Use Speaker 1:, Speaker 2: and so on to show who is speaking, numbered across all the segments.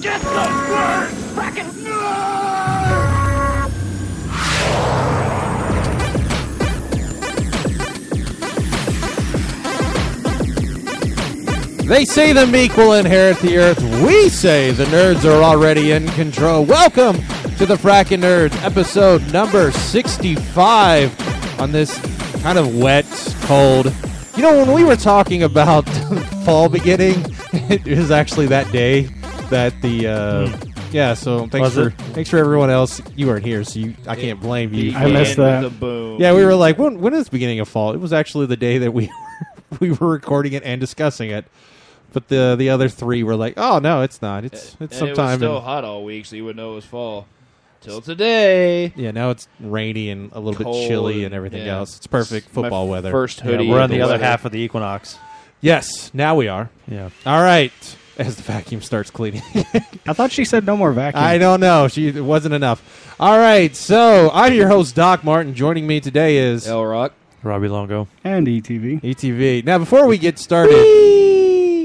Speaker 1: Get the bird! Fucking
Speaker 2: They say the meek will inherit the earth. We say the nerds are already in control. Welcome to the Frackin' Nerds, episode number 65 on this kind of wet, cold. You know, when we were talking about fall beginning, it is actually that day that the. Uh, Yeah, so thanks
Speaker 3: Hmm. Was
Speaker 2: for
Speaker 3: it?
Speaker 2: thanks for everyone else. You weren't here, so you, I can't blame you.
Speaker 3: I missed that.
Speaker 1: The boom.
Speaker 2: Yeah, we were like, when, when is the beginning of fall? It was actually the day that we we were recording it and discussing it. But the the other three were like, oh no, it's not. It's it's
Speaker 1: and It was
Speaker 2: sometime. in-
Speaker 1: still hot all week, so you would know it was fall. Till today.
Speaker 2: yeah, now it's rainy and a little
Speaker 1: Cold
Speaker 2: bit chilly
Speaker 1: and-
Speaker 2: and everything
Speaker 1: yeah.
Speaker 2: else. It's perfect
Speaker 1: It's my
Speaker 2: football weather.
Speaker 1: first
Speaker 2: Yeah,
Speaker 1: hoodie
Speaker 3: We're on
Speaker 1: The
Speaker 3: the other
Speaker 1: weather.
Speaker 3: half of the equinox.
Speaker 2: yes, now we are.
Speaker 3: Yeah.
Speaker 2: All right. As the vacuum starts cleaning,
Speaker 4: I thought she said no more vacuum.
Speaker 2: I don't know. She it wasn't enough. All right, so I'm your host Doc Martin. Joining me today is
Speaker 1: L Rock.
Speaker 3: Robbie Longo.
Speaker 4: and E ETV.
Speaker 2: ETV. Now, before we get started,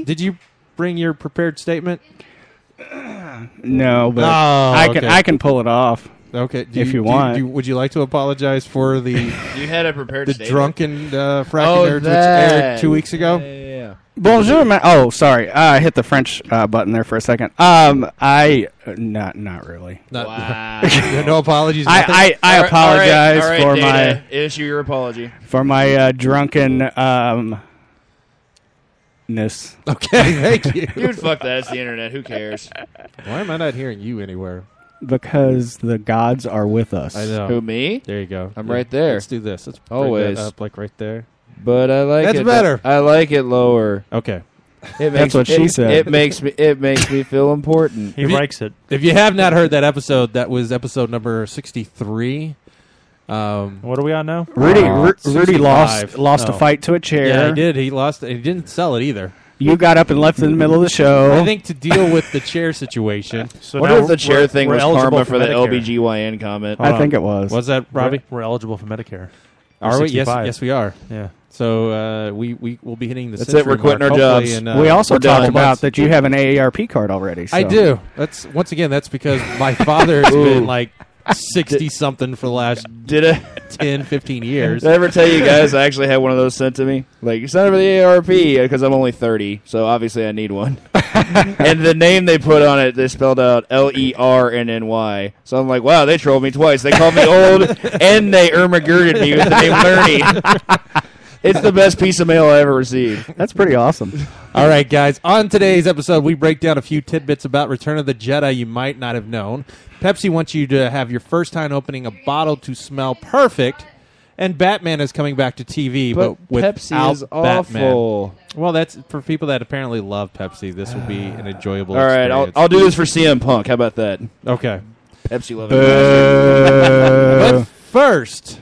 Speaker 2: did you bring your prepared statement?
Speaker 4: No, but
Speaker 2: Oh,
Speaker 4: I can
Speaker 2: okay.
Speaker 4: I can pull it off.
Speaker 2: Okay, do
Speaker 4: If you
Speaker 2: do
Speaker 4: want.
Speaker 2: do would you like to apologize for the
Speaker 1: You had a prepared
Speaker 2: the
Speaker 1: statement.
Speaker 2: drunken uh,
Speaker 1: Oh,
Speaker 2: fracking nerds which
Speaker 1: that.
Speaker 2: aired two weeks ago?
Speaker 1: Yeah, yeah, yeah.
Speaker 4: Bonjour, ma- oh sorry, I hit the French uh, button there for a second. Um, I not not really.
Speaker 2: Not-
Speaker 1: Wow.
Speaker 2: no apologies. nothing?
Speaker 4: I, I,
Speaker 1: All right, all
Speaker 4: I
Speaker 1: right,
Speaker 4: apologize
Speaker 1: all right,
Speaker 4: for
Speaker 1: Dana. issue your apology.
Speaker 4: my for my uh, drunken um ness.
Speaker 2: okay, thank you.
Speaker 1: Dude, fuck that. It's the internet. Who cares?
Speaker 2: Why am I not hearing you anywhere?
Speaker 4: because the gods are with us.
Speaker 2: Oh.
Speaker 1: Who me?
Speaker 2: There you go.
Speaker 1: I'm right there.
Speaker 2: Let's do this. Let's bring
Speaker 1: Always.
Speaker 2: that up, like right there.
Speaker 1: But I like
Speaker 2: That's
Speaker 1: it.
Speaker 2: better.
Speaker 1: I like it lower.
Speaker 2: Okay.
Speaker 1: It
Speaker 4: That's
Speaker 1: makes,
Speaker 4: what she
Speaker 1: it-
Speaker 4: said.
Speaker 1: It makes me. It makes me feel important.
Speaker 3: He
Speaker 2: If you-
Speaker 3: likes it.
Speaker 2: If you have not heard that episode, that was episode number sixty-three. Um,
Speaker 3: What are we on now?
Speaker 4: Rudy
Speaker 2: Aw,
Speaker 4: Ru- Rudy
Speaker 2: 65.
Speaker 4: lost lost
Speaker 3: Oh.
Speaker 4: a fight to a chair.
Speaker 2: yeah, he did. He lost. He didn't sell it either.
Speaker 4: You got up and left in the middle of the show.
Speaker 1: Oh.
Speaker 2: I think to deal with the chair situation.
Speaker 3: So
Speaker 1: wonder
Speaker 3: now
Speaker 1: if the chair
Speaker 3: we're-
Speaker 1: thing
Speaker 3: we're
Speaker 1: was
Speaker 3: eligible
Speaker 1: karma
Speaker 3: for
Speaker 1: for the
Speaker 3: Medicare.
Speaker 1: LBGYN comment.
Speaker 4: I
Speaker 3: Hold
Speaker 4: think
Speaker 3: on.
Speaker 4: it was.
Speaker 2: Was that Robbie?
Speaker 3: We're, we're eligible for Medicare.
Speaker 2: Are we? Yes,
Speaker 3: 65.
Speaker 2: yes, we are.
Speaker 3: Yeah.
Speaker 2: So uh, we we will be hitting the.
Speaker 1: That's it,
Speaker 2: century
Speaker 1: we're quitting
Speaker 2: mark,
Speaker 1: our
Speaker 2: hopefully,
Speaker 1: jobs.
Speaker 2: in, uh,
Speaker 4: we also
Speaker 1: we're done.
Speaker 4: talked about
Speaker 2: Months.
Speaker 4: that you have an AARP card already.
Speaker 2: I
Speaker 4: so-
Speaker 2: do. That's once again. That's because my father has been like sixty something for the last
Speaker 1: Did it?
Speaker 2: 10, 15 years.
Speaker 1: Did I ever tell you guys I actually had one of those sent to me? Like, it's not for the ARP because I'm only 30, so obviously I need one. and the name they put on it, they spelled out L E R N N Y. So I'm like, wow, they trolled me twice. They called me old and they ermagerded me with the name Lerny. it's the best piece of mail I ever received.
Speaker 4: That's pretty awesome.
Speaker 2: All right, guys. On today's episode, we break down a few tidbits about Return of the Jedi you might not have known. Pepsi wants you to have your first time opening a bottle to smell perfect. And Batman is coming back to TV, but, with
Speaker 1: Pepsi is awful.
Speaker 2: Well, that's for people that apparently love Pepsi. This will be an enjoyable.
Speaker 1: All right, I'll,
Speaker 2: experience.
Speaker 1: I'll do this for CM Punk. How about that?
Speaker 2: Okay.
Speaker 1: Pepsi loving.
Speaker 4: Uh,
Speaker 2: But first,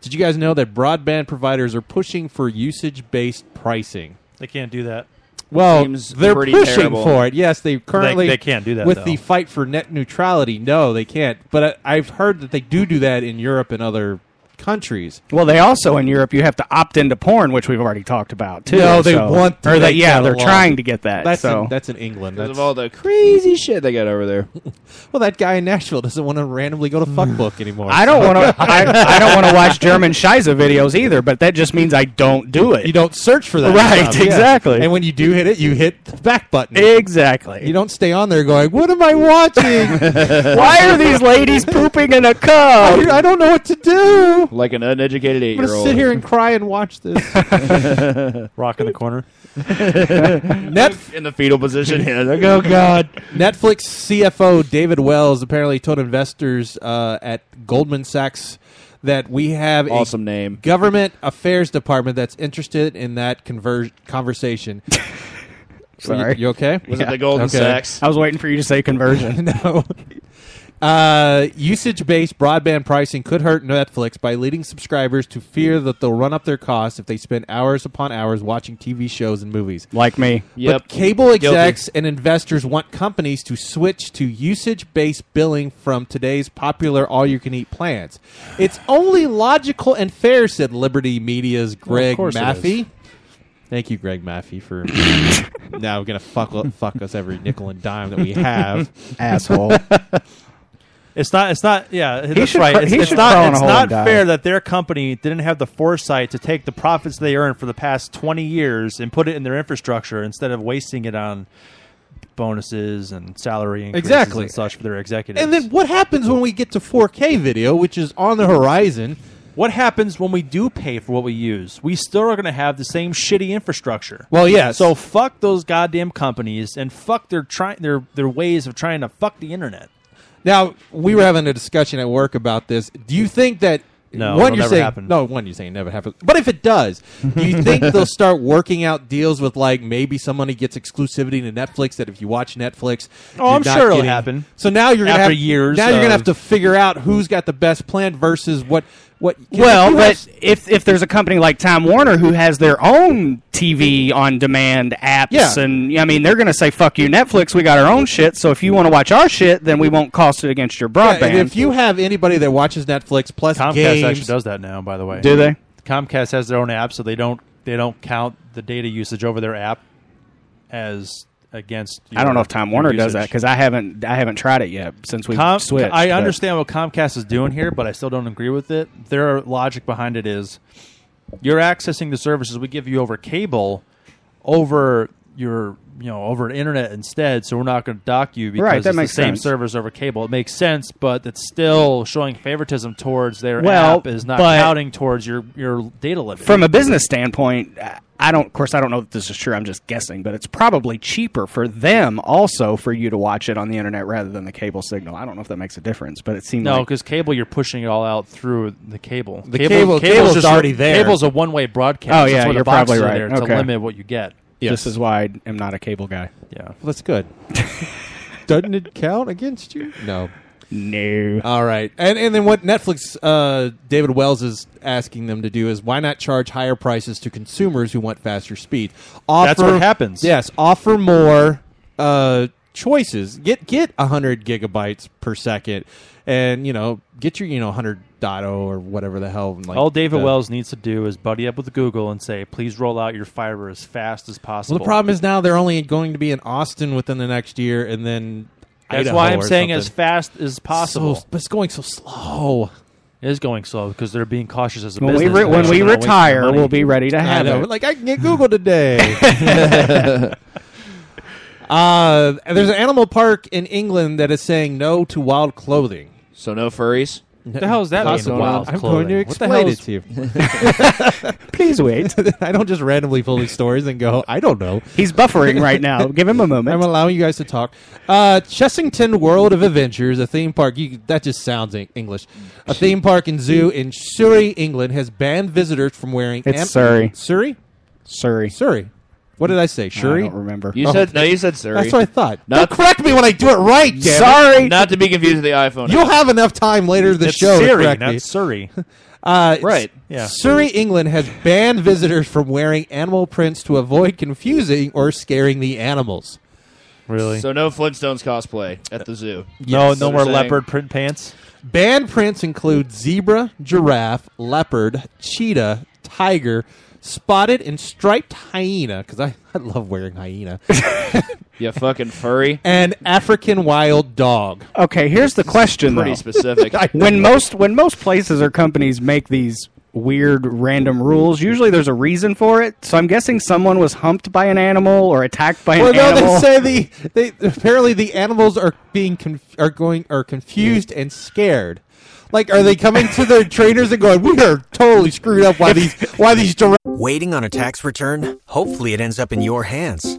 Speaker 2: did you guys know that broadband providers are pushing for usage-based pricing?
Speaker 3: They can't do that.
Speaker 2: Well,
Speaker 1: Seems
Speaker 2: they're
Speaker 1: pretty
Speaker 2: pushing
Speaker 1: terrible.
Speaker 2: for it. Yes, they currently
Speaker 3: they can't do that,
Speaker 2: with
Speaker 3: though.
Speaker 2: the fight for net neutrality. No, they can't. But I, I've heard that they do do that in Europe and other countries.
Speaker 4: Well, they also in Europe you have to opt into porn, which we've already talked about too.
Speaker 2: No, they
Speaker 4: so-
Speaker 2: want to
Speaker 4: or they
Speaker 2: make
Speaker 4: yeah,
Speaker 2: that
Speaker 4: they're
Speaker 2: a law.
Speaker 4: trying to get that.
Speaker 2: That's
Speaker 4: so
Speaker 2: in, that's in England.
Speaker 1: Because of
Speaker 2: That's,
Speaker 1: all the crazy shit they got over there.
Speaker 2: well, that guy in Nashville doesn't want to randomly go to fuckbook anymore.
Speaker 4: I don't want to. I, I don't want to watch German Shiza videos either. But that just means I don't do it.
Speaker 2: You don't search for that,
Speaker 4: Right,
Speaker 2: stuff, yeah.
Speaker 4: exactly.
Speaker 2: And when you do hit it, you hit the back button.
Speaker 4: exactly.
Speaker 2: you don't stay on there going, "What am I watching?
Speaker 4: Why are these ladies pooping in a cup?
Speaker 2: I don't know what to do."
Speaker 1: Like an uneducated eight
Speaker 2: I'm
Speaker 1: year
Speaker 2: gonna
Speaker 1: old.
Speaker 2: sit here and cry and watch this.
Speaker 3: Rock in the corner.
Speaker 2: Net-
Speaker 1: in the fetal position. Yeah, like,
Speaker 2: oh God! Netflix CFO David Wells apparently told investors uh, at Goldman Sachs that we have a
Speaker 1: Awesome name.
Speaker 2: government affairs department that's interested in that conver- conversation.
Speaker 4: Sorry.
Speaker 2: You, you okay?
Speaker 1: Was it the Golden
Speaker 2: Okay.
Speaker 1: Sacks?
Speaker 4: I was waiting for you to say conversion.
Speaker 2: no. Uh, usage-based broadband pricing could hurt Netflix by leading subscribers to fear that they'll run up their costs if they spend hours upon hours watching TV shows and movies.
Speaker 4: like me.
Speaker 1: Yep.
Speaker 2: But cable execs and investors want companies to switch to usage based billing from today's popular all you can eat plans. It's only logical and fair, said Liberty Media's Greg
Speaker 3: course it
Speaker 2: Maffey. Thank you, Greg Maffey, for now going to fuck, fuck us every nickel and dime that we have.
Speaker 4: Asshole.
Speaker 3: It's not. It's not. Yeah, that's
Speaker 4: should
Speaker 3: right.
Speaker 4: cr-
Speaker 3: It's,
Speaker 4: he
Speaker 3: it's
Speaker 4: should crawl
Speaker 3: not.
Speaker 4: in a
Speaker 3: It's
Speaker 4: hole
Speaker 3: not
Speaker 4: and die.
Speaker 3: fair that their company didn't have the foresight to take the profits they earned for the past twenty years and put it in their infrastructure instead of wasting it on bonuses and salary increases
Speaker 2: Exactly.
Speaker 3: and such for their executives.
Speaker 2: and then what happens when we get to 4K video, which is on the horizon?
Speaker 3: what happens when we do pay for what we use? We still are going to have the same shitty infrastructure.
Speaker 2: Well, yes.
Speaker 3: So fuck those goddamn companies and fuck their try- their their ways of trying to fuck the internet.
Speaker 2: Now we were having a discussion at work about this. Do you think that
Speaker 3: No,
Speaker 2: one
Speaker 3: it'll
Speaker 2: you're
Speaker 3: never
Speaker 2: saying
Speaker 3: happen.
Speaker 2: no one you're saying never happens, but if it does, do you think they'll start working out deals with like maybe somebody gets exclusivity to Netflix that if you watch Netflix,
Speaker 3: Oh,
Speaker 2: you're
Speaker 3: I'm
Speaker 2: not
Speaker 3: sure it'll
Speaker 2: getting-
Speaker 3: happen.
Speaker 2: So now you're gonna
Speaker 3: After
Speaker 2: have,
Speaker 3: years
Speaker 2: Now you're gonna
Speaker 3: of-
Speaker 2: have to figure out who's got the best plan versus what what. 'cause
Speaker 4: well,
Speaker 2: you have-
Speaker 4: but if if there's a company like Time Warner who has their own TV on demand apps,
Speaker 2: Yeah.
Speaker 4: and I mean they're going to say fuck you Netflix, we got our own shit. So if you want to watch our shit, then we won't cost it against your
Speaker 2: yeah, and
Speaker 4: broadband.
Speaker 2: if you have anybody that watches Netflix plus
Speaker 3: Comcast
Speaker 2: games,
Speaker 3: actually does that now, by the way.
Speaker 4: do they?
Speaker 3: Comcast has their own app, so they don't they don't count the data usage over their app as against.
Speaker 4: I don't
Speaker 3: your-
Speaker 4: know if Time Warner
Speaker 3: your
Speaker 4: does that
Speaker 3: usage.
Speaker 4: because I haven't I haven't tried it yet since we
Speaker 3: Com-
Speaker 4: switched.
Speaker 3: I
Speaker 4: but-
Speaker 3: understand what Comcast is doing here, but I still don't agree with it. Their logic behind it is you're accessing the services we give you over cable over your you know over internet instead so we're not going to dock you because
Speaker 4: Right, that
Speaker 3: it's
Speaker 4: makes
Speaker 3: the same
Speaker 4: sense.
Speaker 3: servers over cable it makes sense but it's still showing favoritism towards their
Speaker 4: Well,
Speaker 3: app is not
Speaker 4: but-
Speaker 3: counting towards your your data limit
Speaker 4: from a business standpoint, I- I don't. Of course, I don't know that this is true. I'm just guessing, but it's probably cheaper for them also for you to watch it on the internet rather than the cable signal. I don't know if that makes a difference, but it seemed
Speaker 3: No,
Speaker 4: like
Speaker 3: because cable, you're pushing it all out through the cable.
Speaker 2: The cable- cable's already there.
Speaker 3: Cable's a one-way broadcast.
Speaker 4: Oh,
Speaker 3: That's
Speaker 4: yeah,
Speaker 3: why the
Speaker 4: you're
Speaker 3: boxes
Speaker 4: probably
Speaker 3: are
Speaker 4: right.
Speaker 3: there
Speaker 4: Okay.
Speaker 3: To limit what you get.
Speaker 4: this is why I am not a cable guy.
Speaker 3: Yeah.
Speaker 2: Well, that's good. Doesn't it count against you? No.
Speaker 4: No,
Speaker 2: All right, and and then what Netflix, uh, David Wells is asking them to do is why not charge higher prices to consumers who want faster speed? Offer,
Speaker 3: That's what happens.
Speaker 2: Yes, offer more uh, choices. Get get hundred gigabytes per second, and you know get your you know hundred dotto or whatever the hell. Like
Speaker 3: All David
Speaker 2: the-
Speaker 3: Wells needs to do is buddy up with Google and say, please roll out your fiber as fast as
Speaker 2: Well,
Speaker 3: possible.
Speaker 2: the problem is now they're only going to be in Austin within the next year, and then
Speaker 3: That's
Speaker 2: Idaho
Speaker 3: why I'm
Speaker 2: or
Speaker 3: saying as
Speaker 2: something.
Speaker 3: fast as possible.
Speaker 2: So, but it's going so slow.
Speaker 3: it is going slow because they're being cautious as a
Speaker 4: when we
Speaker 3: business.
Speaker 4: re-
Speaker 3: They're
Speaker 4: when
Speaker 3: actually
Speaker 4: we
Speaker 3: gonna waste their
Speaker 4: retire,
Speaker 3: money.
Speaker 4: we'll be ready to
Speaker 2: I
Speaker 4: have
Speaker 2: know.
Speaker 4: it.
Speaker 2: Like I can get Google today. uh, there's an animal park in England that is saying no to wild clothing.
Speaker 1: So no furries.
Speaker 3: What the hell is that?
Speaker 2: Possible.
Speaker 3: mean, wild
Speaker 2: I'm
Speaker 3: clothing?
Speaker 2: going to
Speaker 3: What the
Speaker 2: explain
Speaker 3: hell
Speaker 2: it
Speaker 3: is-
Speaker 2: to you.
Speaker 4: Please wait.
Speaker 2: I don't just randomly pull these stories and go, I don't know.
Speaker 4: He's buffering right now. Give him a moment.
Speaker 2: I'm allowing you guys to talk. Uh, Chessington World of Adventures, a theme park. You, that just sounds en- English. A theme park and zoo in Surrey, England, has banned visitors from wearing.
Speaker 4: It's Surrey.
Speaker 2: Surrey.
Speaker 4: Sorry,
Speaker 2: Surrey. What did I say?
Speaker 4: I
Speaker 2: Surrey.
Speaker 4: don't remember.
Speaker 1: You
Speaker 2: Oh.
Speaker 1: said no. You said Surrey.
Speaker 2: That's what I thought.
Speaker 1: Not-
Speaker 2: Don't correct me when I do it right. damn it.
Speaker 4: Sorry,
Speaker 1: Not to be confused with the iPhone.
Speaker 2: You'll have enough time later in the
Speaker 3: It's
Speaker 2: show to
Speaker 3: Surrey,
Speaker 2: correct me.
Speaker 3: not Surrey.
Speaker 2: Uh,
Speaker 1: Right.
Speaker 3: Yeah.
Speaker 2: Surrey, England has banned visitors from wearing animal prints to avoid confusing or scaring the animals.
Speaker 3: really?
Speaker 1: So no Flintstones cosplay at the zoo.
Speaker 3: no,
Speaker 1: Yes.
Speaker 3: no more
Speaker 1: They're saying-
Speaker 3: leopard print pants.
Speaker 2: Banned prints include zebra, giraffe, leopard, cheetah, tiger, spotted and striped hyena, because I, I love wearing hyena,
Speaker 1: You fucking furry.
Speaker 2: and African wild dog.
Speaker 4: Okay, here's the question
Speaker 1: Pretty
Speaker 4: though.
Speaker 1: specific.
Speaker 4: when most when most places or companies make these weird random rules, usually there's a reason for it. So I'm guessing someone was humped by an animal or attacked by an
Speaker 2: Well, no,
Speaker 4: animal.
Speaker 2: they say the they apparently the animals are being conf- are going are confused and scared. Like, are they coming to their trainers and going, "We are totally screwed up"? Why these why these direct
Speaker 5: Waiting on a tax return? Hopefully, it ends up in your hands.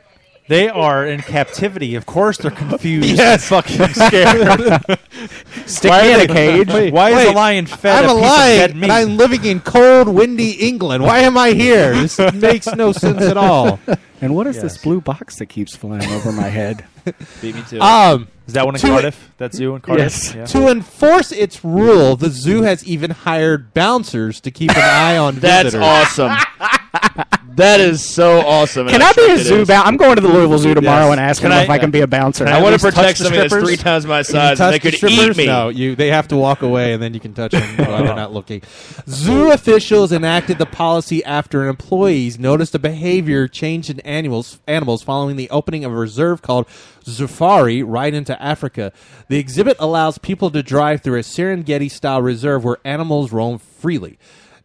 Speaker 3: They are in captivity. Of course, they're confused.
Speaker 2: Yes.
Speaker 3: and fucking scared.
Speaker 4: Stick me in a cage.
Speaker 3: Why is
Speaker 2: Wait,
Speaker 3: a lion fed?
Speaker 2: I'm
Speaker 3: a
Speaker 2: a
Speaker 3: piece of dead
Speaker 2: lion,
Speaker 3: meat?
Speaker 2: and I'm living in cold, windy England. Why am I here? This makes no sense at all.
Speaker 4: And what is this blue box that keeps flying over my head?
Speaker 1: Beat me to it.
Speaker 2: Um,
Speaker 3: Is that one in
Speaker 2: To-
Speaker 3: Cardiff? That's you in Cardiff.
Speaker 4: Yes.
Speaker 3: Yeah.
Speaker 2: to enforce its rule, the zoo has even hired bouncers to keep an eye on
Speaker 1: That's
Speaker 2: visitors.
Speaker 1: awesome. that is so awesome. and
Speaker 4: Can I be a
Speaker 1: trust it
Speaker 4: zoo
Speaker 1: is.
Speaker 4: bouncer? I'm going to the Louisville Zoo tomorrow
Speaker 2: Yes.
Speaker 4: and asking
Speaker 1: Can
Speaker 4: them
Speaker 1: I-
Speaker 4: if I can be a bouncer.
Speaker 1: I want to
Speaker 3: least
Speaker 1: protect
Speaker 3: touch the
Speaker 1: somebody that's
Speaker 3: strippers?
Speaker 1: three times my
Speaker 2: Can you
Speaker 1: size.
Speaker 2: touch
Speaker 1: and They
Speaker 2: the
Speaker 1: could
Speaker 2: strippers?
Speaker 1: eat me.
Speaker 2: No, you. They have to walk away, and then you can touch them while they're not looking. Zoo officials enacted the policy after employees noticed a behavior change in animals. Animals following the opening of a reserve called Zafari right into Africa. The exhibit allows people to drive through a Serengeti-style reserve where animals roam freely.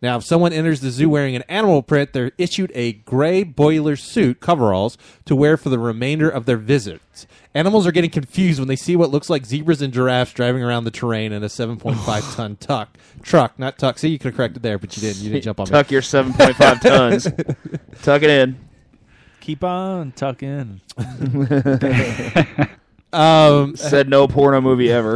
Speaker 2: Now, if someone enters the zoo wearing an animal print, they're issued a gray boiler suit coveralls to wear for the remainder of their visits. Animals are getting confused when they see what looks like zebras and giraffes driving around the terrain in a 7.5 ton tuck truck, not tuck. See, you could have corrected there, but you didn't. You didn't jump on
Speaker 1: Tuck your 7.5 tons. Tuck it in.
Speaker 3: Keep on tucking.
Speaker 2: me. Um,
Speaker 1: Said no porno movie ever.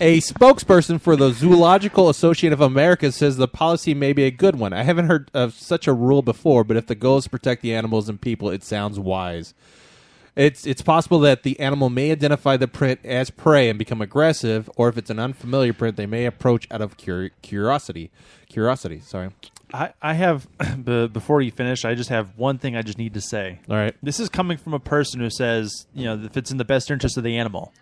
Speaker 2: a spokesperson for the Zoological Association of America says the policy may be a good one. I haven't heard of such a rule before, but if the goal is to protect the animals and people, it sounds wise. It's it's possible that the animal may identify the print as prey and become aggressive, or if it's an unfamiliar print, they may approach out of curi- curiosity. Curiosity, sorry.
Speaker 3: I, I have, b- before you finish, I just have one thing I just need to say.
Speaker 2: All right.
Speaker 3: This is coming from a person who says, you know, if it's in the best interest of the animal.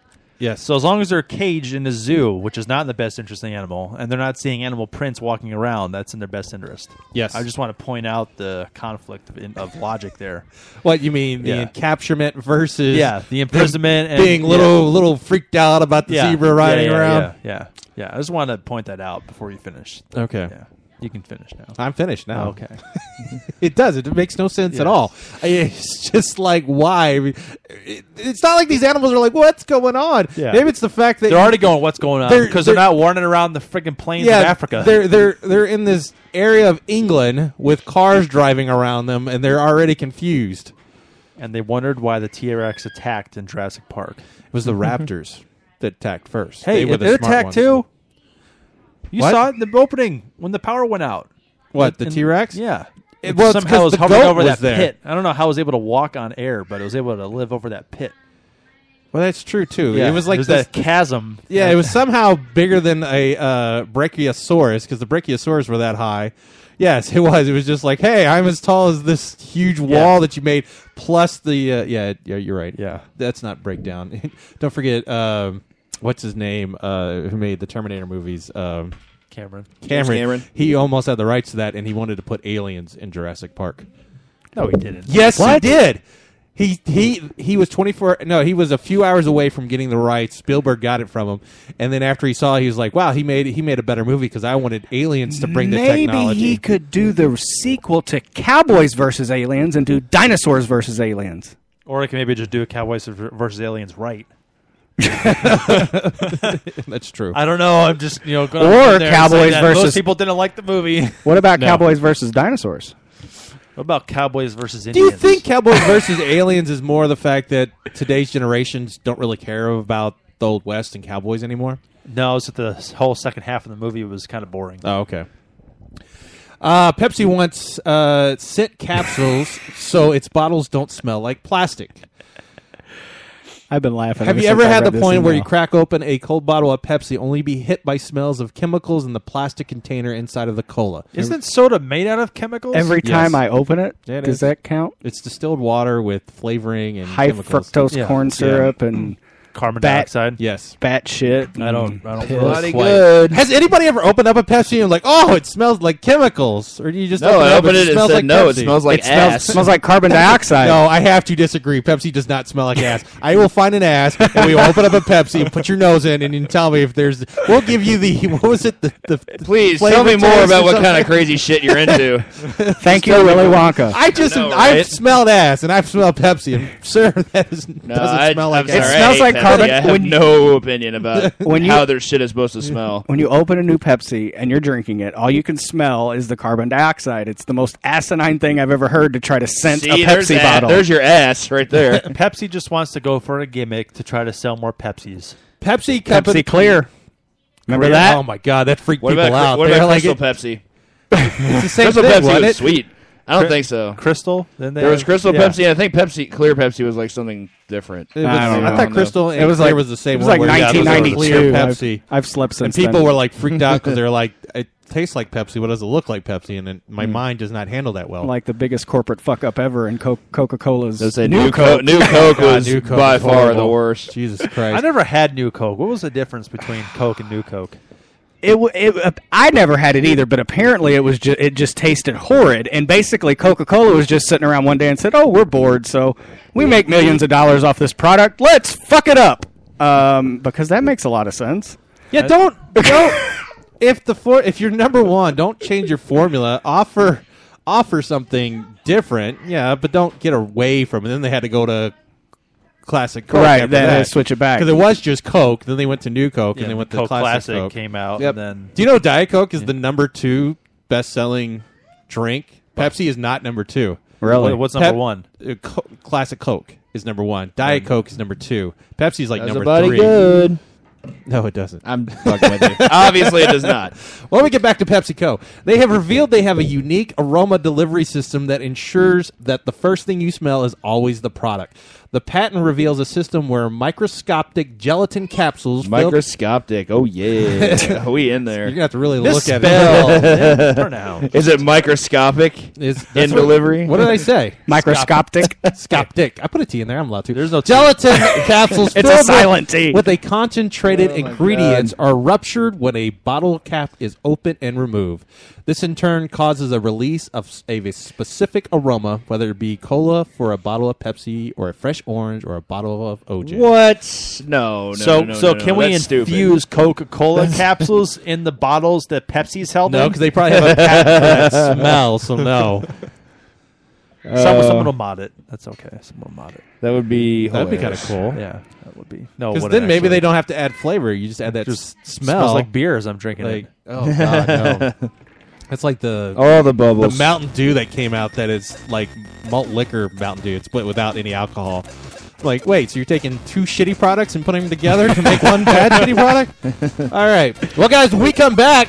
Speaker 2: Yes.
Speaker 3: So as long as they're caged in a zoo, which is not in the best interest of the animal, and they're not seeing animal prints walking around, that's in their best interest.
Speaker 2: Yes.
Speaker 3: I just want to point out the conflict of, in, of logic there.
Speaker 2: what you mean the
Speaker 3: Yeah.
Speaker 2: encapturement versus
Speaker 3: Yeah, the imprisonment and
Speaker 2: being little little freaked out about the
Speaker 3: yeah,
Speaker 2: zebra
Speaker 3: yeah,
Speaker 2: riding
Speaker 3: yeah,
Speaker 2: around.
Speaker 3: Yeah, yeah, yeah. I just want to point that out before you finish.
Speaker 2: Okay. Oh.
Speaker 3: Yeah, you can finish now.
Speaker 2: I'm finished now.
Speaker 3: Oh, Okay.
Speaker 2: It does. It makes no sense at
Speaker 3: Yes.
Speaker 2: all. I- It's just like why? I mean, it- It's not like these animals are like, what's going on?
Speaker 3: Yeah.
Speaker 2: Maybe it's the fact that
Speaker 3: They're already going. What's going on?
Speaker 2: They're-
Speaker 3: because they're,
Speaker 2: they're-
Speaker 3: not warning around the freaking plains
Speaker 2: yeah,
Speaker 3: of Africa.
Speaker 2: They're they're they're in this area of England with cars driving around them, and they're already confused.
Speaker 3: and they wondered why the T Rex attacked in Jurassic Park.
Speaker 2: It was the raptors that attacked first.
Speaker 3: Mm-hmm. Hey,
Speaker 2: they were
Speaker 3: it,
Speaker 2: the
Speaker 3: it
Speaker 2: smart
Speaker 3: attacked
Speaker 2: ones.
Speaker 3: too. You
Speaker 2: What?
Speaker 3: saw it in the opening when the power went out.
Speaker 2: What the
Speaker 3: And-
Speaker 2: T Rex?
Speaker 3: Yeah.
Speaker 2: It- well, it's
Speaker 3: somehow
Speaker 2: 'cause
Speaker 3: was
Speaker 2: the
Speaker 3: hovering
Speaker 2: goat
Speaker 3: over
Speaker 2: was
Speaker 3: that
Speaker 2: there.
Speaker 3: pit. I don't know how it was able to walk on air, but it was able to live over that pit.
Speaker 2: Well, that's true too. It was like
Speaker 3: it was
Speaker 2: this.
Speaker 3: that chasm.
Speaker 2: Yeah, it was somehow bigger than a uh, brachiosaurus because the brachiosaurs were that high. Yes, it was. It was just like, hey, I'm as tall as this huge wall that you made, plus the uh, yeah, yeah, you're right.
Speaker 3: Yeah.
Speaker 2: that's not breakdown. Don't forget, um, what's his name uh, who made the Terminator movies? Um,
Speaker 3: Cameron.
Speaker 2: Cameron.
Speaker 1: Cameron.
Speaker 2: He almost had the rights to that, and he wanted to put aliens in Jurassic Park.
Speaker 3: No, he didn't.
Speaker 2: Yes, he did. He he he was 24 no, he was a few hours away from getting the rights. Spielberg got it from him. And then after he saw it, he was like, "Wow, he made he made a better movie cuz I wanted aliens to bring the
Speaker 4: Maybe
Speaker 2: technology."
Speaker 4: he could do the sequel to Cowboys versus Aliens and do Dinosaurs versus Aliens.
Speaker 3: Or I can maybe just do a Cowboys versus Aliens right.
Speaker 2: That's true.
Speaker 3: I don't know. I'm just you know going
Speaker 4: Or
Speaker 3: out there and
Speaker 4: Cowboys
Speaker 3: saying that.
Speaker 4: versus-
Speaker 3: most people didn't like the movie. what
Speaker 4: What about Cowboys versus Dinosaurs?
Speaker 3: about Cowboys versus
Speaker 2: Do you
Speaker 3: Indians?
Speaker 2: think Cowboys versus Aliens is more the fact that today's generations don't really care about the old west and cowboys anymore?
Speaker 3: No, it's that the whole second half of the movie was kind of boring.
Speaker 2: Oh, okay. Uh, Pepsi wants uh, sit capsules so its bottles don't smell like plastic.
Speaker 4: I've been laughing.
Speaker 2: Have
Speaker 4: ever
Speaker 2: you
Speaker 4: since
Speaker 2: ever
Speaker 4: I
Speaker 2: had
Speaker 4: read
Speaker 2: the
Speaker 4: this
Speaker 2: point where you
Speaker 4: email.
Speaker 2: crack open a cold bottle of Pepsi only be hit by smells of chemicals in the plastic container inside of the cola?
Speaker 3: Isn't soda made out of chemicals?
Speaker 4: Every
Speaker 2: Yes.
Speaker 4: time I open it,
Speaker 2: Yeah, it
Speaker 4: does
Speaker 2: is.
Speaker 4: that count?
Speaker 2: It's distilled water with flavoring and
Speaker 4: High
Speaker 2: chemicals.
Speaker 4: fructose
Speaker 3: Yeah.
Speaker 4: corn
Speaker 3: Yeah.
Speaker 4: syrup and
Speaker 3: carbon
Speaker 4: Bat-
Speaker 3: dioxide.
Speaker 2: Yes.
Speaker 4: Bat shit.
Speaker 3: I
Speaker 2: uh,
Speaker 3: don't. I don't. Really
Speaker 1: Bloody
Speaker 3: quite-
Speaker 1: good.
Speaker 2: Has anybody ever opened up a Pepsi and like, oh, it smells like chemicals, or do you just
Speaker 1: No,
Speaker 2: open
Speaker 1: I
Speaker 2: it up
Speaker 1: opened it and
Speaker 2: smells
Speaker 1: said
Speaker 2: like
Speaker 1: no.
Speaker 2: Pepsi?
Speaker 1: It smells like
Speaker 4: it
Speaker 1: ass.
Speaker 4: smells, smells like carbon dioxide.
Speaker 2: No, I have to disagree. Pepsi does not smell like ass. I will find an ass, and we will open up a Pepsi, and put your nose in, and you tell me if there's. We'll give you the what was it? The, the
Speaker 1: Please
Speaker 2: flavor
Speaker 1: tell me more
Speaker 2: taste
Speaker 1: about
Speaker 2: or
Speaker 1: what kind
Speaker 2: something.
Speaker 1: of crazy shit you're into.
Speaker 4: Thank you, Willy Wonka.
Speaker 2: I just
Speaker 1: I know,
Speaker 2: I've
Speaker 1: right?
Speaker 2: smelled ass and I've smelled Pepsi. And, sir, that is,
Speaker 1: No,
Speaker 2: doesn't
Speaker 1: I,
Speaker 2: smell
Speaker 1: I'm
Speaker 2: like
Speaker 1: sorry,
Speaker 2: ass.
Speaker 1: I
Speaker 4: smells
Speaker 1: hate Pepsi.
Speaker 4: like carbon-
Speaker 1: I have
Speaker 4: when you-
Speaker 1: no opinion about
Speaker 4: When you-
Speaker 1: how their shit is supposed to smell.
Speaker 4: when you open a new Pepsi and you're drinking it, all you can smell is the carbon dioxide. It's the most asinine thing I've ever heard to try to scent
Speaker 1: See,
Speaker 4: a
Speaker 1: there's,
Speaker 4: Pepsi
Speaker 1: a-
Speaker 4: bottle.
Speaker 1: there's your ass right there.
Speaker 3: Pepsi just wants to go for a gimmick to try to sell more Pepsis.
Speaker 2: Pepsi,
Speaker 4: Pepsi Clear. Remember that?
Speaker 2: Oh my god, that freaked
Speaker 1: What
Speaker 2: people
Speaker 1: about
Speaker 2: out.
Speaker 1: what
Speaker 2: They're
Speaker 1: about
Speaker 2: like,
Speaker 1: Crystal
Speaker 2: it-
Speaker 1: Pepsi?
Speaker 2: it's the same
Speaker 1: Crystal
Speaker 2: thing,
Speaker 1: Pepsi
Speaker 2: wasn't
Speaker 1: was
Speaker 2: it?
Speaker 1: sweet. I don't think so.
Speaker 3: Crystal. Then they
Speaker 1: There was Crystal
Speaker 3: yeah.
Speaker 1: Pepsi, and I think Pepsi Clear Pepsi was like something different.
Speaker 2: It was-
Speaker 4: I don't know.
Speaker 2: thought Crystal and
Speaker 4: It was
Speaker 2: Clear
Speaker 4: like
Speaker 2: was the same.
Speaker 4: It was
Speaker 2: one
Speaker 4: like
Speaker 2: where you got the
Speaker 4: 1992.
Speaker 2: Clear
Speaker 4: I've-
Speaker 2: Pepsi.
Speaker 4: I've, slept
Speaker 2: and
Speaker 4: since.
Speaker 2: people
Speaker 4: then.
Speaker 2: were like freaked out because they're like, it tastes like Pepsi. What does it look like Pepsi? And it, my
Speaker 1: Hmm.
Speaker 2: mind does not handle that well.
Speaker 4: like the biggest corporate fuck up ever, and Co- Coca Cola's
Speaker 1: Let's say New Coke. New Coke
Speaker 2: God,
Speaker 1: was
Speaker 2: New Coke
Speaker 1: by
Speaker 2: is
Speaker 1: far the
Speaker 2: horrible.
Speaker 1: worst.
Speaker 2: Jesus
Speaker 3: I
Speaker 2: Christ.
Speaker 3: never had New Coke. What was the difference between Coke and New Coke?
Speaker 4: it, w- it uh, I never had it either, but apparently it was ju- it just tasted horrid. And basically, Coca Cola was just sitting around one day and said, "Oh, we're bored, so we make millions of dollars off this product. Let's fuck it up." Um, because that makes a lot of sense.
Speaker 2: yeah, don't don't. if the for, if you're number one, don't change your formula. Offer offer something different. Yeah, but don't get away from it. Then they had to go to classic Coke.
Speaker 4: Right,
Speaker 2: after
Speaker 4: then they
Speaker 2: that.
Speaker 4: switch it back.
Speaker 2: because it was just Coke. Then they went to New Coke, and
Speaker 3: Yeah,
Speaker 2: they went
Speaker 3: the
Speaker 2: to
Speaker 3: Coke
Speaker 2: classic,
Speaker 3: Classic
Speaker 2: Coke.
Speaker 3: came out,
Speaker 2: Yep.
Speaker 3: and then-
Speaker 2: do you know Diet Coke is the number two best selling drink? Pepsi is not number two.
Speaker 4: Really?
Speaker 3: What- what's number
Speaker 2: Pep-
Speaker 3: one? Mm.
Speaker 2: uh, Co- classic Coke is number one. Diet Coke is number two. Pepsi's like
Speaker 1: That's
Speaker 2: number
Speaker 1: about
Speaker 2: three.
Speaker 1: good.
Speaker 2: No, it doesn't.
Speaker 1: I'm fucking with you. Obviously, it does not.
Speaker 2: Well, we get back to PepsiCo. They have revealed they have a unique aroma delivery system that ensures that the first thing you smell is always the product. The patent reveals a system where microscopic gelatin capsules filled-
Speaker 1: Microscopic. Oh yeah, we in
Speaker 2: You're
Speaker 1: there.
Speaker 2: gonna have to really
Speaker 1: This
Speaker 2: look at
Speaker 1: spell.
Speaker 2: it.
Speaker 3: Turn out.
Speaker 1: Is it microscopic
Speaker 2: Is-
Speaker 1: in
Speaker 2: that's what-
Speaker 1: delivery?
Speaker 2: What did I say?
Speaker 4: Microscopic.
Speaker 2: Scoptic. I put a T in there. I'm allowed to.
Speaker 3: There's no T.
Speaker 2: gelatin capsules.
Speaker 4: It's a
Speaker 2: filled with-
Speaker 4: silent T.
Speaker 2: With a concentrated ingredients are ruptured when a bottle cap is open and removed. This in turn causes a release of s- a specific aroma, whether it be cola for a bottle of Pepsi or a fresh orange or a bottle of OJ.
Speaker 1: What? Oh, No. no
Speaker 3: so,
Speaker 1: no, no,
Speaker 3: so
Speaker 1: no, no.
Speaker 3: can we
Speaker 1: That's stupid.
Speaker 3: infuse Coca Cola capsules in the bottles that Pepsi's held?
Speaker 2: No,
Speaker 3: in?
Speaker 2: because they probably have a patent for that smell. So no,
Speaker 3: Some,
Speaker 1: Uh,
Speaker 3: someone will mod it. That's okay. Someone will mod it.
Speaker 1: That would be.
Speaker 2: that'd be kind of
Speaker 1: hilarious.
Speaker 2: cool.
Speaker 3: Yeah, that would be no.
Speaker 2: Because
Speaker 3: what
Speaker 2: then
Speaker 3: it
Speaker 2: maybe
Speaker 3: actually-
Speaker 2: they don't have to add flavor. You just add that s-
Speaker 3: just
Speaker 2: smell.
Speaker 3: smells like beer as I'm drinking
Speaker 2: Like,
Speaker 3: it.
Speaker 2: oh god, no. That's like the
Speaker 1: All the
Speaker 2: the
Speaker 1: bubbles.
Speaker 2: Mountain Dew that came out that is like malt liquor Mountain Dew. It's split without any alcohol. Like, wait, so you're taking two shitty products and putting them together to make one bad shitty product? All right. Well, guys, when we come back,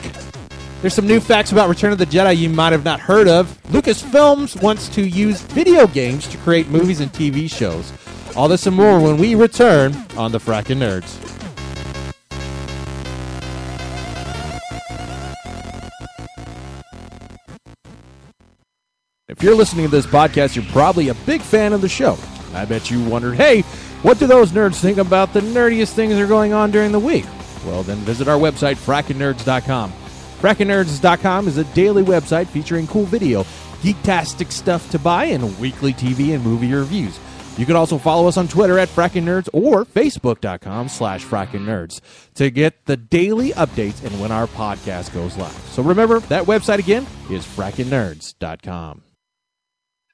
Speaker 2: there's some new facts about Return of the Jedi you might have not heard of. Lucasfilms wants to use video games to create movies and TV shows. All this and more when we return on the Frackin' Nerds. If you're listening to this podcast, you're probably a big fan of the show. I bet you wondered, hey, what do those nerds think about the nerdiest things that are going on during the week? Well, then visit our website, frackinnerds.com. Frackinnerds.com is a daily website featuring cool video, geektastic stuff to buy, and weekly TV and movie reviews. You can also follow us on Twitter at Frackin' Nerds or Facebook.com slash Frackin' Nerds to get the daily updates and when our podcast goes live. So remember, that website again is FrackinNerds.com.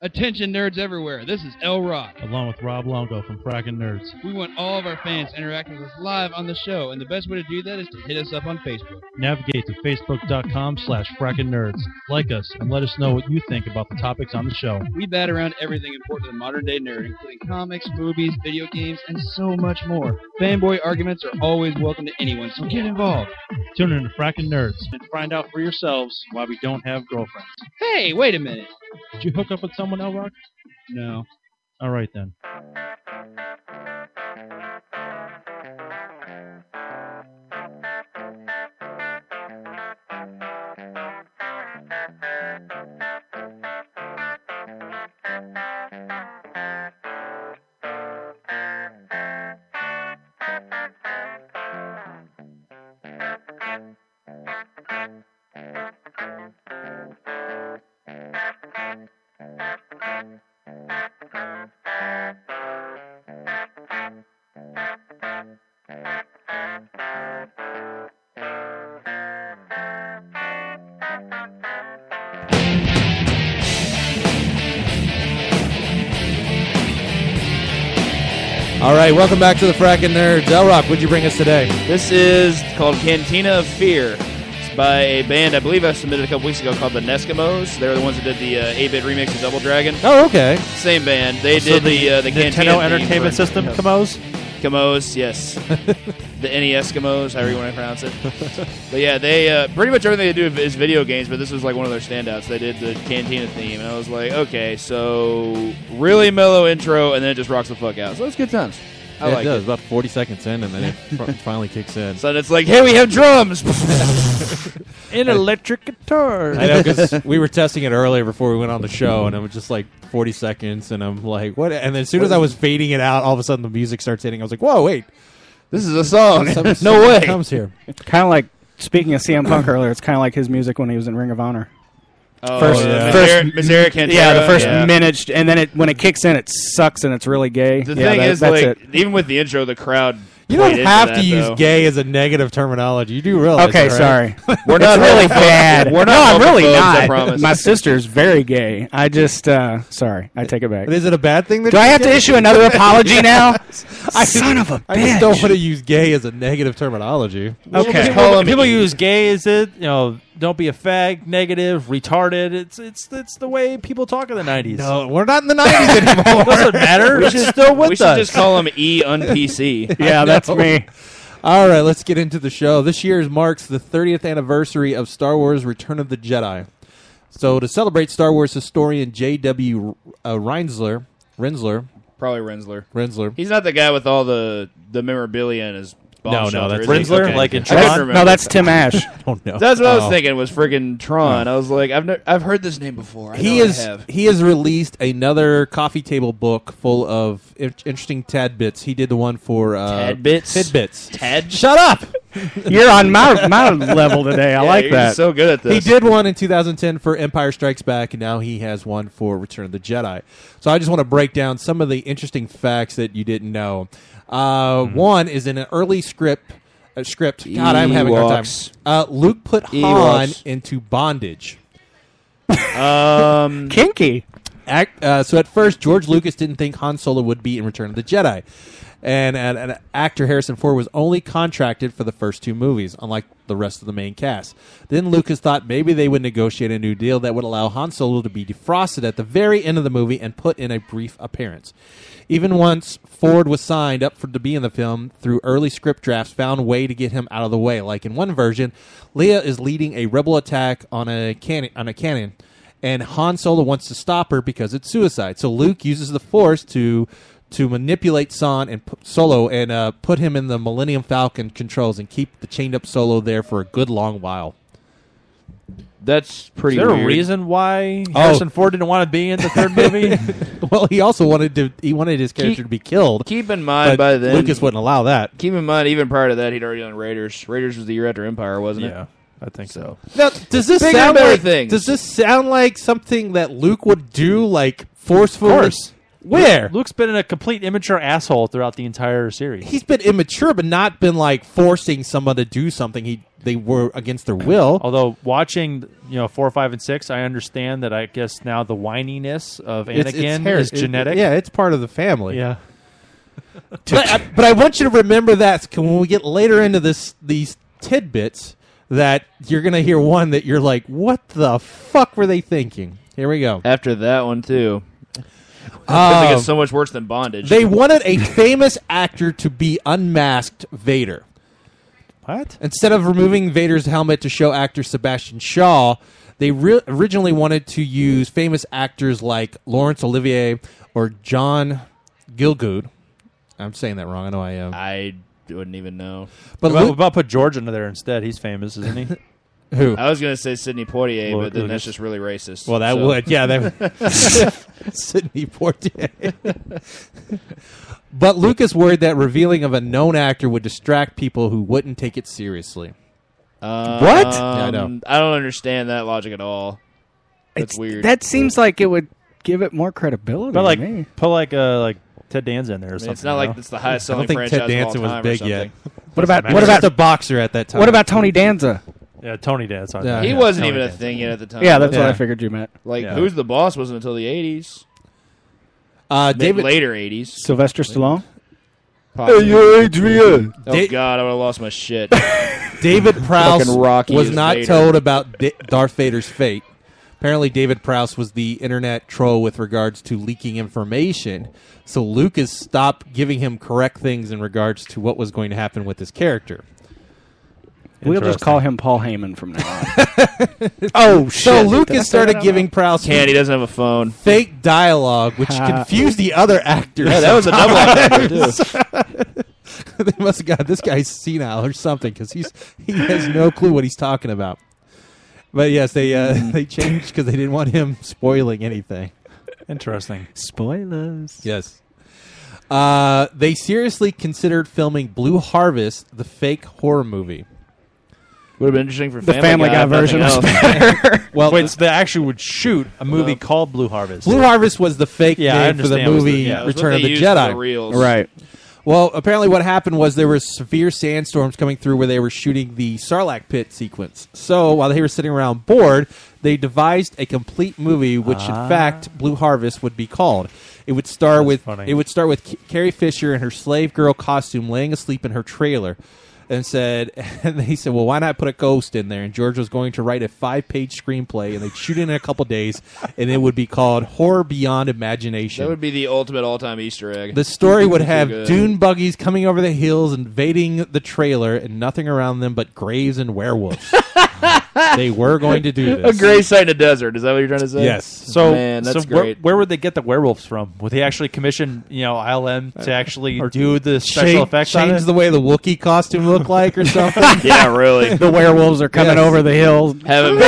Speaker 6: Attention nerds everywhere, this is L Rock.
Speaker 7: along with Rob Longo from Frackin' Nerds.
Speaker 6: We want all of our fans interacting with us live on the show, and the best way to do that is to hit us up on Facebook.
Speaker 7: Navigate to facebook.com slash frackin' nerds. Like us and let us know what you think about the topics on the show.
Speaker 6: We bat around everything important to the modern day nerd, including comics, movies, video games, and so much more. Fanboy arguments are always welcome to anyone, so get involved.
Speaker 7: Tune in to Frackin' Nerds and find out for yourselves why we don't have girlfriends.
Speaker 6: Hey, wait a minute.
Speaker 7: Did you hook up with someone, El Rock?
Speaker 6: No.
Speaker 7: All right then.
Speaker 2: All right, welcome back to the Frackin' Nerds. L Rock, what'd you bring us today?
Speaker 1: This is called Cantina of Fear. It's by a band I believe I submitted a couple weeks ago called the Neskimos. They're the ones that did the uh, 8-bit remix of Double Dragon.
Speaker 2: Oh, okay.
Speaker 1: Same band. They
Speaker 3: So
Speaker 1: did the uh, the Cantina
Speaker 3: Nintendo
Speaker 1: theme
Speaker 3: Entertainment
Speaker 1: for-
Speaker 3: System,
Speaker 1: Yes.
Speaker 3: Kamos.
Speaker 1: Eskimos, yes. the NES Eskimos, however you want to pronounce it. But yeah, they uh, pretty much everything they do is video games, but this was like one of their standouts. They did the Cantina theme, and I was like, okay, so really mellow intro, and then it just rocks the fuck out. So it's good times. I
Speaker 2: Yeah,
Speaker 1: like
Speaker 2: it does.
Speaker 1: it.
Speaker 2: About 40 seconds in, and then it fi- finally kicks in.
Speaker 1: So then it's like, hey, we have drums.
Speaker 3: In electric guitar.
Speaker 2: I know because we were testing it earlier before we went on the show, and it was just like 40 seconds, and I'm like, what? And then as soon as I was fading it out, all of a sudden the music starts hitting. I was like, whoa, wait.
Speaker 1: this is a song.
Speaker 2: some-
Speaker 1: no
Speaker 2: something
Speaker 1: way.
Speaker 2: Comes here.
Speaker 4: Kind of like speaking of CM Punk earlier, it's kind of like his music when he was in Ring of Honor.
Speaker 1: Oh,
Speaker 4: First-
Speaker 1: yeah.
Speaker 4: first-
Speaker 1: Misera- Misera Cantera,
Speaker 4: yeah, the first minute, and then it when it kicks in, it sucks and it's really gay.
Speaker 1: The
Speaker 4: yeah,
Speaker 1: thing
Speaker 4: that-
Speaker 1: is, like,
Speaker 4: that's it.
Speaker 1: even with the intro, the crowd.
Speaker 2: You
Speaker 1: played
Speaker 2: don't
Speaker 1: into
Speaker 2: have
Speaker 1: that,
Speaker 2: to use
Speaker 1: though.
Speaker 2: gay as a negative terminology. You do realize.
Speaker 4: Okay,
Speaker 2: that, right?
Speaker 4: sorry. We're not really bad.
Speaker 1: We're
Speaker 4: no,
Speaker 1: not
Speaker 4: I'm really
Speaker 1: homophobes, I
Speaker 4: not.
Speaker 1: promise.
Speaker 4: My sister's very gay. I just uh, sorry. I take it back.
Speaker 2: But is it a bad thing? That
Speaker 4: Do I
Speaker 2: you're
Speaker 4: have to
Speaker 2: gay?
Speaker 4: issue another apology now? Son of a
Speaker 2: I just don't
Speaker 4: bitch.
Speaker 2: want to use gay as a negative terminology.
Speaker 4: Okay.
Speaker 1: Call
Speaker 3: People,
Speaker 1: him
Speaker 3: people
Speaker 1: E.
Speaker 3: use gay as it, you know, don't be a fag, negative, retarded. It's it's it's the way people talk in the 90s.
Speaker 2: No, we're not in the 90s anymore.
Speaker 3: It doesn't matter.
Speaker 1: We
Speaker 3: It's
Speaker 1: should,
Speaker 3: still
Speaker 1: we
Speaker 3: with
Speaker 1: should
Speaker 3: us.
Speaker 1: just call him E on PC.
Speaker 4: Yeah, that's me.
Speaker 2: All right, let's get into the show. This year's marks the 30th anniversary of Star Wars Return of the Jedi. So, to celebrate, Star Wars historian J.W. R- Uh, Reinsler, Rensler,
Speaker 1: Probably Rensler.
Speaker 2: Rensler.
Speaker 1: He's not the guy with all the the memorabilia in his bomb
Speaker 2: No, no,
Speaker 1: shelter,
Speaker 2: that's
Speaker 1: is he?
Speaker 3: Rinsler, like in
Speaker 1: I couldn't
Speaker 3: Tron?
Speaker 1: remember.
Speaker 4: No, that's Tim Ash.
Speaker 2: don't know.
Speaker 1: that's what I was thinking was freaking Tron. I was like, I've ne- I've heard this name before.
Speaker 2: Oh.
Speaker 1: I
Speaker 2: He
Speaker 1: know I
Speaker 2: is
Speaker 1: have.
Speaker 2: he has released another coffee table book full of in- interesting tidbits. He did the one for uh,
Speaker 1: Tadbits?
Speaker 2: tidbits.
Speaker 1: Tad.
Speaker 2: Shut up!
Speaker 4: You're on my my level today. I
Speaker 1: Yeah,
Speaker 4: like
Speaker 1: you're
Speaker 4: that.
Speaker 1: just So good at this.
Speaker 2: He did one in 2010 for Empire Strikes Back, and now he has one for Return of the Jedi. So I just want to break down some of the interesting facts that you didn't know. Uh,
Speaker 1: Mm-hmm.
Speaker 2: One is in an early script. Uh, script. God, I'm having a hard
Speaker 1: Ewoks.
Speaker 2: time. Uh, Luke put Han
Speaker 1: Ewoks.
Speaker 2: into bondage.
Speaker 1: Um,
Speaker 4: Kinky.
Speaker 2: Act, uh, so at first, George Lucas didn't think Han Solo would be in Return of the Jedi, and, and, and actor Harrison Ford was only contracted for the first two movies, unlike the rest of the main cast. Then Lucas thought maybe they would negotiate a new deal that would allow Han Solo to be defrosted at the very end of the movie and put in a brief appearance. Even once Ford was signed up for to be in the film, through early script drafts, found a way to get him out of the way. Like in one version, Leia is leading a rebel attack on a cannon on a cannon and Han Solo wants to stop her because it's suicide. So Luke uses the Force to to manipulate San and p- Solo and uh, put him in the Millennium Falcon controls and keep the chained up Solo there for a good long while.
Speaker 1: that's
Speaker 3: Is
Speaker 1: pretty.
Speaker 3: there a
Speaker 1: weird.
Speaker 3: reason why Harrison Ford didn't want to be in the third movie?
Speaker 2: well, he also wanted to he wanted his character
Speaker 1: Keep-
Speaker 2: to be killed.
Speaker 1: Keep in mind by then,
Speaker 2: Lucas wouldn't allow that.
Speaker 1: Keep in mind, even prior to that, he'd already done Raiders. Raiders was the year after Empire, wasn't it?
Speaker 3: yeah, I think so.
Speaker 2: Now, does this
Speaker 1: Bigger
Speaker 2: sound
Speaker 1: and better
Speaker 2: like
Speaker 1: things.
Speaker 2: does this sound like something that Luke would do like forcefully?
Speaker 3: course.
Speaker 2: Where?
Speaker 3: Luke's been a complete immature asshole throughout the entire series.
Speaker 2: He's been immature, but not been like forcing someone to do something he they were against their will.
Speaker 3: Although watching, you know, four, five, and six, I understand that I guess now the whininess of Anakin
Speaker 2: heri-
Speaker 3: is
Speaker 2: it-
Speaker 3: genetic.
Speaker 2: yeah, it's part of the family.
Speaker 3: yeah.
Speaker 2: But, I, but I want you to remember that 'cause when we get later into this these tidbits that you're gonna hear one that you're like, what the fuck were they thinking? Here we go.
Speaker 1: After that one too, I think
Speaker 2: Um,
Speaker 1: it's so much worse than bondage.
Speaker 2: they wanted a famous actor to be unmasked Vader.
Speaker 3: What?
Speaker 2: Instead of removing Vader's helmet to show actor Sebastian Shaw, they re- originally wanted to use famous actors like Laurence Olivier or John Gilgood. I'm saying that wrong. I know I am.
Speaker 1: I wouldn't even know.
Speaker 2: But
Speaker 3: Well,
Speaker 2: Luke-
Speaker 3: we're about to put George into there instead. He's famous, isn't he?
Speaker 2: who?
Speaker 1: I was gonna say Sidney Poitier,
Speaker 3: Well,
Speaker 1: but then
Speaker 3: it
Speaker 1: that's
Speaker 3: is-
Speaker 1: just really racist.
Speaker 2: Well, that
Speaker 1: so.
Speaker 2: would, yeah, that Sydney Poitier. but Lucas worried that revealing of a known actor would distract people who wouldn't take it seriously.
Speaker 4: What?
Speaker 1: Um,
Speaker 2: Yeah, I
Speaker 1: I,
Speaker 2: know.
Speaker 1: don't understand that logic at all. That's
Speaker 4: It's-
Speaker 1: weird.
Speaker 4: That seems like it would give it more credibility.
Speaker 3: But like,
Speaker 4: to me.
Speaker 3: put like uh, like Ted Danza in there or
Speaker 1: I mean,
Speaker 3: something.
Speaker 1: it's not like it's the highest
Speaker 8: I
Speaker 1: selling
Speaker 8: don't think Ted
Speaker 1: franchise of all
Speaker 8: Danson was
Speaker 1: time or
Speaker 8: big
Speaker 1: something.
Speaker 8: yet.
Speaker 4: what about
Speaker 3: matter.
Speaker 4: what
Speaker 8: He was
Speaker 4: about
Speaker 8: just a boxer at that time?
Speaker 4: what about Tony Danza?
Speaker 3: yeah, Tony Danza.
Speaker 2: Yeah.
Speaker 1: He wasn't even a thing yet at the time.
Speaker 4: Yeah, that's what
Speaker 8: Yeah.
Speaker 4: I figured you meant.
Speaker 1: like
Speaker 3: Yeah.
Speaker 1: who's the boss wasn't until the eighties,
Speaker 2: Uh, David.
Speaker 1: later eighties.
Speaker 4: Sylvester Stallone.
Speaker 1: Adrian. Oh
Speaker 2: Da-
Speaker 1: God, I would have lost my shit.
Speaker 2: David Prowse
Speaker 1: Fucking Rocky
Speaker 2: was
Speaker 1: is
Speaker 2: not
Speaker 1: Vader.
Speaker 2: told about D- Darth Vader's fate. Apparently, David Prowse was the internet troll with regards to leaking information. So Lucas stopped giving him correct things in regards to what was going to happen with his character.
Speaker 4: We'll just call him Paul Heyman from now on. oh shit!
Speaker 2: So Lucas started giving Prowse
Speaker 1: Can't he doesn't have a phone?
Speaker 2: fake dialogue, which confused the other actors.
Speaker 1: Yeah, that was a double entendre too.
Speaker 2: they must have got this guy's senile or something because he's he has no clue what he's talking about. But yes, they uh,
Speaker 1: Hmm.
Speaker 2: they changed because they didn't want him spoiling anything.
Speaker 3: Interesting.
Speaker 4: spoilers.
Speaker 2: Yes. Uh, they seriously considered filming Blue Harvest, the fake horror movie.
Speaker 1: Would have been interesting for
Speaker 4: The Family Guy
Speaker 1: if nothing
Speaker 4: version was
Speaker 1: else.
Speaker 4: better.
Speaker 2: Well,
Speaker 3: Wait, so they actually would shoot a movie called Blue Harvest.
Speaker 2: Blue Harvest was the fake
Speaker 3: Yeah, I
Speaker 2: name for the
Speaker 3: understand. It was the-
Speaker 2: movie
Speaker 3: yeah, it
Speaker 1: That was what
Speaker 2: Return of
Speaker 1: they
Speaker 2: the
Speaker 1: used for
Speaker 2: Jedi.
Speaker 1: reels.
Speaker 4: right.
Speaker 2: Well, apparently, what happened was there were severe sandstorms coming through where they were shooting the Sarlacc pit sequence. So while they were sitting around bored, they devised a complete movie, which in fact Blue Harvest would be called. It would star with
Speaker 3: funny.
Speaker 2: it would start with C- Carrie Fisher in her slave girl costume, laying asleep in her trailer, and said, and they said, well, why not put a ghost in there? And George was going to write a five page screenplay, and they'd shoot it in a couple days, and it would be called Horror Beyond Imagination.
Speaker 1: That would be the ultimate all-time Easter egg.
Speaker 2: The story would have
Speaker 1: good.
Speaker 2: dune buggies coming over the hills, invading the trailer, and nothing around them but graves and werewolves. they were going to do
Speaker 1: a
Speaker 2: this.
Speaker 1: gray site in a desert. Is that what you're trying to say?
Speaker 2: Yes.
Speaker 3: So,
Speaker 1: Man, that's
Speaker 3: so where-
Speaker 1: great.
Speaker 3: Where, would they get the werewolves from? Would they actually commission, you know, ILM
Speaker 1: Uh,
Speaker 3: to actually do the special
Speaker 2: Change-
Speaker 3: effects on
Speaker 2: change
Speaker 3: it?
Speaker 2: the way the Wookiee costume looked like, or something.
Speaker 1: yeah, really.
Speaker 4: The werewolves are coming
Speaker 2: Yes.
Speaker 4: over the hill.
Speaker 1: Having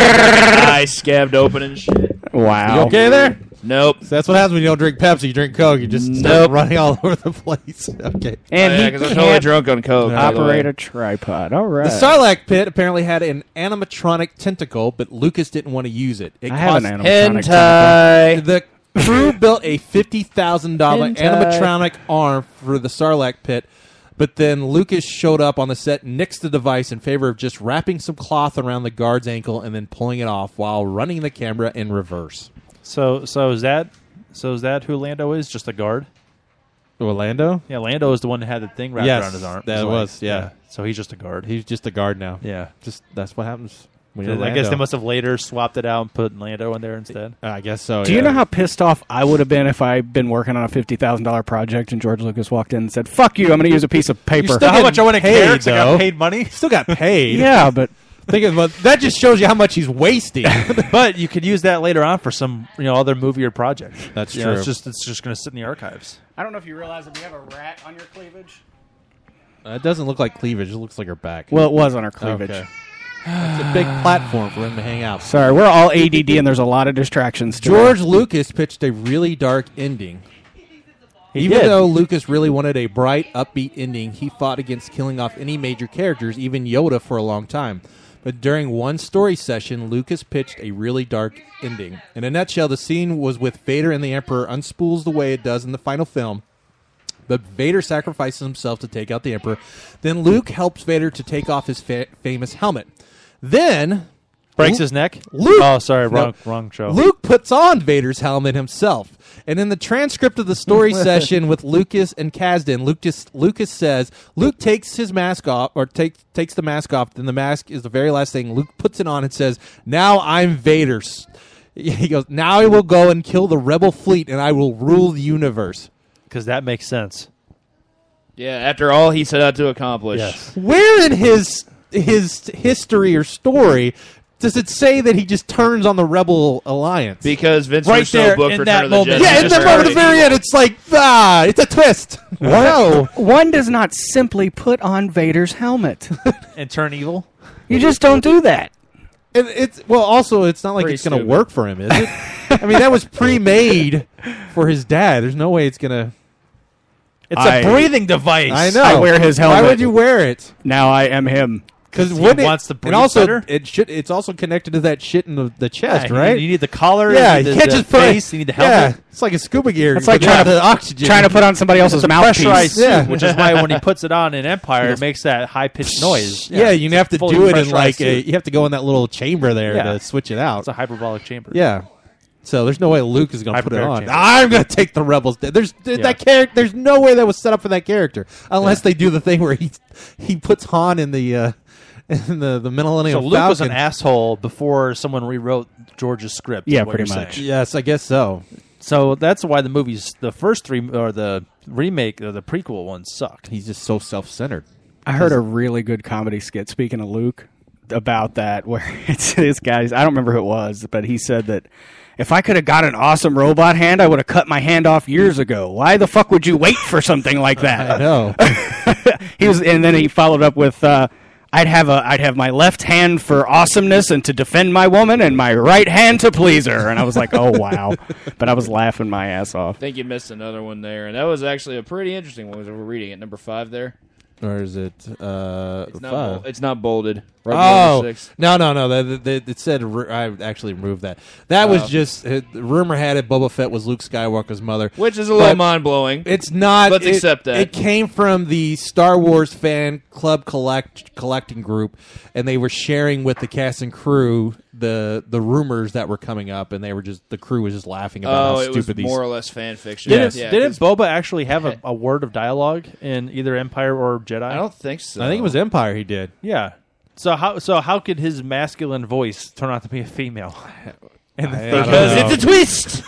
Speaker 1: eyes scabbed open and shit.
Speaker 4: Wow.
Speaker 2: You okay there?
Speaker 1: Nope.
Speaker 2: So that's what happens when you don't drink Pepsi. You drink Coke. You just start
Speaker 1: Nope.
Speaker 2: running all over the place. Okay.
Speaker 4: And
Speaker 1: Oh, yeah,
Speaker 4: he
Speaker 1: because I'm totally
Speaker 4: can't
Speaker 1: drunk on coke. by the way.
Speaker 4: operate a tripod. All right.
Speaker 2: The Sarlacc pit apparently had an animatronic tentacle, but Lucas didn't want to use it. It
Speaker 4: I have an
Speaker 2: cost-
Speaker 4: animatronic. tentacle.
Speaker 1: Hentai.
Speaker 2: The crew built a fifty thousand dollar
Speaker 1: Hentai.
Speaker 2: animatronic arm for the Sarlacc pit, but then Lucas showed up on the set next to the device in favor of just wrapping some cloth around the guard's ankle and then pulling it off while running the camera in reverse.
Speaker 3: So, so is that so is that who Lando is? Just a guard?
Speaker 2: Orlando,
Speaker 3: Yeah, Lando is the one that had the thing wrapped
Speaker 2: Yes,
Speaker 3: around his arm.
Speaker 2: that
Speaker 3: his leg.
Speaker 2: was, yeah.
Speaker 3: So he's just a guard.
Speaker 2: he's just a guard now.
Speaker 3: yeah.
Speaker 2: just that's what happens. When
Speaker 3: I
Speaker 2: you're
Speaker 3: guess
Speaker 2: Orlando.
Speaker 3: they must have later swapped it out and put Lando in there instead.
Speaker 2: I guess so.
Speaker 4: Do you
Speaker 2: yeah.
Speaker 4: know how pissed off I would have been if I'd been working on a fifty thousand dollar project and George Lucas walked in and said, "Fuck you, I'm going to use a piece of paper."
Speaker 2: You're still getting paid,
Speaker 3: I got
Speaker 2: though.
Speaker 3: paid money.
Speaker 2: Still got paid.
Speaker 4: yeah, but
Speaker 2: Think of well, that. Just shows you how much he's wasting.
Speaker 3: but you could use that later on for some you know other movie or project.
Speaker 2: That's
Speaker 3: You know,
Speaker 2: true.
Speaker 3: it's just it's just going to sit in the archives.
Speaker 4: I don't know if you realize that we have a rat on your cleavage.
Speaker 2: it doesn't look like cleavage. It looks like her back.
Speaker 4: Well, it was on our cleavage.
Speaker 2: okay. It's a big platform for him to hang out.
Speaker 4: Sorry, we're all ADD and there's a lot of distractions. To
Speaker 2: George Lucas pitched a really dark ending. Even
Speaker 3: did.
Speaker 2: though Lucas really wanted a bright, upbeat ending, he fought against killing off any major characters, even Yoda, for a long time. But during one story session, Lucas pitched a really dark ending. In a nutshell, the scene was with Vader and the Emperor unspools the way it does in the final film. But Vader sacrifices himself to take out the Emperor. Then Luke helps Vader to take off his fa- famous helmet. Then
Speaker 3: Breaks
Speaker 2: Lu-
Speaker 3: his neck.
Speaker 2: Luke.
Speaker 3: Oh, sorry,
Speaker 2: No.
Speaker 3: wrong wrong show.
Speaker 2: Luke puts on Vader's helmet himself. And in the transcript of the story session with Lucas and Kasdan, Luke just, Lucas says Luke takes his mask off, or takes takes the mask off. Then the mask is the very last thing. Luke puts it on and says, "Now I'm Vader's." He goes, "Now I will go and kill the rebel fleet, and I will rule the universe."
Speaker 3: because that makes sense.
Speaker 1: Yeah, after all he set out to accomplish.
Speaker 3: Yes.
Speaker 2: Where in his his history or story does it say that he just turns on the rebel alliance?
Speaker 1: Because Vince
Speaker 3: Right
Speaker 1: Russo
Speaker 3: there,
Speaker 1: booked
Speaker 3: in
Speaker 1: Return
Speaker 3: that
Speaker 1: of the
Speaker 3: moment.
Speaker 1: Jedi.
Speaker 2: yeah,
Speaker 3: It's
Speaker 2: in
Speaker 1: just
Speaker 2: the moment at the
Speaker 1: for
Speaker 2: very end, it's like ah, it's a twist. Wow.
Speaker 4: One does not simply put on Vader's helmet.
Speaker 3: And turn evil.
Speaker 4: you just don't do that.
Speaker 2: And it's well, also it's not like
Speaker 1: Pretty
Speaker 2: it's going to
Speaker 1: stupid.
Speaker 2: work for him, is it? I mean, that was pre-made for his dad. There's no way it's going to.
Speaker 3: It's
Speaker 4: I-
Speaker 3: a breathing device.
Speaker 2: I know.
Speaker 4: I wear his
Speaker 2: Why
Speaker 4: helmet.
Speaker 2: would you wear it?
Speaker 4: Now I am him.
Speaker 2: Because
Speaker 3: he
Speaker 2: what
Speaker 3: wants to breathe
Speaker 2: and also
Speaker 3: better?
Speaker 2: it should it's also connected to that shit in the, the chest,
Speaker 3: Yeah, you-
Speaker 2: right?
Speaker 3: You need the collar.
Speaker 2: yeah,
Speaker 3: you need
Speaker 2: you
Speaker 3: the,
Speaker 2: can't
Speaker 3: the
Speaker 2: just put
Speaker 3: face. you need the helmet.
Speaker 2: Yeah, it's like a scuba gear.
Speaker 4: It's like
Speaker 2: without
Speaker 4: trying to-
Speaker 2: the oxygen,
Speaker 4: Trying to put on somebody else's
Speaker 3: Pressurized
Speaker 4: mouthpiece.
Speaker 3: suit,
Speaker 2: Yeah.
Speaker 3: which is why when he puts it on in Empire, it makes that high pitched noise.
Speaker 2: Yeah, you have to
Speaker 3: fully
Speaker 2: do it in
Speaker 3: pressurized
Speaker 2: like a,
Speaker 3: suit.
Speaker 2: you have to go in that little chamber there
Speaker 3: Yeah.
Speaker 2: to switch it out.
Speaker 3: It's a hyperbolic chamber.
Speaker 2: Yeah. So there's no way Luke is going to put it
Speaker 3: Hyperbaric
Speaker 2: on.
Speaker 3: chamber.
Speaker 2: I'm going to take the rebels. down. There's that character. There's no way that was set up for that character unless they do the thing where he he puts Han in the uh, in the the
Speaker 3: So
Speaker 2: Millennium
Speaker 3: Luke
Speaker 2: Falcon.
Speaker 3: was an asshole before someone rewrote George's script. is
Speaker 4: Yeah,
Speaker 3: what
Speaker 4: pretty
Speaker 3: you're
Speaker 4: much.
Speaker 3: saying.
Speaker 2: yes, I guess so.
Speaker 3: So that's why the movies, the first three or the remake or the prequel one sucked.
Speaker 2: He's just so self centered.
Speaker 4: I heard a really good comedy skit. Speaking of Luke, about that, where it's this guy's. I don't remember who it was, but he said that if I could have got an awesome robot hand, I would have cut my hand off years ago. Why the fuck would you wait for something like that?
Speaker 2: I know.
Speaker 4: he was, and then he followed up with, uh, "I'd have a, I'd have my left hand for awesomeness and to defend my woman, and my right hand to please her." And I was like, "Oh wow!" but I was laughing my ass off.
Speaker 1: I think you missed another one there, and that was actually a pretty interesting one. as We're reading it, number five there.
Speaker 2: or is it? Uh,
Speaker 1: It's not,
Speaker 2: five?
Speaker 1: bol- it's not bolded. Right below
Speaker 2: Oh
Speaker 1: the six.
Speaker 2: no no no! That that- that- it said ru- I actually removed that. That
Speaker 1: Oh.
Speaker 2: was just uh, rumor had it Boba Fett was Luke Skywalker's mother,
Speaker 1: which is a little
Speaker 2: But-
Speaker 1: mind blowing.
Speaker 2: It's not.
Speaker 1: Let's
Speaker 2: it-
Speaker 1: accept that.
Speaker 2: It came from the Star Wars fan club collect collecting group, and they were sharing with the cast and crew the the rumors that were coming up, and they were just the crew was just laughing about
Speaker 1: Oh,
Speaker 2: how
Speaker 1: it was
Speaker 2: stupid these.
Speaker 1: more or less fan fiction.
Speaker 3: Didn't,
Speaker 1: Yeah,
Speaker 3: didn't
Speaker 1: 'cause-
Speaker 3: Boba actually have a, a word of dialogue in either Empire or Jedi?
Speaker 1: I don't think so.
Speaker 2: I think it was Empire. He did.
Speaker 3: Yeah. So how so how could his masculine voice turn out to be a female?
Speaker 2: And
Speaker 1: because it's a twist.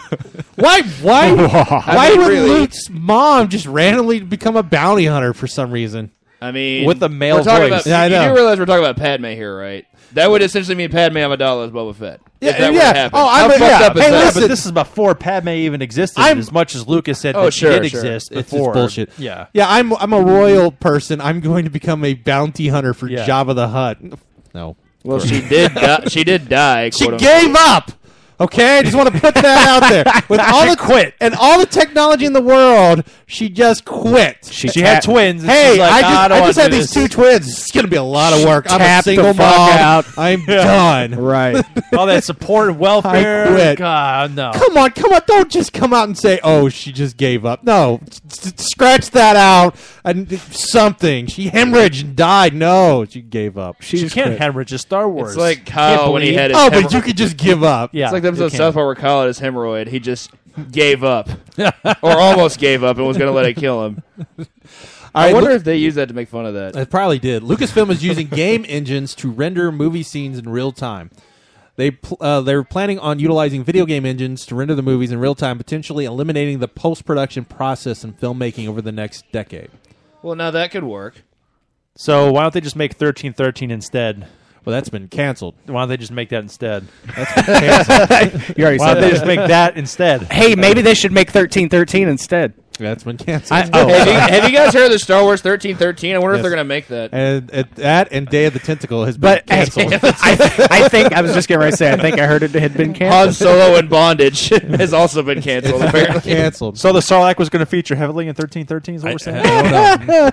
Speaker 2: why why why
Speaker 1: mean,
Speaker 2: would
Speaker 1: really.
Speaker 2: Luke's mom just randomly become a bounty hunter for some reason?
Speaker 1: I mean,
Speaker 3: With a male
Speaker 1: we're talking About,
Speaker 3: voice.
Speaker 2: Yeah, I
Speaker 1: you
Speaker 2: know.
Speaker 1: do realize we're talking about Padme here, right? That would essentially mean Padme Amidala is Boba Fett. if that
Speaker 2: yeah.
Speaker 1: were to happen.
Speaker 2: Oh, I'm
Speaker 1: How
Speaker 2: a-
Speaker 1: fucked
Speaker 2: yeah.
Speaker 1: up is
Speaker 2: Hey,
Speaker 1: that?
Speaker 3: Yeah,
Speaker 2: listen.
Speaker 3: but this is before Padme even existed.
Speaker 2: I'm-
Speaker 3: as much as Lucas said
Speaker 1: Oh,
Speaker 3: that
Speaker 1: sure,
Speaker 3: she did
Speaker 1: sure.
Speaker 3: exist
Speaker 2: It's just
Speaker 3: before.
Speaker 2: bullshit.
Speaker 3: Yeah.
Speaker 2: yeah. I'm I'm a royal person. I'm going to become a bounty hunter for
Speaker 3: Yeah.
Speaker 2: Jabba the Hutt. No,
Speaker 1: Well, she did. Di- she did die.
Speaker 2: She
Speaker 1: quote unquote.
Speaker 2: gave up. Okay, I just want to put that out there. With all
Speaker 4: She
Speaker 2: the
Speaker 4: quit.
Speaker 2: and all the technology in the world, she just quit.
Speaker 3: She had twins. and
Speaker 2: hey,
Speaker 3: she's like,
Speaker 2: I
Speaker 3: "Ah,
Speaker 2: just,
Speaker 3: don't
Speaker 2: I
Speaker 3: wanna
Speaker 2: just had
Speaker 3: do
Speaker 2: these two
Speaker 3: this."
Speaker 2: twins. It's gonna be a lot of work. I'm a
Speaker 4: tapped the
Speaker 2: single
Speaker 4: fuck
Speaker 2: mom.
Speaker 4: out.
Speaker 2: I'm done.
Speaker 4: Right.
Speaker 3: all that support and welfare.
Speaker 2: I quit.
Speaker 3: God, no.
Speaker 2: Come on, come on! Don't just come out and say, "Oh, she just gave up." No, s- s- scratch that out. And something. She hemorrhaged and died. No, she gave up.
Speaker 4: She,
Speaker 3: You
Speaker 4: just
Speaker 3: can't
Speaker 4: quit.
Speaker 3: hemorrhage a Star Wars.
Speaker 1: It's like Kyle when he had his.
Speaker 2: oh, but
Speaker 1: hemorrho-
Speaker 2: you could just give up.
Speaker 3: yeah,
Speaker 1: It's like the
Speaker 3: you
Speaker 1: episode of
Speaker 3: can't.
Speaker 1: South Park where Kyle had his hemorrhoid. He just gave up, or almost gave up, and was going to let it kill him.
Speaker 2: All
Speaker 1: I,
Speaker 2: right,
Speaker 1: wonder
Speaker 2: look-
Speaker 1: if they use that to make fun of that.
Speaker 2: It probably did. Lucasfilm is using game engines to render movie scenes in real time. They pl- uh, they're planning on utilizing video game engines to render the movies in real time, potentially eliminating the post production process in filmmaking over the next decade.
Speaker 1: Well, now that could work.
Speaker 3: So why don't they just make thirteen thirteen instead?
Speaker 2: Well, that's been canceled.
Speaker 3: Why don't they just make that instead?
Speaker 4: You already
Speaker 3: Why
Speaker 4: said
Speaker 3: don't they
Speaker 4: that.
Speaker 3: just make that instead?
Speaker 4: Hey, maybe they should make thirteen thirteen instead.
Speaker 2: That's been canceled.
Speaker 4: I, oh,
Speaker 1: Have you, have you guys heard of the Star Wars thirteen thirteen? I wonder if
Speaker 2: Yes.
Speaker 1: they're going to make that.
Speaker 2: and and that and Day of the Tentacle has been
Speaker 4: but I,
Speaker 2: canceled.
Speaker 4: I think I was just getting ready to say I think I heard it had been canceled.
Speaker 1: Han Solo in Bondage has also been canceled. Apparently,
Speaker 2: canceled.
Speaker 3: So the Sarlacc was going to feature heavily in thirteen thirteen. Is what we're saying.
Speaker 2: I don't know.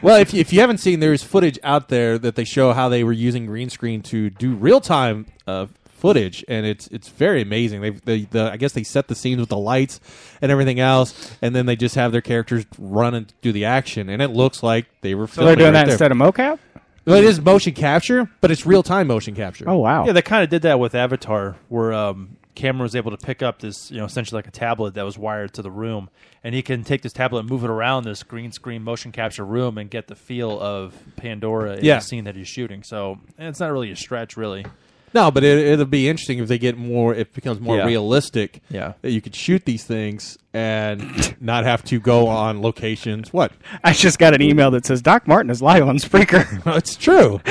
Speaker 2: well, if you, if you haven't seen, there's footage out there that they show how they were using green screen to do real time uh, footage, and it's it's very amazing. They, they the I guess they set the scenes with the lights and everything else, and then they just have their characters run and do the action, and it looks like they were.
Speaker 4: They're
Speaker 2: filming
Speaker 4: doing
Speaker 2: right
Speaker 4: that
Speaker 2: there.
Speaker 4: instead of mocap.
Speaker 2: Well, it is motion capture, but it's real time motion capture.
Speaker 4: Oh wow.
Speaker 3: Yeah, they kind of did that with Avatar, where um, Cameron was able to pick up this, you know, essentially like a tablet that was wired to the room, and he can take this tablet and move it around this green screen motion capture room and get the feel of Pandora in
Speaker 2: Yeah.
Speaker 3: the scene that he's shooting. So and it's not really a stretch, really.
Speaker 2: No, but it, it'll be interesting if they get more. It becomes more
Speaker 3: Yeah.
Speaker 2: realistic.
Speaker 3: Yeah.
Speaker 2: that you could shoot these things and not have to go on locations. What?
Speaker 4: I just got an email that says Doc Martin is live on Spreaker.
Speaker 2: It's true.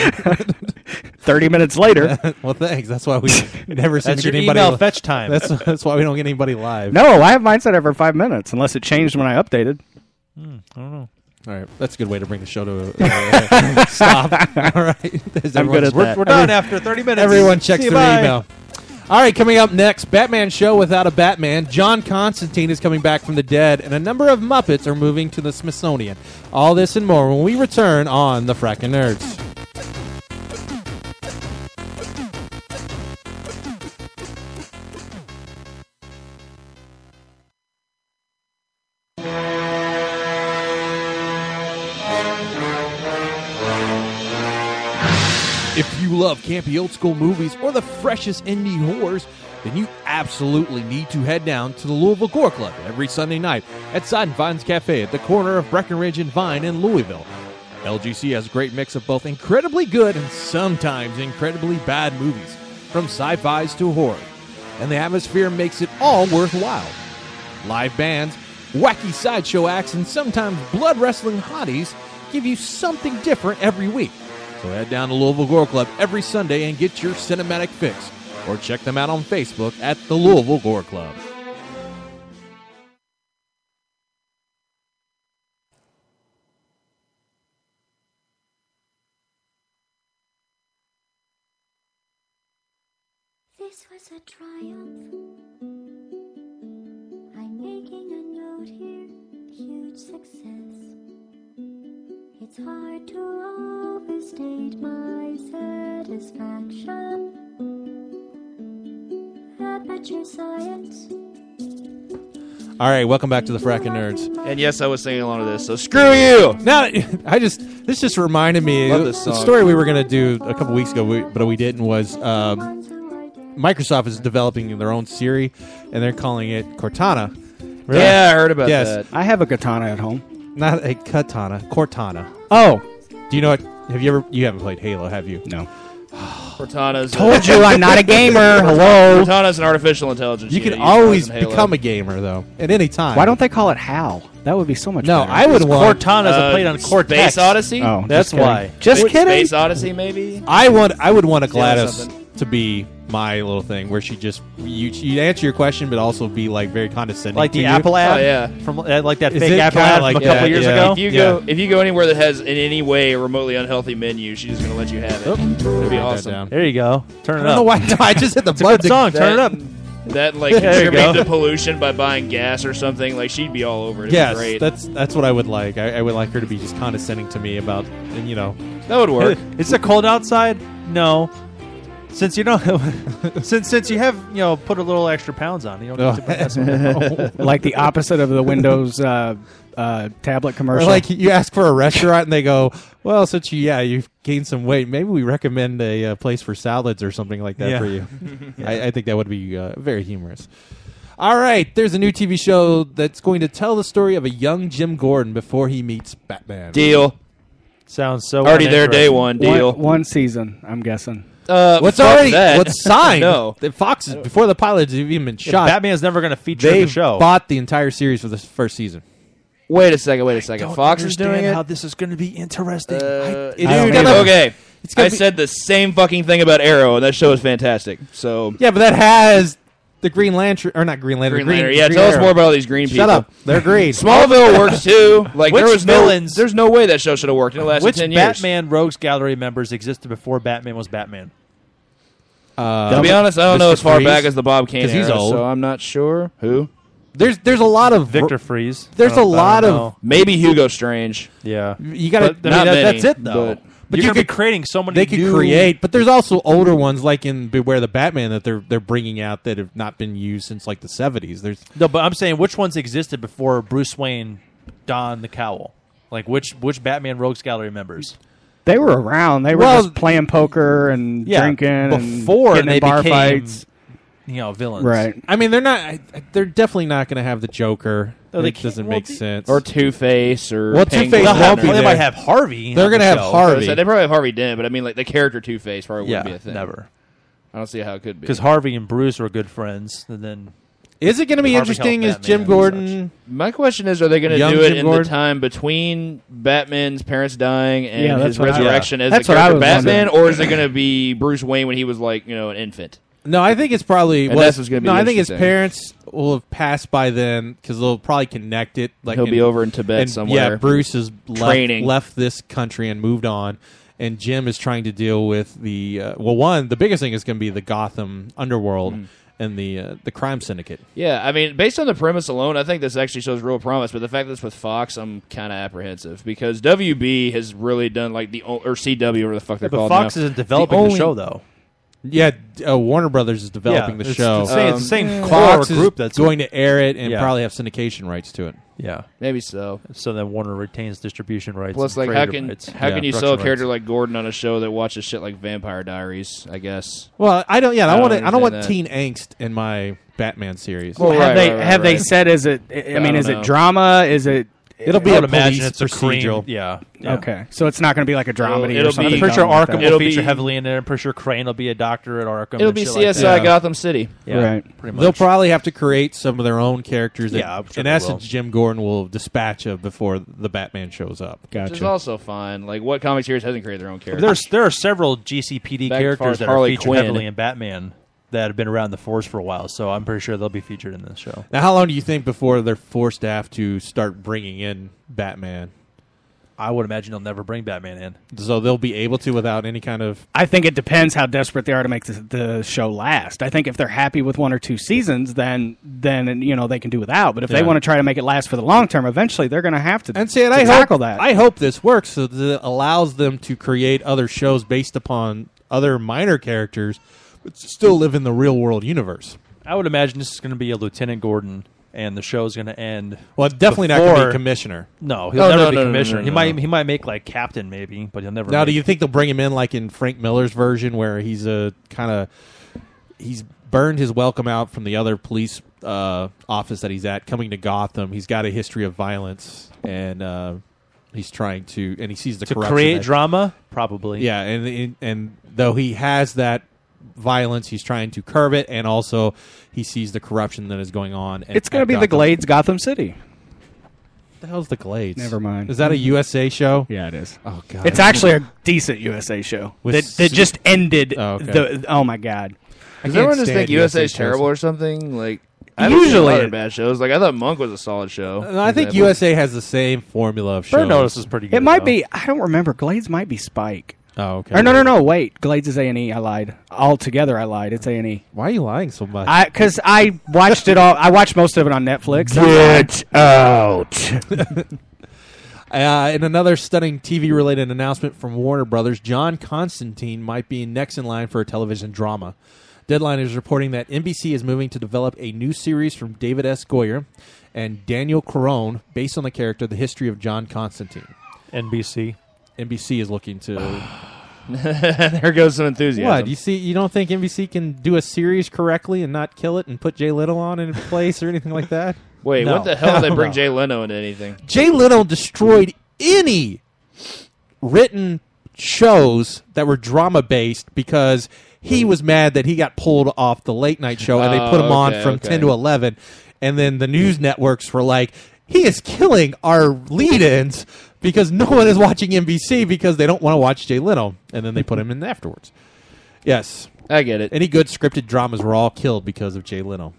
Speaker 4: Thirty minutes later.
Speaker 2: well, thanks. That's why we never seem
Speaker 3: That's
Speaker 2: to get
Speaker 3: your
Speaker 2: anybody.
Speaker 3: email
Speaker 2: li-
Speaker 3: fetch time.
Speaker 2: that's that's why we don't get anybody live.
Speaker 4: No, I have mine set over five minutes, unless it changed when I updated.
Speaker 2: All right, that's a good way to bring the show to uh, stop. All right,
Speaker 4: I'm good at
Speaker 3: we're,
Speaker 4: that.
Speaker 3: we're done after thirty minutes.
Speaker 2: Everyone checks
Speaker 3: See you,
Speaker 2: their
Speaker 3: bye.
Speaker 2: email. All right, coming up next, Batman show without a Batman. John Constantine is coming back from the dead, and a number of Muppets are moving to the Smithsonian. All this and more when we return on the Frackin' Nerds. love campy old school movies or the freshest indie horrors, then you absolutely need to head down to the Louisville Gore Club every Sunday night at Side and Vine's Cafe at the corner of Breckenridge and Vine in Louisville. LGC has a great mix of both incredibly good and sometimes incredibly bad movies, from sci fis to horror, and the atmosphere makes it all worthwhile live bands, wacky sideshow acts, and sometimes blood wrestling hotties give you something different every week. So head down to Louisville Gore Club every Sunday and get your cinematic fix, or check them out on Facebook at the Louisville Gore Club.
Speaker 8: This was a triumph. I'm making a note here, a huge success. It's hard to overstate my satisfaction. Aperture science.
Speaker 2: All right, welcome back to the Frackin' Nerds.
Speaker 1: And yes, I was singing along to this, so screw you!
Speaker 2: Now, I just this just reminded me
Speaker 1: Love this
Speaker 2: the
Speaker 1: song.
Speaker 2: story we were gonna do a couple weeks ago, we, but we didn't was um,
Speaker 8: Ones who are dead.
Speaker 2: Microsoft is developing their own Siri, and they're calling it Cortana.
Speaker 1: Yeah, I heard about
Speaker 2: Yes.
Speaker 1: that.
Speaker 4: I have a katana at home.
Speaker 2: Not a Katana, Cortana.
Speaker 4: Oh
Speaker 2: Do you know what? Have you ever? You haven't played Halo, have you?
Speaker 4: no!
Speaker 1: Cortana's
Speaker 4: Told you I'm not a gamer. Hello.
Speaker 1: Cortana's an artificial intelligence.
Speaker 2: You can
Speaker 1: unit.
Speaker 2: always
Speaker 1: use that in Halo.
Speaker 2: become a gamer though, at any time.
Speaker 4: Why don't they call it Hal? That would be so much.
Speaker 2: No,
Speaker 4: better.
Speaker 2: I would want.
Speaker 3: Cortana's
Speaker 1: Uh,
Speaker 3: a plate on Cortex.
Speaker 1: Space Odyssey.
Speaker 4: Oh, just
Speaker 3: That's
Speaker 4: kidding.
Speaker 3: why.
Speaker 4: Just
Speaker 1: Wait,
Speaker 4: kidding.
Speaker 1: Space Odyssey, maybe.
Speaker 2: I want. I would want a Gladys
Speaker 1: something.
Speaker 2: to be my little thing, where she just you you answer your question, but also be like very condescending,
Speaker 3: Like
Speaker 2: to
Speaker 3: the
Speaker 2: you.
Speaker 3: Apple ad
Speaker 1: Oh, yeah.
Speaker 3: from uh, like that
Speaker 2: Is
Speaker 3: fake
Speaker 2: it
Speaker 3: Apple
Speaker 2: kinda
Speaker 3: ad
Speaker 2: like
Speaker 3: from a couple
Speaker 2: that?
Speaker 3: years
Speaker 2: Yeah.
Speaker 3: ago.
Speaker 1: If you
Speaker 2: Yeah.
Speaker 1: go, if you go anywhere that has in any way a remotely unhealthy menu, she's just gonna let you have it. It'd be
Speaker 2: Write that
Speaker 1: awesome.
Speaker 2: down.
Speaker 3: There you go. Turn
Speaker 2: I
Speaker 3: it
Speaker 2: don't know
Speaker 3: up.
Speaker 2: why. No, I just hit the
Speaker 3: It's a good
Speaker 2: button.
Speaker 3: song. Turn it
Speaker 1: That-
Speaker 3: up.
Speaker 1: That like
Speaker 3: There you
Speaker 1: contributing
Speaker 3: go.
Speaker 1: to pollution by buying gas or something. Like she'd be all over it. It'd be
Speaker 2: Yes,
Speaker 1: great.
Speaker 2: that's that's what I would like. I, I would like her to be just condescending to me about, and you know,
Speaker 1: that would work.
Speaker 3: Is it cold outside? No. Since you don't, since since you have you know put a little extra pounds on, you don't
Speaker 2: Oh.
Speaker 3: need to put that on.
Speaker 4: like the opposite of the Windows uh, uh, tablet
Speaker 2: or
Speaker 4: commercial.
Speaker 2: like you ask for a restaurant and they go, well, since you yeah you've gained some weight, maybe we recommend a uh, place for salads or something like that
Speaker 3: Yeah.
Speaker 2: for you. I, I think that would be uh, very humorous. All right, there's a new TV show that's going to tell the story of a young Jim Gordon before he meets Batman.
Speaker 1: Deal.
Speaker 3: Sounds so
Speaker 1: Already there day
Speaker 3: uninteresting.
Speaker 1: one.
Speaker 4: one,
Speaker 1: Deal.
Speaker 4: one season, I'm guessing.
Speaker 1: Uh,
Speaker 2: what's
Speaker 1: fuck
Speaker 2: already
Speaker 1: that.
Speaker 2: what's signed?
Speaker 1: No.
Speaker 2: that Fox is, before the pilots have even been
Speaker 3: Yeah,
Speaker 2: shot.
Speaker 3: Batman's never going to feature in
Speaker 2: they
Speaker 3: the show.
Speaker 2: bought the entire series for the first season.
Speaker 1: Wait a second. Wait a second. Fox is doing it.
Speaker 3: this is going to be interesting.
Speaker 1: Uh,
Speaker 2: it
Speaker 4: is
Speaker 1: dude,
Speaker 4: gonna-
Speaker 1: okay.
Speaker 2: It's gonna
Speaker 1: I
Speaker 2: be-
Speaker 1: said the same fucking thing about Arrow, and that show is fantastic. So
Speaker 2: Yeah, but that has the Green Lantern or not Green Lantern.
Speaker 1: Green Lantern. Yeah, tell us
Speaker 2: Arrow.
Speaker 1: more about all these green people.
Speaker 2: Shut up. They're green.
Speaker 1: Smallville works too. Like there
Speaker 3: Which
Speaker 1: was
Speaker 3: villains-
Speaker 1: no. There's no way that show should have worked in the last
Speaker 3: which
Speaker 1: ten years.
Speaker 3: Batman Rogues Gallery members existed before Batman was Batman?
Speaker 2: Uh,
Speaker 1: To be honest, I don't know
Speaker 2: Mr.
Speaker 1: as far
Speaker 2: Freeze?
Speaker 1: back as the Bob Kane
Speaker 2: 'Cause he's
Speaker 1: era,
Speaker 2: old.
Speaker 1: so I'm not sure who.
Speaker 2: There's there's a lot of
Speaker 3: Victor Freeze. Oh,
Speaker 2: There's
Speaker 3: I don't-
Speaker 2: a
Speaker 3: I
Speaker 2: lot
Speaker 3: don't
Speaker 2: of-
Speaker 3: know.
Speaker 1: Maybe Hugo Strange.
Speaker 3: yeah.
Speaker 2: You gotta.
Speaker 3: But, I mean,
Speaker 1: not
Speaker 3: that-
Speaker 1: many,
Speaker 3: that's it though.
Speaker 1: but-
Speaker 3: But
Speaker 2: you
Speaker 3: you could be
Speaker 2: could-
Speaker 3: creating so many.
Speaker 2: they could
Speaker 3: new-
Speaker 2: create, but there's also older ones like in Beware the Batman that they're they're bringing out that have not been used since like the 70s. There's
Speaker 3: No, but I'm saying which ones existed before Bruce Wayne donned the cowl? Like which which Batman Rogues Gallery members?
Speaker 4: They were around. They were
Speaker 2: Well,
Speaker 4: just playing poker and
Speaker 3: yeah,
Speaker 4: drinking
Speaker 3: before
Speaker 4: and getting in
Speaker 3: they
Speaker 4: bar
Speaker 3: became-
Speaker 4: fights.
Speaker 3: You know, villains.
Speaker 4: Right.
Speaker 2: I mean they're not I- I- they're definitely not going to have the Joker.
Speaker 3: No, they
Speaker 2: it doesn't
Speaker 3: can't-
Speaker 2: make
Speaker 3: well,
Speaker 2: sense.
Speaker 1: Or Two Face or
Speaker 2: Well, Two-Face
Speaker 1: Penguin.
Speaker 3: They'll have,
Speaker 2: won't be
Speaker 3: they
Speaker 2: there.
Speaker 3: might have Harvey.
Speaker 2: They're
Speaker 3: going
Speaker 2: gonna
Speaker 3: to
Speaker 2: have
Speaker 1: So
Speaker 2: Harvey.
Speaker 1: they probably have Harvey Dent, but I mean, like the character Two Face probably
Speaker 3: Yeah,
Speaker 1: wouldn't be a thing.
Speaker 3: never.
Speaker 1: I don't see how it could be.
Speaker 3: Because Harvey and Bruce were good friends, and then
Speaker 2: is it going to be
Speaker 3: Harvey
Speaker 2: interesting? Is
Speaker 3: helped
Speaker 2: Jim
Speaker 3: Batman and
Speaker 2: Gordon?
Speaker 1: My question is, are they going to
Speaker 2: Young
Speaker 1: do it
Speaker 2: Jim
Speaker 1: in
Speaker 2: Gordon?
Speaker 1: the time between Batman's parents dying and
Speaker 4: Yeah, that's
Speaker 1: his
Speaker 4: what I-
Speaker 1: resurrection as
Speaker 4: That's
Speaker 1: the
Speaker 4: what I
Speaker 1: character
Speaker 4: was
Speaker 1: Batman, or is it going to be Bruce Wayne when he was like you know an infant?
Speaker 2: No, I think it's probably.
Speaker 1: And
Speaker 2: well,
Speaker 1: that's what's gonna be
Speaker 2: no, I think his
Speaker 1: interesting.
Speaker 2: parents will have passed by then because they'll probably connect it. Like
Speaker 1: He'll
Speaker 2: in-
Speaker 1: be over in Tibet
Speaker 2: and,
Speaker 1: somewhere.
Speaker 2: Yeah, Bruce has left,
Speaker 1: Training.
Speaker 2: left this country and moved on, and Jim is trying to deal with the uh, well. One, the biggest thing is going to be the Gotham underworld
Speaker 1: Mm-hmm.
Speaker 2: and the uh, the crime syndicate.
Speaker 1: Yeah, I mean, based on the premise alone, I think this actually shows real promise. But the fact that it's with Fox, I'm kind of apprehensive because WB has really done like the o- or CW or the fuck they're
Speaker 3: but
Speaker 1: called.
Speaker 3: Fox
Speaker 1: now.
Speaker 3: isn't developing the,
Speaker 1: only-
Speaker 3: show though.
Speaker 2: Yeah, uh, Warner Brothers is developing
Speaker 3: yeah,
Speaker 2: the
Speaker 3: it's
Speaker 2: show. Uh, Um,
Speaker 3: The same, it's the same core
Speaker 2: Fox is
Speaker 3: group that's
Speaker 2: going to air it and
Speaker 3: Yeah.
Speaker 2: probably have syndication rights to it.
Speaker 3: Yeah.
Speaker 1: Maybe so.
Speaker 3: So then Warner retains distribution rights.
Speaker 1: Plus,
Speaker 3: and
Speaker 1: like, how
Speaker 3: creative
Speaker 1: can
Speaker 3: rights.
Speaker 1: how
Speaker 3: Yeah,
Speaker 1: can you sell a
Speaker 3: production
Speaker 1: character
Speaker 3: rights.
Speaker 1: like Gordon on a show that watches shit like Vampire Diaries? I guess.
Speaker 2: Well, I don't. Yeah, I,
Speaker 1: I don't
Speaker 2: want. I don't want
Speaker 1: understand
Speaker 2: teen angst in my Batman series.
Speaker 1: Well,
Speaker 4: have
Speaker 1: right,
Speaker 4: they
Speaker 1: right, right,
Speaker 4: have they
Speaker 1: right.
Speaker 4: said is it? I mean,
Speaker 1: don't
Speaker 4: is
Speaker 1: know.
Speaker 4: it drama? Is it?
Speaker 2: It'll be
Speaker 3: I
Speaker 2: a
Speaker 3: would imagine
Speaker 2: police
Speaker 3: it's a
Speaker 2: procedural.
Speaker 3: cream. Yeah. yeah.
Speaker 4: Okay, so it's not going to be like a dramedy
Speaker 1: it'll
Speaker 4: or
Speaker 1: be-
Speaker 4: something.
Speaker 3: I'm pretty sure
Speaker 4: dumb like
Speaker 3: Arkham
Speaker 4: that.
Speaker 1: It'll
Speaker 3: will feature
Speaker 1: be-
Speaker 3: heavily in there. I'm pretty sure Crane will be a doctor at Arkham.
Speaker 1: It'll
Speaker 3: and
Speaker 1: be
Speaker 3: shit like
Speaker 1: CSI
Speaker 3: that.
Speaker 2: Yeah.
Speaker 1: Gotham City.
Speaker 3: Yeah,
Speaker 4: Right.
Speaker 3: Pretty much.
Speaker 2: They'll probably have to create some of their own characters. That,
Speaker 3: Yeah, I'm sure
Speaker 2: in
Speaker 3: they
Speaker 2: essence,
Speaker 3: will.
Speaker 2: Jim Gordon will dispatch of before the Batman shows up.
Speaker 1: Which is also fine. Like, what comic series hasn't created their own character?
Speaker 3: There's there are several GCPD
Speaker 1: Back as far as
Speaker 3: characters that
Speaker 1: Harley
Speaker 3: are featured
Speaker 1: Quinn.
Speaker 3: heavily in Batman that have been around the force for a while. So I'm pretty sure they'll be featured in this show.
Speaker 2: Now, how long do you think before they're forced to have to start bringing in Batman?
Speaker 3: I would imagine they'll never bring Batman in.
Speaker 2: So they'll be able to without any kind of.
Speaker 4: I think it depends how desperate they are to make the, the show last. I think if they're happy with one or two seasons, then then you know they can do without. But if they
Speaker 2: Yeah.
Speaker 4: want to try to make it last for the long term, eventually they're going to have to
Speaker 2: And see, and
Speaker 4: to
Speaker 2: I
Speaker 4: tackle
Speaker 2: hope
Speaker 4: that.
Speaker 2: I hope this works so that it allows them to create other shows based upon other minor characters, but still live in the real world universe.
Speaker 3: I would imagine this is going to be a Lieutenant Gordon, and the show's going to end.
Speaker 2: Well, it's definitely not going to
Speaker 3: Before-
Speaker 2: be commissioner.
Speaker 3: No, he'll
Speaker 1: Oh,
Speaker 3: never
Speaker 1: no,
Speaker 3: be
Speaker 1: no, no, no,
Speaker 3: commissioner.
Speaker 1: no,
Speaker 3: he
Speaker 1: no,
Speaker 3: might
Speaker 1: no.
Speaker 3: he might make like captain maybe, but he'll never.
Speaker 2: Now,
Speaker 3: make,
Speaker 2: do you think they'll bring him in like in Frank Miller's version, where he's a kind of he's burned his welcome out from the other police uh, office that he's at, coming to Gotham. He's got a history of violence, and uh, he's trying to and he sees the
Speaker 3: to
Speaker 2: corruption
Speaker 3: create
Speaker 2: that-
Speaker 3: drama? Probably.
Speaker 2: Yeah, and, and and though he has that violence, he's trying to curb it, and also he sees the corruption that is going on. at-
Speaker 4: it's going to
Speaker 2: at
Speaker 4: be the
Speaker 2: Gotham.
Speaker 4: Glades Gotham City.
Speaker 2: What the hell's the Glades?
Speaker 4: Never mind. Mm-hmm.
Speaker 2: Is that a USA show?
Speaker 4: Yeah, it is.
Speaker 2: Oh god,
Speaker 1: Uh,
Speaker 4: It's actually a decent USA show
Speaker 2: With
Speaker 4: that, that
Speaker 2: Su-
Speaker 4: just ended.
Speaker 2: Oh, okay.
Speaker 4: The oh my
Speaker 2: I
Speaker 4: god!
Speaker 1: Does
Speaker 2: can't
Speaker 1: everyone just
Speaker 2: stand
Speaker 1: think USA is
Speaker 2: shows.
Speaker 1: terrible or something? Like, I haven't seen a
Speaker 4: Usually
Speaker 1: lot of
Speaker 4: it-
Speaker 1: bad shows. Like, I thought Monk was a solid show.
Speaker 2: No, I
Speaker 1: for
Speaker 2: think
Speaker 1: example.
Speaker 2: USA has the same formula of shows.
Speaker 3: Burn Notice is pretty good.
Speaker 4: It might
Speaker 3: though.
Speaker 4: be. I don't remember. Glades might be Spike.
Speaker 2: Oh, okay.
Speaker 4: Or no, no, no. Wait, Glades is A and E. I lied. Altogether, I lied. It's A and E.
Speaker 2: Why are you lying so much?
Speaker 4: I because I watched it all. I watched most of it on Netflix. Uh,
Speaker 1: out.
Speaker 2: Uh, in another stunning TV-related announcement from Warner Brothers, John Constantine might be next in line for a television drama. Deadline is reporting that NBC is moving to develop a new series from David S. Goyer and Daniel Carone based on the character The History of John Constantine.
Speaker 3: NBC.
Speaker 2: NBC is looking to
Speaker 1: there goes some enthusiasm.
Speaker 2: What? You see you don't think NBC can do a series correctly and not kill it and put Jay Little on in place or anything like that?
Speaker 1: Wait,
Speaker 3: No.
Speaker 1: what the hell did they bring Jay Leno into anything?
Speaker 2: Jay Leno destroyed any written shows that were drama based because he was mad that he got pulled off the late night show and they
Speaker 1: Oh,
Speaker 2: put him on
Speaker 1: okay,
Speaker 2: from
Speaker 1: okay.
Speaker 2: 10 to 11 and then the news networks were like he is killing our lead-ins because no one is watching NBC because they don't want to watch Jay Leno and then they put him in afterwards. Yes.
Speaker 1: I get it.
Speaker 2: Any good scripted dramas were all killed because of Jay Leno.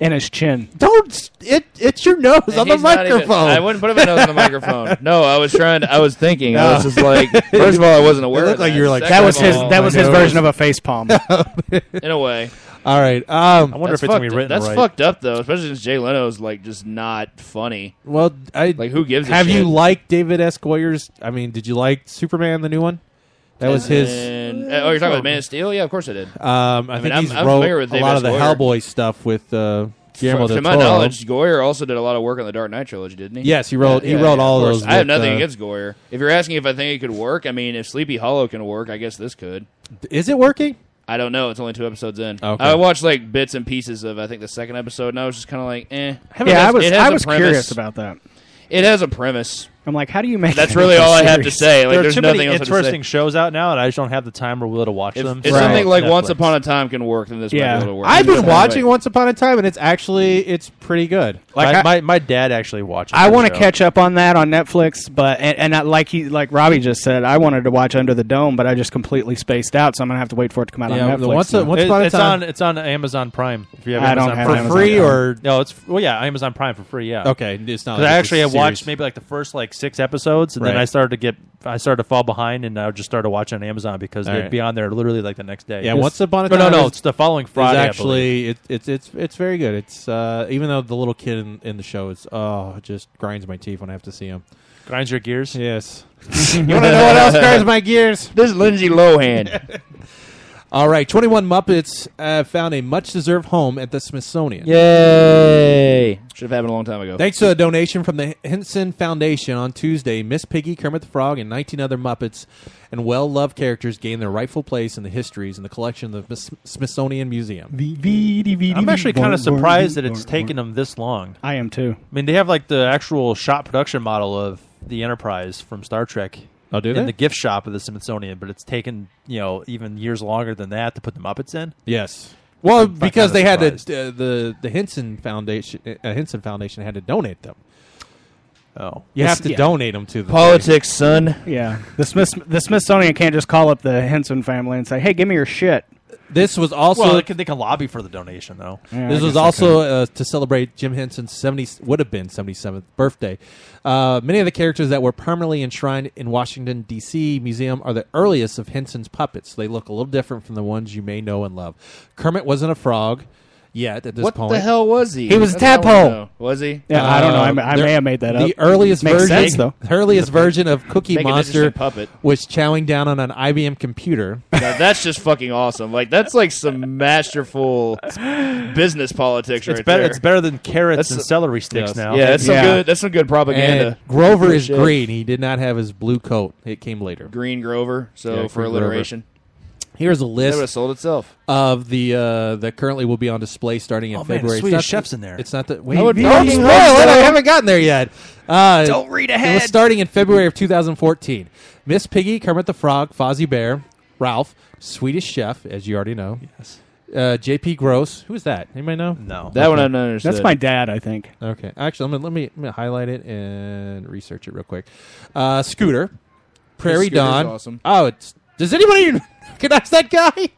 Speaker 4: and his chin.
Speaker 2: Don't s- it it's your nose on the
Speaker 1: He's not even-
Speaker 2: microphone.
Speaker 1: I wouldn't put him in on the microphone. No, I was trying to. I was thinking. I was
Speaker 2: No.
Speaker 1: just like, first of all, I wasn't aware.
Speaker 2: looked
Speaker 1: of
Speaker 2: like you were like,
Speaker 1: Second
Speaker 4: That was
Speaker 1: of
Speaker 4: his.
Speaker 1: all,
Speaker 4: That was his
Speaker 2: nose.
Speaker 4: version of a face palm.
Speaker 1: in a way.
Speaker 2: all right. Um
Speaker 3: I wonder
Speaker 1: That's
Speaker 3: if it's gonna be
Speaker 1: fucked-
Speaker 3: written
Speaker 1: That's
Speaker 3: right.
Speaker 1: fucked up though, especially since Jay Leno's like just not funny.
Speaker 2: Well, I
Speaker 1: Like, who gives a
Speaker 2: Have you
Speaker 1: shit?
Speaker 2: liked David S. Goyer's? I mean, did you like Superman, the new one? That was his.
Speaker 1: And- oh, you're talking about Man of Steel? Yeah, of course Uh, I did.
Speaker 2: Um, I, think
Speaker 1: I'm-
Speaker 2: he's
Speaker 1: I'm
Speaker 2: wrote
Speaker 1: familiar with
Speaker 2: a
Speaker 1: David
Speaker 2: lot
Speaker 1: S.
Speaker 2: of the
Speaker 1: Goyer.
Speaker 2: Hellboy stuff with uh, Guillermo
Speaker 1: to
Speaker 2: del
Speaker 1: my
Speaker 2: Toro.
Speaker 1: knowledge, Goyer also did a lot of work on the Dark Knight trilogy, didn't he?
Speaker 2: Yes, he wrote- he wrote
Speaker 1: of
Speaker 2: all
Speaker 1: course.
Speaker 2: those
Speaker 1: I have
Speaker 2: with,
Speaker 1: nothing
Speaker 2: uh,
Speaker 1: against Goyer. If you're asking if I think it could work, I mean, if Sleepy Hollow can work, I guess this could.
Speaker 2: Is it working?
Speaker 1: I don't know. It's only two episodes in.
Speaker 2: Okay.
Speaker 1: I watched like bits and pieces of I think the second episode, and I was just kind of like, eh. It
Speaker 4: yeah,
Speaker 1: has-
Speaker 4: I was.
Speaker 1: it has
Speaker 4: I
Speaker 1: a
Speaker 4: was
Speaker 1: premise.
Speaker 4: curious about that.
Speaker 1: It has a premise.
Speaker 4: I'm like, how do you make?
Speaker 1: That's
Speaker 4: that
Speaker 1: really
Speaker 4: into a
Speaker 1: all I have to
Speaker 4: series?
Speaker 1: say. Like,
Speaker 3: there are
Speaker 1: there's
Speaker 3: too
Speaker 1: nothing
Speaker 3: many
Speaker 1: else I have to say.
Speaker 3: interesting shows out now, and I just don't have the time or will to watch
Speaker 1: If,
Speaker 3: them.
Speaker 1: if
Speaker 3: so
Speaker 1: something like Once
Speaker 3: Netflix.
Speaker 1: Upon a Time can work, then this
Speaker 4: Yeah.
Speaker 1: might be able to work.
Speaker 2: I've been
Speaker 1: Anyway.
Speaker 2: watching Once Upon a Time, and it's actually it's pretty good.
Speaker 3: Like
Speaker 4: I-
Speaker 3: my, my, my dad actually watches.
Speaker 4: I
Speaker 3: that
Speaker 4: want to
Speaker 3: show.
Speaker 4: catch up on that on Netflix, but and, and I, like he like Robbie just said, I wanted to watch Under the Dome, but I just completely spaced out, so I'm gonna have to wait for it to come out
Speaker 2: Yeah,
Speaker 4: on
Speaker 2: the
Speaker 4: Netflix.
Speaker 2: once-
Speaker 4: now.
Speaker 2: once-
Speaker 3: It-
Speaker 2: Upon a
Speaker 3: it's
Speaker 2: Time.
Speaker 3: on it's on Amazon Prime. If you have
Speaker 4: I don't
Speaker 3: Amazon Prime.
Speaker 4: have
Speaker 2: for
Speaker 4: Amazon
Speaker 2: free
Speaker 4: Prime.
Speaker 2: or
Speaker 3: No, it's well, yeah, Amazon Prime for free. Yeah,
Speaker 2: okay, it's not.
Speaker 3: 'Cause
Speaker 2: like
Speaker 3: I
Speaker 2: it's a
Speaker 3: actually have
Speaker 2: series.
Speaker 3: watched maybe like the first like six episodes, and then
Speaker 2: Right.
Speaker 3: I started to get I started to fall behind, and I just started watching on Amazon because
Speaker 2: All
Speaker 3: they'd
Speaker 2: right.
Speaker 3: be on there literally like the next day.
Speaker 2: Yeah,
Speaker 3: It's-
Speaker 2: Once Upon a
Speaker 3: no,
Speaker 2: Time
Speaker 3: no, no,
Speaker 2: is-
Speaker 3: it's the following
Speaker 2: It's
Speaker 3: Friday. I believe.
Speaker 2: actually it, it's it's it's very good. It's uh, even though the little kid in, in the show is oh it just grinds my teeth when I have to see him.
Speaker 3: grinds your gears.
Speaker 2: Yes. you want to know what else grinds my gears?
Speaker 1: This is Lindsay Lohan.
Speaker 2: All right, 21 Muppets uh, found a much deserved home at the Smithsonian.
Speaker 1: Yay! Should have happened a long time ago.
Speaker 2: Thanks to a donation from the Henson Foundation on Tuesday, Miss Piggy, Kermit the Frog, and 19 other Muppets and well loved characters gained their rightful place in the histories in the collection of the Miss- Smithsonian Museum.
Speaker 3: I'm actually kind of surprised that it's taken them this long.
Speaker 4: I am too.
Speaker 3: I mean, they have like the actual shot production model of the Enterprise from Star Trek
Speaker 2: Oh, do
Speaker 3: in the gift shop of the Smithsonian, but it's taken you know even years longer than that to put the Muppets in.
Speaker 2: Yes. Well,
Speaker 3: kinda
Speaker 2: because they had to,
Speaker 3: surprised.
Speaker 2: uh, the the Henson Foundation, uh, Henson Foundation had to donate them.
Speaker 3: Oh,
Speaker 2: You
Speaker 4: Yes,
Speaker 2: have to
Speaker 4: yeah.
Speaker 2: donate them to the
Speaker 1: Politics, son.
Speaker 4: Yeah, the Smith the Smithsonian can't just call up the Henson family and say, "Hey, give me your shit."
Speaker 2: thing. This was also
Speaker 3: well, they can, they can lobby for the donation though.
Speaker 4: Yeah, I
Speaker 2: This
Speaker 4: guess
Speaker 2: was
Speaker 4: they
Speaker 2: also uh, to celebrate Jim Henson's 70 would have been 77th birthday. Uh, many of the characters that were permanently enshrined in Washington D.C. museum are the earliest of Henson's puppets. They look a little different from the ones you may know and love. Kermit wasn't a frog yet at this
Speaker 1: What
Speaker 2: point.
Speaker 1: the hell was he?
Speaker 4: He was a
Speaker 1: That's all I wanna
Speaker 4: tadpole.
Speaker 1: know. Was he?
Speaker 4: Yeah, I don't know. I,
Speaker 2: Um,
Speaker 4: may- I
Speaker 2: there-
Speaker 4: may have made that up.
Speaker 2: The earliest
Speaker 4: Makes
Speaker 2: version,
Speaker 4: sense, though.
Speaker 2: the earliest version of Cookie
Speaker 1: Make an
Speaker 2: Monster
Speaker 1: interesting puppet.
Speaker 2: was chowing down on an IBM computer.
Speaker 1: Now, that's just fucking awesome. Like that's like some masterful business politics
Speaker 3: It's
Speaker 1: right
Speaker 3: better.
Speaker 1: there.
Speaker 3: It's better than carrots
Speaker 1: That's
Speaker 3: and
Speaker 1: a-
Speaker 3: celery sticks
Speaker 2: yes.
Speaker 3: now.
Speaker 1: Yeah, that's some
Speaker 4: Yeah.
Speaker 1: good. That's some good propaganda.
Speaker 2: and Grover is
Speaker 1: Shit.
Speaker 2: green. He did not have his blue coat. It came later.
Speaker 1: Green Grover. So
Speaker 2: Yeah,
Speaker 1: for
Speaker 2: Green Grover.
Speaker 1: alliteration,
Speaker 2: Here's a
Speaker 1: that would have
Speaker 2: list
Speaker 1: sold itself.
Speaker 2: of the uh, that currently will be on display starting in
Speaker 3: Oh, man,
Speaker 2: February.
Speaker 3: Swedish
Speaker 2: It's not-
Speaker 3: Chef's in there.
Speaker 2: It's not that. Wait,
Speaker 1: would be-
Speaker 2: don't
Speaker 1: Don't
Speaker 2: spoil it.
Speaker 1: spoil
Speaker 2: I
Speaker 1: it.
Speaker 2: haven't gotten there yet. Uh,
Speaker 3: Don't read
Speaker 2: It
Speaker 3: ahead.
Speaker 2: was starting in February of 2014. Miss Piggy, Kermit the Frog, Fozzie Bear, Ralph, Swedish Chef, as you already know.
Speaker 3: Yes.
Speaker 2: Uh, J.P. Gross. Who is that? Anybody know?
Speaker 3: No.
Speaker 1: That one I don't understand.
Speaker 4: That's my dad, I think.
Speaker 2: Okay. Actually, I'm gonna, let me let me highlight it and research it real quick. Uh, Scooter, Prairie
Speaker 1: Scooter's
Speaker 2: Dawn.
Speaker 1: awesome.
Speaker 2: Oh, it's, does anybody even recognize that guy?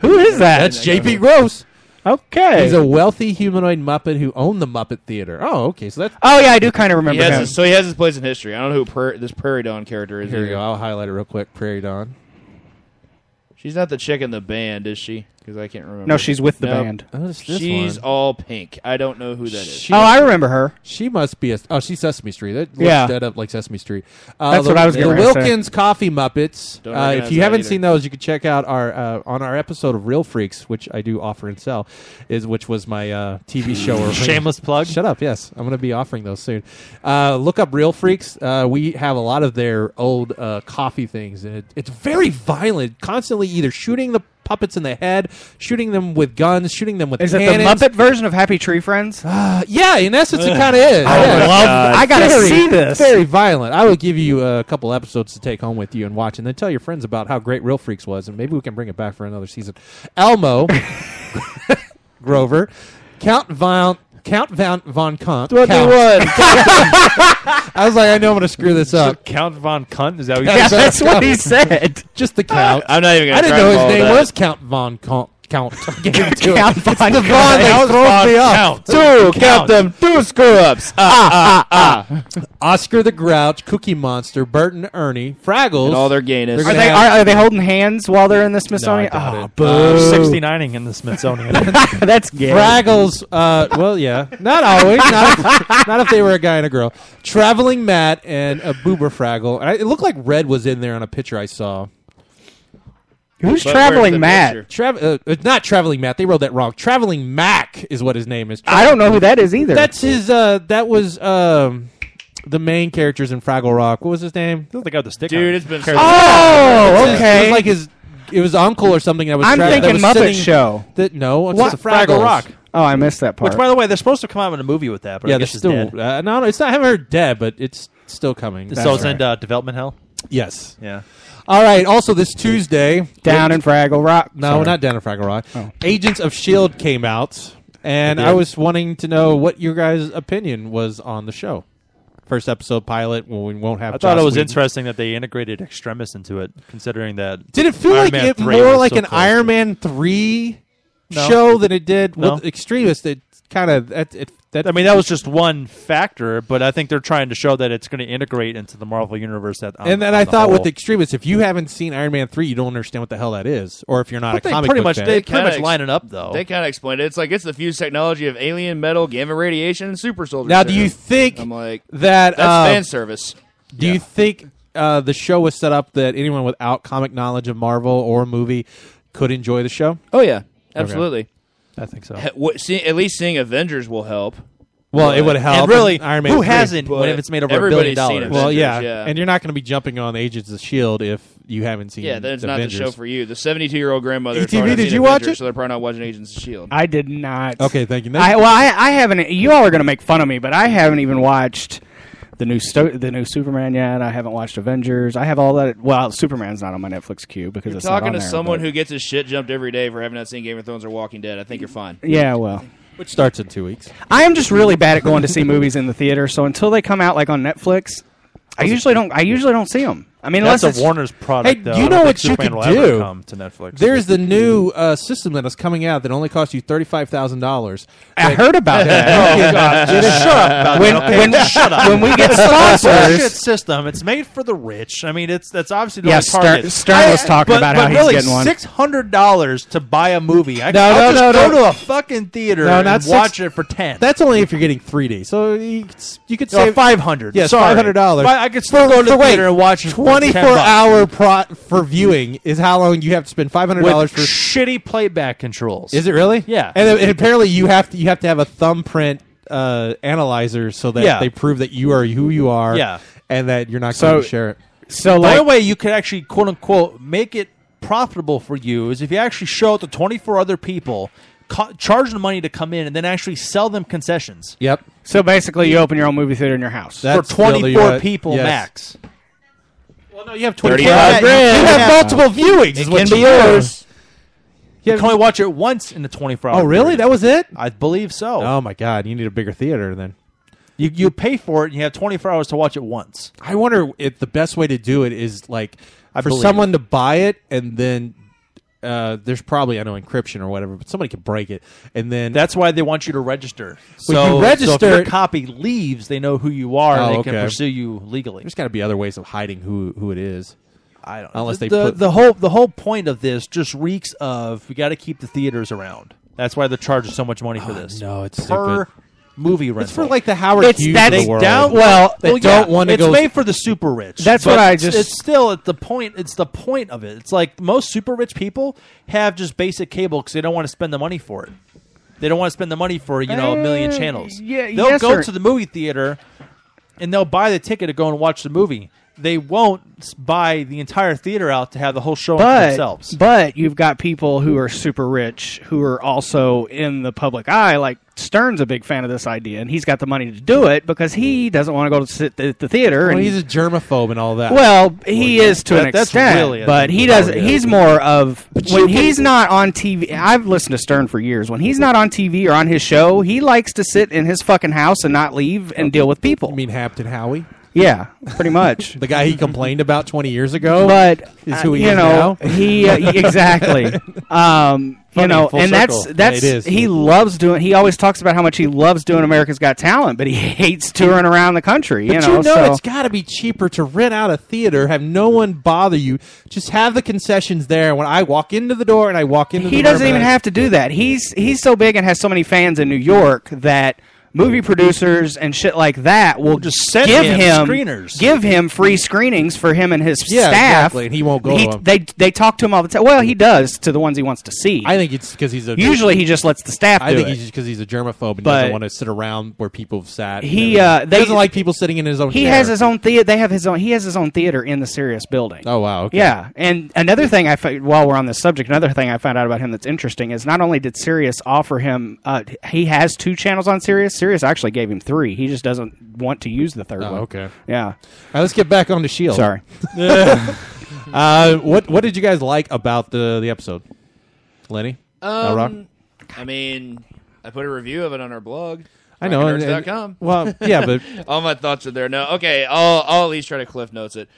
Speaker 4: Who is that?
Speaker 2: That's J.P. Gross.
Speaker 4: Okay.
Speaker 2: He's a wealthy humanoid Muppet who owned the Muppet Theater. Oh, okay. So that's
Speaker 4: oh yeah, I do kind
Speaker 1: He
Speaker 4: of remember
Speaker 1: has
Speaker 4: him.
Speaker 1: his, so he has his place in history. I don't know who Prair this Prairie Dawn character is.
Speaker 2: here you
Speaker 1: either.
Speaker 2: go. I'll highlight it real quick. Prairie Dawn.
Speaker 1: She's not the chick in the band, is she? Because I can't remember.
Speaker 4: No, she's with the
Speaker 1: Nope.
Speaker 4: band.
Speaker 2: Oh, it's this
Speaker 1: She's
Speaker 2: one.
Speaker 1: all pink. I don't know who that is.
Speaker 2: She,
Speaker 4: Oh, I remember her.
Speaker 2: she must be a. Oh, she's Sesame Street. That looks
Speaker 4: Yeah.
Speaker 2: dead up like Sesame Street. Uh,
Speaker 4: That's
Speaker 2: the,
Speaker 4: what I was
Speaker 2: The
Speaker 4: gonna say.
Speaker 2: Wilkins Coffee Muppets.
Speaker 1: Don't
Speaker 2: Uh, if
Speaker 1: recognize
Speaker 2: you
Speaker 1: that
Speaker 2: haven't
Speaker 1: either.
Speaker 2: seen those, you can check out our uh, on our episode of Real Freaks, which I do offer and sell, is which was my uh, TV show. or-
Speaker 3: Shameless plug.
Speaker 2: Shut up. Yes, I'm going to be offering those soon. Uh, look up Real Freaks. Uh, we have a lot of their old uh, coffee things, and it, it's very violent. Constantly either shooting the puppets in the head, shooting them with guns, shooting them with
Speaker 4: Is it the
Speaker 2: cannons.
Speaker 4: Muppet version of Happy Tree Friends?
Speaker 2: Uh, yeah, in essence, it kind of is. Yeah.
Speaker 4: I gotta
Speaker 2: Very-
Speaker 4: see this.
Speaker 2: Very violent. I would give you a couple episodes to take home with you and watch, and then tell your friends about how great Real Freaks was, and maybe we can bring it back for another season. Elmo, Grover, Count Von Count Von Von Kunt. Count. I was like, I know I'm going to screw this up.
Speaker 3: Count von Kunt. Is that what you
Speaker 4: yeah,
Speaker 3: said?
Speaker 4: that's what he said.
Speaker 2: Just the count.
Speaker 1: I'm not even. Gonna
Speaker 2: I didn't
Speaker 1: try
Speaker 2: know
Speaker 1: to
Speaker 2: his
Speaker 1: follow
Speaker 2: name
Speaker 1: that.
Speaker 2: was Count Von Kunt. Count. Get into it.
Speaker 4: Count
Speaker 2: It's
Speaker 4: Von
Speaker 2: the
Speaker 4: Kunt.
Speaker 2: Von that throws me off.
Speaker 3: Count.
Speaker 1: Two, count them. Two screw ups.
Speaker 2: Ah, Oscar the Grouch, Cookie Monster, Bert and Ernie, Fraggles.
Speaker 1: And all their gayness.
Speaker 2: They're
Speaker 4: Are
Speaker 2: gonna
Speaker 4: they
Speaker 2: have-
Speaker 4: are, are they holding hands while they're in the Smithsonian?
Speaker 2: doubt
Speaker 4: oh,
Speaker 2: it.
Speaker 4: boo!
Speaker 3: Uh, 69ing in the Smithsonian.
Speaker 4: that's gay.
Speaker 2: Fraggles, uh, well, yeah, not always, not if, not if they were a guy and a girl. Traveling Matt and a Boober Fraggle. And I, it looked like Red was in there on a picture I saw.
Speaker 4: Who's
Speaker 1: But where's the
Speaker 4: traveling Matt?
Speaker 1: picture?
Speaker 2: Trav, uh, it's not Traveling Matt. They wrote that wrong. Traveling Mac is what his name is.
Speaker 4: I don't know who that is either.
Speaker 2: That's his. Uh, that was um, the main characters in Fraggle Rock. What was his name?
Speaker 3: They got the stick.
Speaker 1: Dude,
Speaker 3: on.
Speaker 1: it's been.
Speaker 4: oh,
Speaker 2: It was
Speaker 4: okay.
Speaker 2: like his. It was uncle or something. That was.
Speaker 4: I'm
Speaker 2: tra- that
Speaker 4: thinking
Speaker 2: was
Speaker 4: Muppet
Speaker 2: sitting-
Speaker 4: Show.
Speaker 2: That, no, it's
Speaker 3: What?
Speaker 2: the Fraggle
Speaker 3: Fraggle Rock.
Speaker 4: Oh, I missed that part.
Speaker 3: Which, by the way, they're supposed to come out in a movie with that, but
Speaker 2: yeah,
Speaker 3: I
Speaker 2: they're
Speaker 3: guess it's
Speaker 2: still.
Speaker 3: dead.
Speaker 2: Uh, no, no, it's not. I haven't heard dead, but it's still coming.
Speaker 4: That's
Speaker 3: so it's
Speaker 4: right.
Speaker 3: in uh, development hell.
Speaker 2: yes.
Speaker 3: Yeah.
Speaker 2: All right. Also, this Tuesday,
Speaker 4: Down Oh. in Fraggle Rock.
Speaker 2: No,
Speaker 4: Sorry.
Speaker 2: not down in Fraggle Rock. Agents of Shield E came out, and I was wanting to know what your guys' opinion was on the show. First episode pilot. Well, we won't have.
Speaker 3: I thought
Speaker 2: Joss
Speaker 3: it was
Speaker 2: Whedon.
Speaker 3: interesting that they integrated Extremis into it, considering that.
Speaker 2: Did it feel
Speaker 3: Iron
Speaker 2: like
Speaker 3: Man
Speaker 2: it
Speaker 3: 3
Speaker 2: more
Speaker 3: was
Speaker 2: like
Speaker 3: so
Speaker 2: an
Speaker 3: close.
Speaker 2: Iron Man three
Speaker 3: No.
Speaker 2: show than it did
Speaker 3: No.
Speaker 2: with Extremists? It kind of that. It, that
Speaker 3: I mean, that was just one factor, but I think they're trying to show that it's going to integrate into the Marvel universe. That on,
Speaker 2: and then
Speaker 3: on
Speaker 2: I
Speaker 3: the
Speaker 2: thought
Speaker 3: whole.
Speaker 2: with Extremists, if you haven't seen Iron Man three, you don't understand what the hell that is, or if you're not
Speaker 3: But
Speaker 2: a
Speaker 3: they
Speaker 2: comic
Speaker 3: pretty
Speaker 2: book
Speaker 3: much
Speaker 2: fan.
Speaker 3: they pretty
Speaker 1: Kinda
Speaker 3: much
Speaker 1: ex-
Speaker 3: line it up though.
Speaker 1: They kind of explained it. It's like it's the fused technology of alien metal, gamma radiation, and super soldier.
Speaker 2: Now, do
Speaker 1: serum.
Speaker 2: you think
Speaker 1: I'm like
Speaker 2: that
Speaker 1: that's
Speaker 2: uh,
Speaker 1: fan service?
Speaker 2: Do you think uh, the show was set up that anyone without comic knowledge of Marvel or a movie could enjoy the show?
Speaker 1: Oh yeah, absolutely.
Speaker 3: I think so.
Speaker 1: Ha- what- see- at least seeing Avengers will help.
Speaker 2: Well, it would help.
Speaker 3: And really,
Speaker 2: Iron Man
Speaker 3: who
Speaker 2: 3,
Speaker 3: hasn't?
Speaker 1: but
Speaker 3: When if it's made over a billion
Speaker 1: everybody's seen
Speaker 3: dollars.
Speaker 1: it.
Speaker 2: Well,
Speaker 1: Avengers,
Speaker 2: yeah.
Speaker 1: yeah.
Speaker 2: and you're not going to be jumping on Agents of Shield E if you haven't seen.
Speaker 1: Yeah, that's not
Speaker 2: Avengers.
Speaker 1: the show for you. The 72 year old grandmother. has
Speaker 2: ETV,
Speaker 1: already
Speaker 2: E did
Speaker 1: seen
Speaker 2: you watch
Speaker 1: Avengers,
Speaker 2: it?
Speaker 1: So they're probably not watching Agents of Shield.
Speaker 4: I did not.
Speaker 2: Okay, thank you.
Speaker 4: I, well, I, I haven't. You all are going to make fun of me, but I haven't even watched the new Sto- the new Superman yet. I haven't watched Avengers. I have all that. Well, Superman's not on my Netflix queue because
Speaker 1: You're
Speaker 4: it's not
Speaker 1: talking
Speaker 4: on
Speaker 1: to
Speaker 4: there,
Speaker 1: someone
Speaker 4: but-
Speaker 1: who gets his shit jumped every day for having not seen Game of Thrones or Walking Dead. I think you're fine.
Speaker 4: Yeah, well,
Speaker 2: which starts in two weeks.
Speaker 4: I am just really bad at going to see movies in the theater. So until they come out like on Netflix, I usually don't. I usually don't see them. I mean,
Speaker 3: That's
Speaker 4: unless
Speaker 3: a
Speaker 4: it's,
Speaker 3: Warner's product.
Speaker 2: Hey,
Speaker 3: though.
Speaker 2: you
Speaker 3: I don't
Speaker 2: know
Speaker 3: think
Speaker 2: what you
Speaker 3: Superman
Speaker 2: could
Speaker 3: will ever
Speaker 2: do?
Speaker 3: Come to Netflix.
Speaker 2: There's the new uh, system that is coming out that only costs you thirty five thousand dollars.
Speaker 4: I heard about that. Oh, when, when, when we get
Speaker 3: bullshit
Speaker 4: sponsors,
Speaker 3: system. It's made for the rich. I mean, it's that's obviously the
Speaker 4: yeah,
Speaker 3: only
Speaker 4: Stern,
Speaker 3: target.
Speaker 4: Stern was talking
Speaker 3: but,
Speaker 4: about
Speaker 3: but
Speaker 4: how he's
Speaker 3: really,
Speaker 4: getting one.
Speaker 3: six hundred dollars to buy a movie. I,
Speaker 2: No,
Speaker 3: I'll
Speaker 2: no,
Speaker 3: just
Speaker 2: no,
Speaker 3: go
Speaker 2: no.
Speaker 3: to a fucking theater
Speaker 2: No, not
Speaker 3: and
Speaker 2: six-
Speaker 3: watch it for ten.
Speaker 2: That's only if you're getting three D. So you, you could
Speaker 3: or
Speaker 2: save
Speaker 3: Oh, five hundred.
Speaker 2: Yes, $500.
Speaker 3: I could still go to the
Speaker 2: for- wait,
Speaker 3: theater and watch it for
Speaker 2: twenty four
Speaker 3: 10 bucks.
Speaker 2: hour pro- for viewing is how long you have to spend five hundred dollars
Speaker 3: with
Speaker 2: for.
Speaker 3: shitty playback controls.
Speaker 2: Is it really?
Speaker 3: Yeah.
Speaker 2: And, then- and apparently you have to you have to have a thumbprint uh, analyzer so that
Speaker 3: Yeah.
Speaker 2: they prove that you are who you are.
Speaker 3: Yeah.
Speaker 2: And that you're not
Speaker 4: So-
Speaker 2: going to share it.
Speaker 4: so
Speaker 3: The
Speaker 4: like,
Speaker 3: only way you could actually quote unquote make it profitable for you is if you actually show it to 24 other people, co- charge them money to come in, and then actually sell them concessions
Speaker 2: Yep.
Speaker 4: so basically, you open your own movie theater in your house.
Speaker 2: That's
Speaker 3: for 24
Speaker 2: really what-
Speaker 3: people
Speaker 2: yes.
Speaker 3: max.
Speaker 2: Well, no, you have
Speaker 1: 35 grand.
Speaker 2: You have multiple viewings.
Speaker 1: It can be yours.
Speaker 3: You can only watch it once in the 24 hour.
Speaker 2: Oh, really?
Speaker 3: period.
Speaker 2: That was it?
Speaker 3: I believe so.
Speaker 2: Oh my God! You need a bigger theater then.
Speaker 3: You you pay for it, and you have 24 hours to watch it once.
Speaker 2: I wonder if the best way to do it is like for
Speaker 3: believe.
Speaker 2: someone to buy it and then uh, there's probably I know encryption or whatever, but somebody could break it and then
Speaker 3: That's why they want you to register.
Speaker 2: When you
Speaker 3: so, so if your
Speaker 2: register-
Speaker 3: copy leaves, they know who you are, and
Speaker 2: Oh,
Speaker 3: they can
Speaker 2: okay.
Speaker 3: pursue you legally.
Speaker 2: there's got to be other ways of hiding who who it is.
Speaker 3: I don't
Speaker 2: Unless
Speaker 3: the,
Speaker 2: they
Speaker 3: the,
Speaker 2: put-
Speaker 3: the whole the whole point of this just reeks of we got to keep the theaters around. That's why they're charging so much money for this.
Speaker 2: Ah, no, it's
Speaker 3: per
Speaker 2: stupid.
Speaker 3: movie rental.
Speaker 2: It's for like the Howard
Speaker 4: It's-
Speaker 2: Hughes
Speaker 4: that's
Speaker 2: of the world.
Speaker 4: down- well,
Speaker 2: they don't want to
Speaker 3: It's
Speaker 2: go.
Speaker 3: made for the super rich.
Speaker 4: That's
Speaker 3: but
Speaker 4: what I
Speaker 3: it's-
Speaker 4: just-
Speaker 3: It's still at the point. It's the point of it. It's like most super rich people have just basic cable because they don't want to spend the money for it. They don't want to spend the money for you know a million
Speaker 4: Uh,
Speaker 3: channels.
Speaker 4: yeah,
Speaker 3: they'll
Speaker 4: yes
Speaker 3: go
Speaker 4: or-
Speaker 3: to the movie theater and they'll buy the ticket to go and watch the movie. They won't s- buy the entire theater out to have the whole show to themselves.
Speaker 4: but but you've got people who are super rich who are also in the public eye. Like Stern's a big fan of this idea, and he's got the money to do it because he doesn't want to go to sit at the theater.
Speaker 2: well,
Speaker 4: and
Speaker 2: he's a germaphobe and all that.
Speaker 4: Well, he is to an
Speaker 3: that- that's
Speaker 4: extent,
Speaker 3: really, I
Speaker 4: but
Speaker 3: think, what
Speaker 4: he does.
Speaker 3: it is.
Speaker 4: He's more of
Speaker 2: you
Speaker 4: when
Speaker 2: can-
Speaker 4: he's not on TV. I've listened to Stern for years. When he's not on TV or on his show, he likes to sit in his fucking house and not leave and deal with people.
Speaker 2: I mean, Hampton Howie,
Speaker 4: yeah, pretty much.
Speaker 2: the guy he complained about 20 years ago,
Speaker 4: but
Speaker 2: is
Speaker 4: uh,
Speaker 2: who he
Speaker 4: you
Speaker 2: is
Speaker 4: know
Speaker 2: now.
Speaker 4: he uh, exactly. Um, you
Speaker 2: Funny,
Speaker 4: know,
Speaker 2: full
Speaker 4: and that's
Speaker 2: circle.
Speaker 4: that's
Speaker 2: Yeah, it is.
Speaker 4: he loves doing. He always talks about how much he loves doing America's Got Talent, but he hates touring around the country. you
Speaker 2: But
Speaker 4: know,
Speaker 2: you know
Speaker 4: so.
Speaker 2: it's got to be cheaper to rent out a theater, have no one bother you. Just have the concessions there. When I walk into the door and I walk into,
Speaker 4: he
Speaker 2: the
Speaker 4: doesn't
Speaker 2: door,
Speaker 4: even have to do that. He's he's so big and has so many fans in New York that movie producers and shit like that will
Speaker 3: just send
Speaker 4: give
Speaker 3: him
Speaker 4: him
Speaker 3: screeners.
Speaker 4: give him free screenings for him and his
Speaker 2: Yeah,
Speaker 4: staff.
Speaker 2: exactly, and he won't go to 'em.
Speaker 4: They they talk to him all the time. Well, he does to the ones he wants to see.
Speaker 2: I think it's because he's a
Speaker 4: Usually, he just lets the staff
Speaker 2: I
Speaker 4: do
Speaker 2: think
Speaker 4: it.
Speaker 2: he's just because he's a germaphobe and
Speaker 4: But-
Speaker 2: doesn't want to sit around where people have sat. and everything.
Speaker 4: He, uh,
Speaker 2: He
Speaker 4: they-
Speaker 2: doesn't like people sitting in his own.
Speaker 4: He
Speaker 2: chair.
Speaker 4: has his own theater. They have his own. He has his own theater in the Sirius building.
Speaker 2: Oh, wow, okay.
Speaker 4: Yeah, and another thing I fi- while we're on this subject, another thing I found out about him that's interesting is not only did Sirius offer him, uh, he has two channels on Sirius. Sirius actually gave him three. He just doesn't want to use the third
Speaker 2: Oh,
Speaker 4: one.
Speaker 2: okay.
Speaker 4: Yeah.
Speaker 2: All right, let's get back on the shield.
Speaker 4: Sorry.
Speaker 2: E Uh, what What did you guys like about the the episode, Lenny? Uh, Rock?
Speaker 1: I mean, I put a review of it on our blog.
Speaker 2: I know. and- and-
Speaker 1: rockinnerds.com.
Speaker 2: well, yeah, but
Speaker 1: All my thoughts are there now. Okay, I'll I'll at least try to cliff notes it.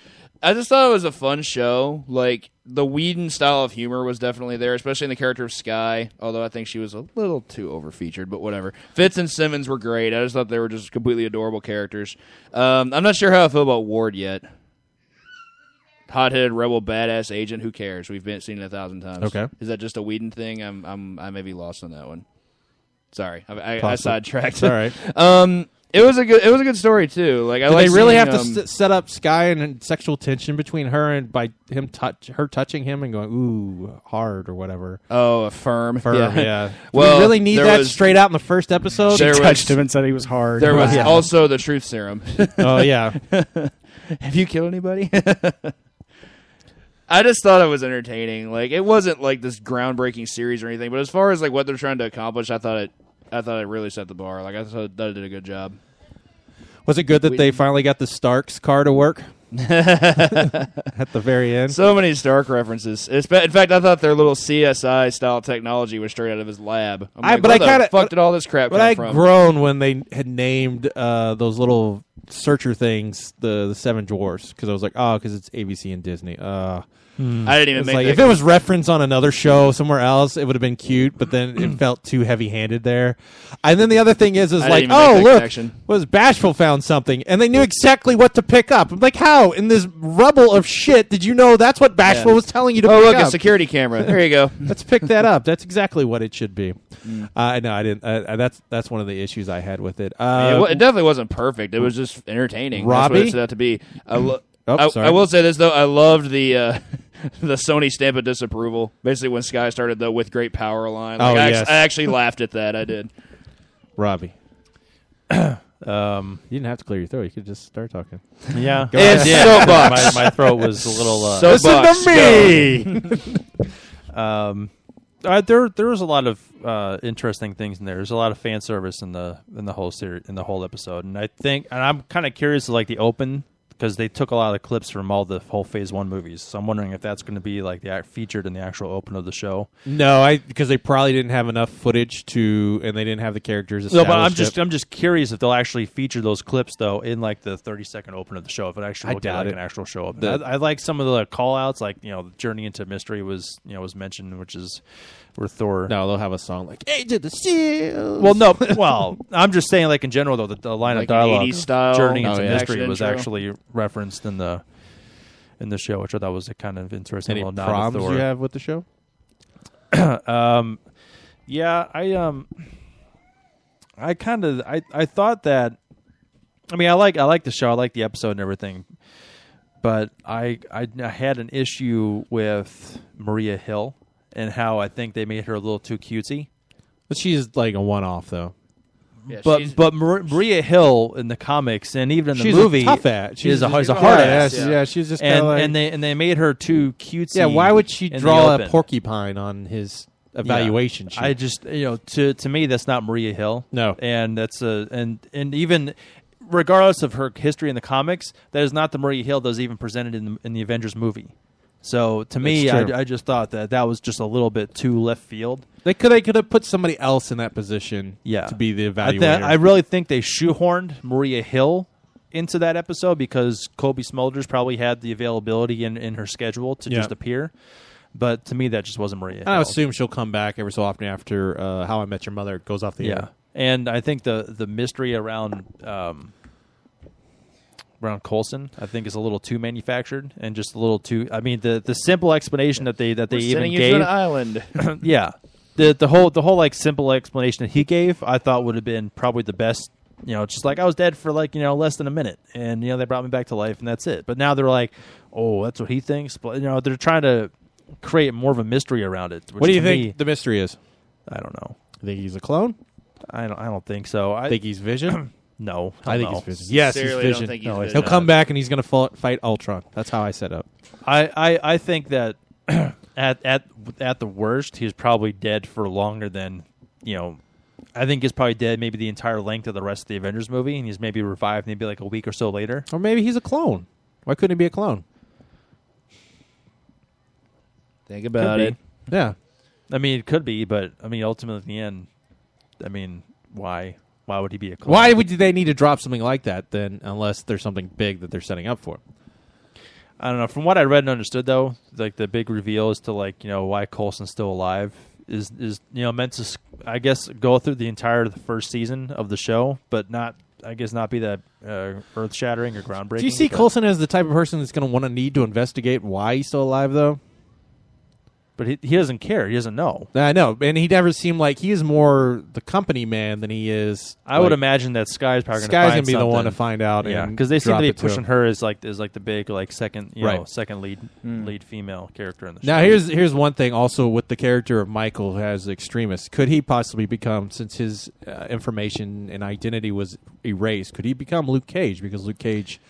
Speaker 1: I just thought it was a fun show. Like the Whedon style of humor was definitely there, especially in the character of Sky. Although I think she was a little too overfeatured, but whatever. Fitz and Simmons were great. I just thought they were just completely adorable characters. Um, I'm not sure how I feel about Ward yet. Hot-headed rebel, badass agent. Who cares? We've been seen it a thousand times.
Speaker 2: Okay.
Speaker 1: is that just a Whedon thing? I'm I'm I may be lost on that one. Sorry, I, I, I
Speaker 2: Possible.
Speaker 1: sidetracked.
Speaker 2: it's all right.
Speaker 1: Um, It was a good. It was a good story too. Like I
Speaker 2: Do
Speaker 1: like
Speaker 2: they really
Speaker 1: seeing,
Speaker 2: have to
Speaker 1: um,
Speaker 2: s- set up Sky and, and sexual tension between her and by him touch her touching him and going ooh hard or whatever?
Speaker 1: oh, a firm.
Speaker 2: Firm, yeah. Do
Speaker 1: Well,
Speaker 2: we really need
Speaker 1: there
Speaker 2: that
Speaker 1: was-
Speaker 2: straight out in the first episode.
Speaker 1: There was-
Speaker 4: touched him and said he was hard.
Speaker 1: There was
Speaker 2: Wow.
Speaker 1: also the truth serum.
Speaker 2: oh yeah,
Speaker 1: have you killed anybody? I just thought it was entertaining. Like it wasn't like this groundbreaking series or anything, but as far as like what they're trying to accomplish, I thought it. I thought it really set the bar. Like I thought it did a good job.
Speaker 2: was it good that they finally got the Starks car to work at the very end?
Speaker 1: So many Stark references. It's- In fact, I thought their little CSI style technology was straight out of his lab. I'm
Speaker 2: I-
Speaker 1: like,
Speaker 2: but
Speaker 1: where
Speaker 2: I
Speaker 1: the
Speaker 2: kinda-
Speaker 1: fuck did all this crap
Speaker 2: But
Speaker 1: come
Speaker 2: I
Speaker 1: from?
Speaker 2: groaned when they had named uh, those little searcher things the, the Seven Dwarfs because I was like, oh, because it's ABC and Disney. Uh,
Speaker 1: I didn't even
Speaker 2: it's
Speaker 1: make
Speaker 2: like
Speaker 1: that
Speaker 2: if it was referenced on another show somewhere else, it would have been cute, but then it felt too heavy-handed there. And then the other thing is, is
Speaker 1: I
Speaker 2: like,
Speaker 1: didn't even make
Speaker 2: oh
Speaker 1: that
Speaker 2: look,
Speaker 1: connection.
Speaker 2: was Bashful found something, and they knew exactly what to pick up. I'm like, how in this rubble of shit did you know that's what Bashful
Speaker 1: Yeah.
Speaker 2: was telling you to
Speaker 1: Oh,
Speaker 2: pick
Speaker 1: look,
Speaker 2: up?
Speaker 1: a security camera. There you go.
Speaker 2: Let's pick that up. That's exactly what it should be.
Speaker 1: Mm.
Speaker 2: I know I didn't. Uh, that's that's one of the issues I had with it. Uh,
Speaker 1: it, wa- it definitely wasn't perfect. It was just entertaining. That's what
Speaker 2: Robbie?
Speaker 1: it set out to be. I, lo-
Speaker 2: Oh,
Speaker 1: I,
Speaker 2: sorry.
Speaker 1: I will say this though. I loved the uh, the Sony stamp of disapproval. Basically, when Sky started the "with great power" line, like,
Speaker 2: Oh,
Speaker 1: I, act-
Speaker 2: yes.
Speaker 1: I actually laughed at that. I did.
Speaker 2: Robbie, um, you didn't have to clear your throat. You could just start talking.
Speaker 3: Yeah.
Speaker 1: And soapbox.
Speaker 3: my, my throat was a little. Uh,
Speaker 1: Soapbox. go.
Speaker 3: um, uh, there there was a lot of uh, interesting things in there. There's a lot of fan service in the in the whole series in the whole episode, and I think and I'm kind of curious like the open because they took a lot of clips from all the whole Phase One movies. So I'm wondering if that's going to be like the act featured in the actual open of the show.
Speaker 2: No, I because they probably didn't have enough footage to, and they didn't have the characters.
Speaker 3: No, but I'm
Speaker 2: established
Speaker 3: just
Speaker 2: yet.
Speaker 3: I'm just curious if they'll actually feature those clips though in like the 30 second open of the show. If it actually
Speaker 2: I
Speaker 3: will get,
Speaker 2: doubt
Speaker 3: like
Speaker 2: it.
Speaker 3: an actual show up.
Speaker 2: The-
Speaker 3: I, I like some of the call outs, like you know, the Journey into Mystery was you know was mentioned, which is where Thor.
Speaker 2: no. They'll have a song like "Age of the Seal."
Speaker 3: Well, no. Well, I'm just saying, like in general, though, the, the line of
Speaker 1: Like an
Speaker 3: dialogue,
Speaker 1: 80s style
Speaker 3: "Journey into
Speaker 1: Oh, yeah.
Speaker 3: Mystery,"
Speaker 1: action
Speaker 3: was
Speaker 1: intro.
Speaker 3: actually referenced in the in the show, which I thought was a kind of interesting
Speaker 2: any
Speaker 3: little nod to
Speaker 2: problems
Speaker 3: Thor.
Speaker 2: you have with the show?
Speaker 3: Um, yeah, I um, I kind of I I thought that. I mean, I like I like the show, I like the episode and everything, but I I, I had an issue with Maria Hill and how I think they made her a little too cutesy.
Speaker 2: But she's like a one-off though.
Speaker 1: Yeah, she's-
Speaker 3: But but Mar- Maria Hill in the comics and even in the
Speaker 2: she's
Speaker 3: movie
Speaker 2: a tough at.
Speaker 3: is a, is a
Speaker 1: a
Speaker 3: hard
Speaker 1: hard
Speaker 3: ass.
Speaker 1: ass, yeah.
Speaker 2: Yeah, she's just kind
Speaker 3: And,
Speaker 2: of like.
Speaker 3: and they and they made her too cutesy.
Speaker 2: yeah, why would she
Speaker 3: in the
Speaker 2: draw a
Speaker 3: open.
Speaker 2: porcupine on his evaluation sheet?
Speaker 3: I just you know to to me that's not Maria Hill.
Speaker 2: No.
Speaker 3: and that's a and and even regardless of her history in the comics, that is not the Maria Hill that was even presented in the, in the Avengers movie. So to me,
Speaker 2: That's true.
Speaker 3: I, I just thought that that was just a little bit too left field.
Speaker 2: They could they could have put somebody else in that position
Speaker 3: Yeah,
Speaker 2: to be the
Speaker 3: I, thi-
Speaker 2: evaluator.
Speaker 3: I really think they shoehorned Maria Hill into that episode because Kobe Smulders probably had the availability in, in her schedule to
Speaker 2: Yeah.
Speaker 3: just appear. But to me, that just wasn't Maria.
Speaker 2: And I
Speaker 3: Hill.
Speaker 2: assume she'll come back every so often after uh, How I Met Your Mother goes off the
Speaker 3: Yeah,
Speaker 2: air.
Speaker 3: and I think the the mystery around um, around Colson, I think, is a little too manufactured and just a little too. I mean, the the simple explanation that they that they
Speaker 1: We're
Speaker 3: even
Speaker 1: sending you to
Speaker 3: gave,
Speaker 1: an island.
Speaker 3: yeah, the the whole the whole like simple explanation that he gave, I thought would have been probably the best. You know, just like I was dead for like you know less than a minute, and you know they brought me back to life, and that's it. But now they're like, oh, that's what he thinks. But you know, they're trying to create more of a mystery around it. Which
Speaker 2: What do you
Speaker 3: to
Speaker 2: think
Speaker 3: me-
Speaker 2: the mystery is?
Speaker 3: I don't know.
Speaker 2: I think he's a clone.
Speaker 3: I don't. I don't think so. I
Speaker 2: I think he's Vision.
Speaker 3: no.
Speaker 2: I think
Speaker 3: no.
Speaker 2: he's Vision. Yes,
Speaker 1: Seriously, I
Speaker 2: he's
Speaker 1: don't
Speaker 2: Vision.
Speaker 1: think he's
Speaker 3: No, he's
Speaker 1: Vision.
Speaker 2: He'll
Speaker 3: not.
Speaker 2: come back and he's going to fall, fight Ultron. That's how I set up.
Speaker 3: I, I, I think that at at at the worst, he's probably dead for longer than you know. I think he's probably dead maybe the entire length of the rest of the Avengers movie, and he's maybe revived maybe like a week or so later.
Speaker 2: Or maybe he's a clone. Why couldn't he be a clone?
Speaker 1: Think about
Speaker 3: Could
Speaker 1: it.
Speaker 2: Yeah.
Speaker 3: I mean, it could be, but I mean, ultimately, in the end, I mean, why why would he be a clone?
Speaker 2: Why would they need to drop something like that then, unless there's something big that they're setting up for?
Speaker 3: I don't know. From what I read and understood, though, like the big reveal as to like you know why Colson's still alive is is you know meant to s- I guess go through the entire of the first season of the show, but not I guess not be that uh, earth shattering or groundbreaking.
Speaker 2: Do you see
Speaker 3: but-
Speaker 2: Coulson as the type of person that's going to want to need to investigate why he's still alive, though?
Speaker 3: But he, he doesn't care. He doesn't know.
Speaker 2: I know, and he never seemed like he is more the company man than he is.
Speaker 3: I would
Speaker 2: like,
Speaker 3: imagine that Sky's probably gonna
Speaker 2: Sky's
Speaker 3: find
Speaker 2: gonna be the
Speaker 3: something.
Speaker 2: one to find out.
Speaker 3: Yeah,
Speaker 2: and
Speaker 3: because they seem
Speaker 2: drop
Speaker 3: to be
Speaker 2: it him.
Speaker 3: pushing her as like as like the big like second you know
Speaker 2: Right.
Speaker 3: second lead lead female character in the show.
Speaker 2: Now here's here's one thing also with the character of Michael who has extremists. Could he possibly become since his uh, information and identity was erased? Could he become Luke Cage because Luke Cage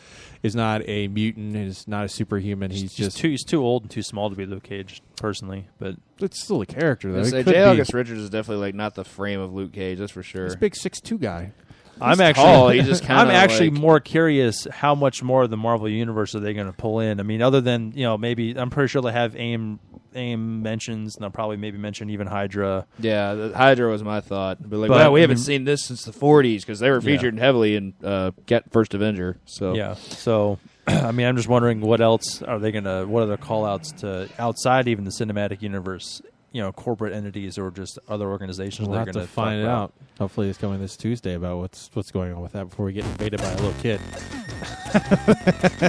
Speaker 2: is not a mutant, is not a superhuman. He's,
Speaker 3: he's
Speaker 2: just
Speaker 3: too he's too old and too small to be Luke Cage personally, but
Speaker 2: it's still a character though.
Speaker 1: I'd say
Speaker 2: It could
Speaker 1: J.
Speaker 2: be.
Speaker 1: August Richards is definitely like not the frame of Luke Cage, that's for sure.
Speaker 2: This big six two guy.
Speaker 3: I'm actually
Speaker 1: tall, he's just
Speaker 3: I'm
Speaker 1: kinda
Speaker 3: actually
Speaker 1: like-
Speaker 3: more curious how much more of the Marvel universe are they going to pull in? I mean, other than you know maybe I'm pretty sure they have AIM AIM mentions and they'll probably maybe mention even Hydra.
Speaker 1: Yeah, the Hydra was my thought. But like,
Speaker 3: But,
Speaker 1: wow, we
Speaker 3: I
Speaker 1: haven't
Speaker 3: mean-
Speaker 1: seen this since the 40s because they were
Speaker 3: Yeah.
Speaker 1: featured heavily in uh, Get First Avenger. So
Speaker 3: Yeah, so I mean I'm just wondering what else are they going to what other call outs to outside even the cinematic universe? You know, corporate entities or just other organizations.
Speaker 2: We'll
Speaker 3: they're
Speaker 2: have to
Speaker 3: gonna
Speaker 2: find
Speaker 3: talk
Speaker 2: it
Speaker 3: about.
Speaker 2: out. Hopefully, it's coming this Tuesday about what's what's going on with that before we get invaded by a little kid.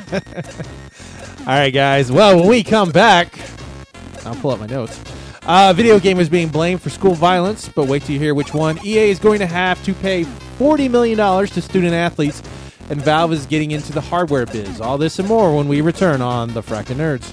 Speaker 2: All right, guys. Well, when we come back, I'll pull up my notes. Uh, video game is being blamed for school violence, but wait till you hear which one. EA is going to have to pay forty million dollars to student athletes, and Valve is getting into the hardware biz. All this and more when we return on the Frackin' Nerds.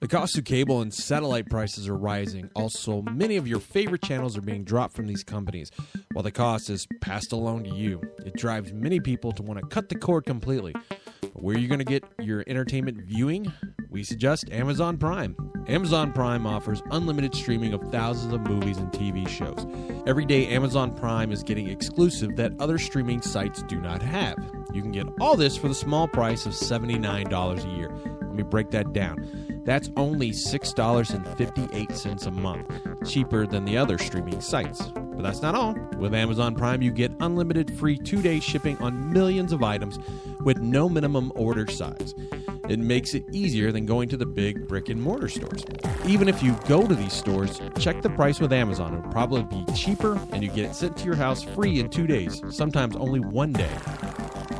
Speaker 2: The cost of cable and satellite prices are rising. Also, many of your favorite channels are being dropped from these companies, while the cost is passed along to you. It drives many people to want to cut the cord completely. But where are you going to get your entertainment viewing? We suggest Amazon Prime. Amazon Prime offers unlimited streaming of thousands of movies and TV shows. Every day, Amazon Prime is getting exclusive that other streaming sites do not have. You can get all this for the small price of $79 a year. Let me break that down. That's only $6.58 a month, cheaper than the other streaming sites. But that's not all. With Amazon Prime, you get unlimited free two day shipping on millions of items with no minimum order size. It makes it easier than going to the big brick and mortar stores. Even if you go to these stores, check the price with Amazon. It'll probably be cheaper, and you get it sent to your house free in two days, sometimes only one day.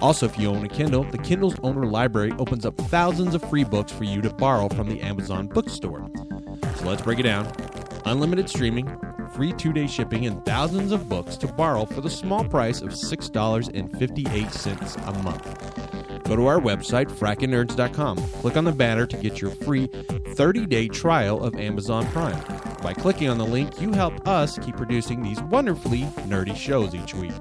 Speaker 2: Also, if you own a Kindle, the Kindle's owner library opens up thousands of free books for you to borrow from the Amazon bookstore. So let's break it down. Unlimited streaming, free two day shipping, and thousands of books to borrow for the small price of $6.58 a month. Go to our website, frackinnerds.com. Click on the banner to get your free 30 day trial of Amazon Prime. By clicking on the link, you help us keep producing these wonderfully nerdy shows each week.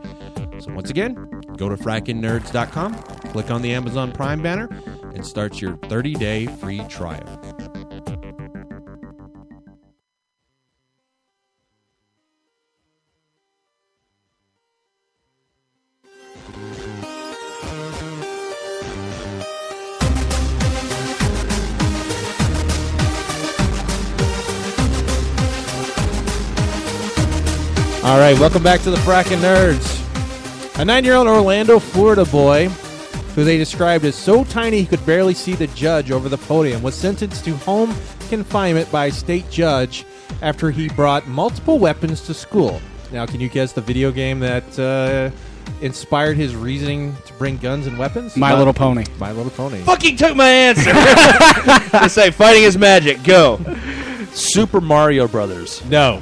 Speaker 2: So, once again, go to frackinnerds.com, click on the Amazon Prime banner, and start your 30 day free trial. All right, welcome back to the Frackin' Nerds. A nine year old Orlando, Florida boy, who they described as so tiny he could barely see the judge over the podium, was sentenced to home confinement by a state judge after he brought multiple weapons to school. Now, can you guess the video game that uh, inspired his reasoning to bring guns and weapons?
Speaker 4: My Little Pony.
Speaker 2: My Little Pony.
Speaker 1: fucking took my answer. they say fighting is magic. Go.
Speaker 3: Super Mario Brothers.
Speaker 2: No.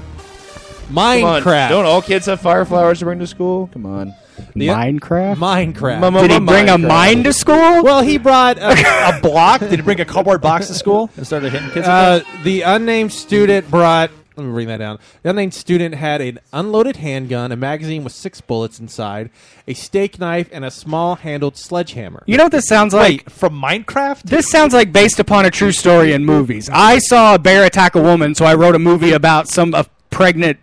Speaker 1: Come on.
Speaker 2: Minecraft.
Speaker 1: Don't all kids have fire flowers to bring to school? Come on.
Speaker 2: The-
Speaker 4: Minecraft?
Speaker 2: Minecraft.
Speaker 1: Mama-
Speaker 4: Did he
Speaker 1: Mama
Speaker 4: bring a
Speaker 1: Minecraft.
Speaker 4: mine to school?
Speaker 2: well, he brought a, a block.
Speaker 3: Did he bring a cardboard box to school and started hitting kids?
Speaker 2: Uh, the unnamed student brought. Let me bring that down. The unnamed student had an unloaded handgun, a magazine with six bullets inside, a steak knife, and a small handled sledgehammer.
Speaker 4: You know what this sounds like?
Speaker 3: from Minecraft?
Speaker 4: This sounds like based upon a true story in movies. I saw a bear attack a woman, so I wrote a movie about some a pregnant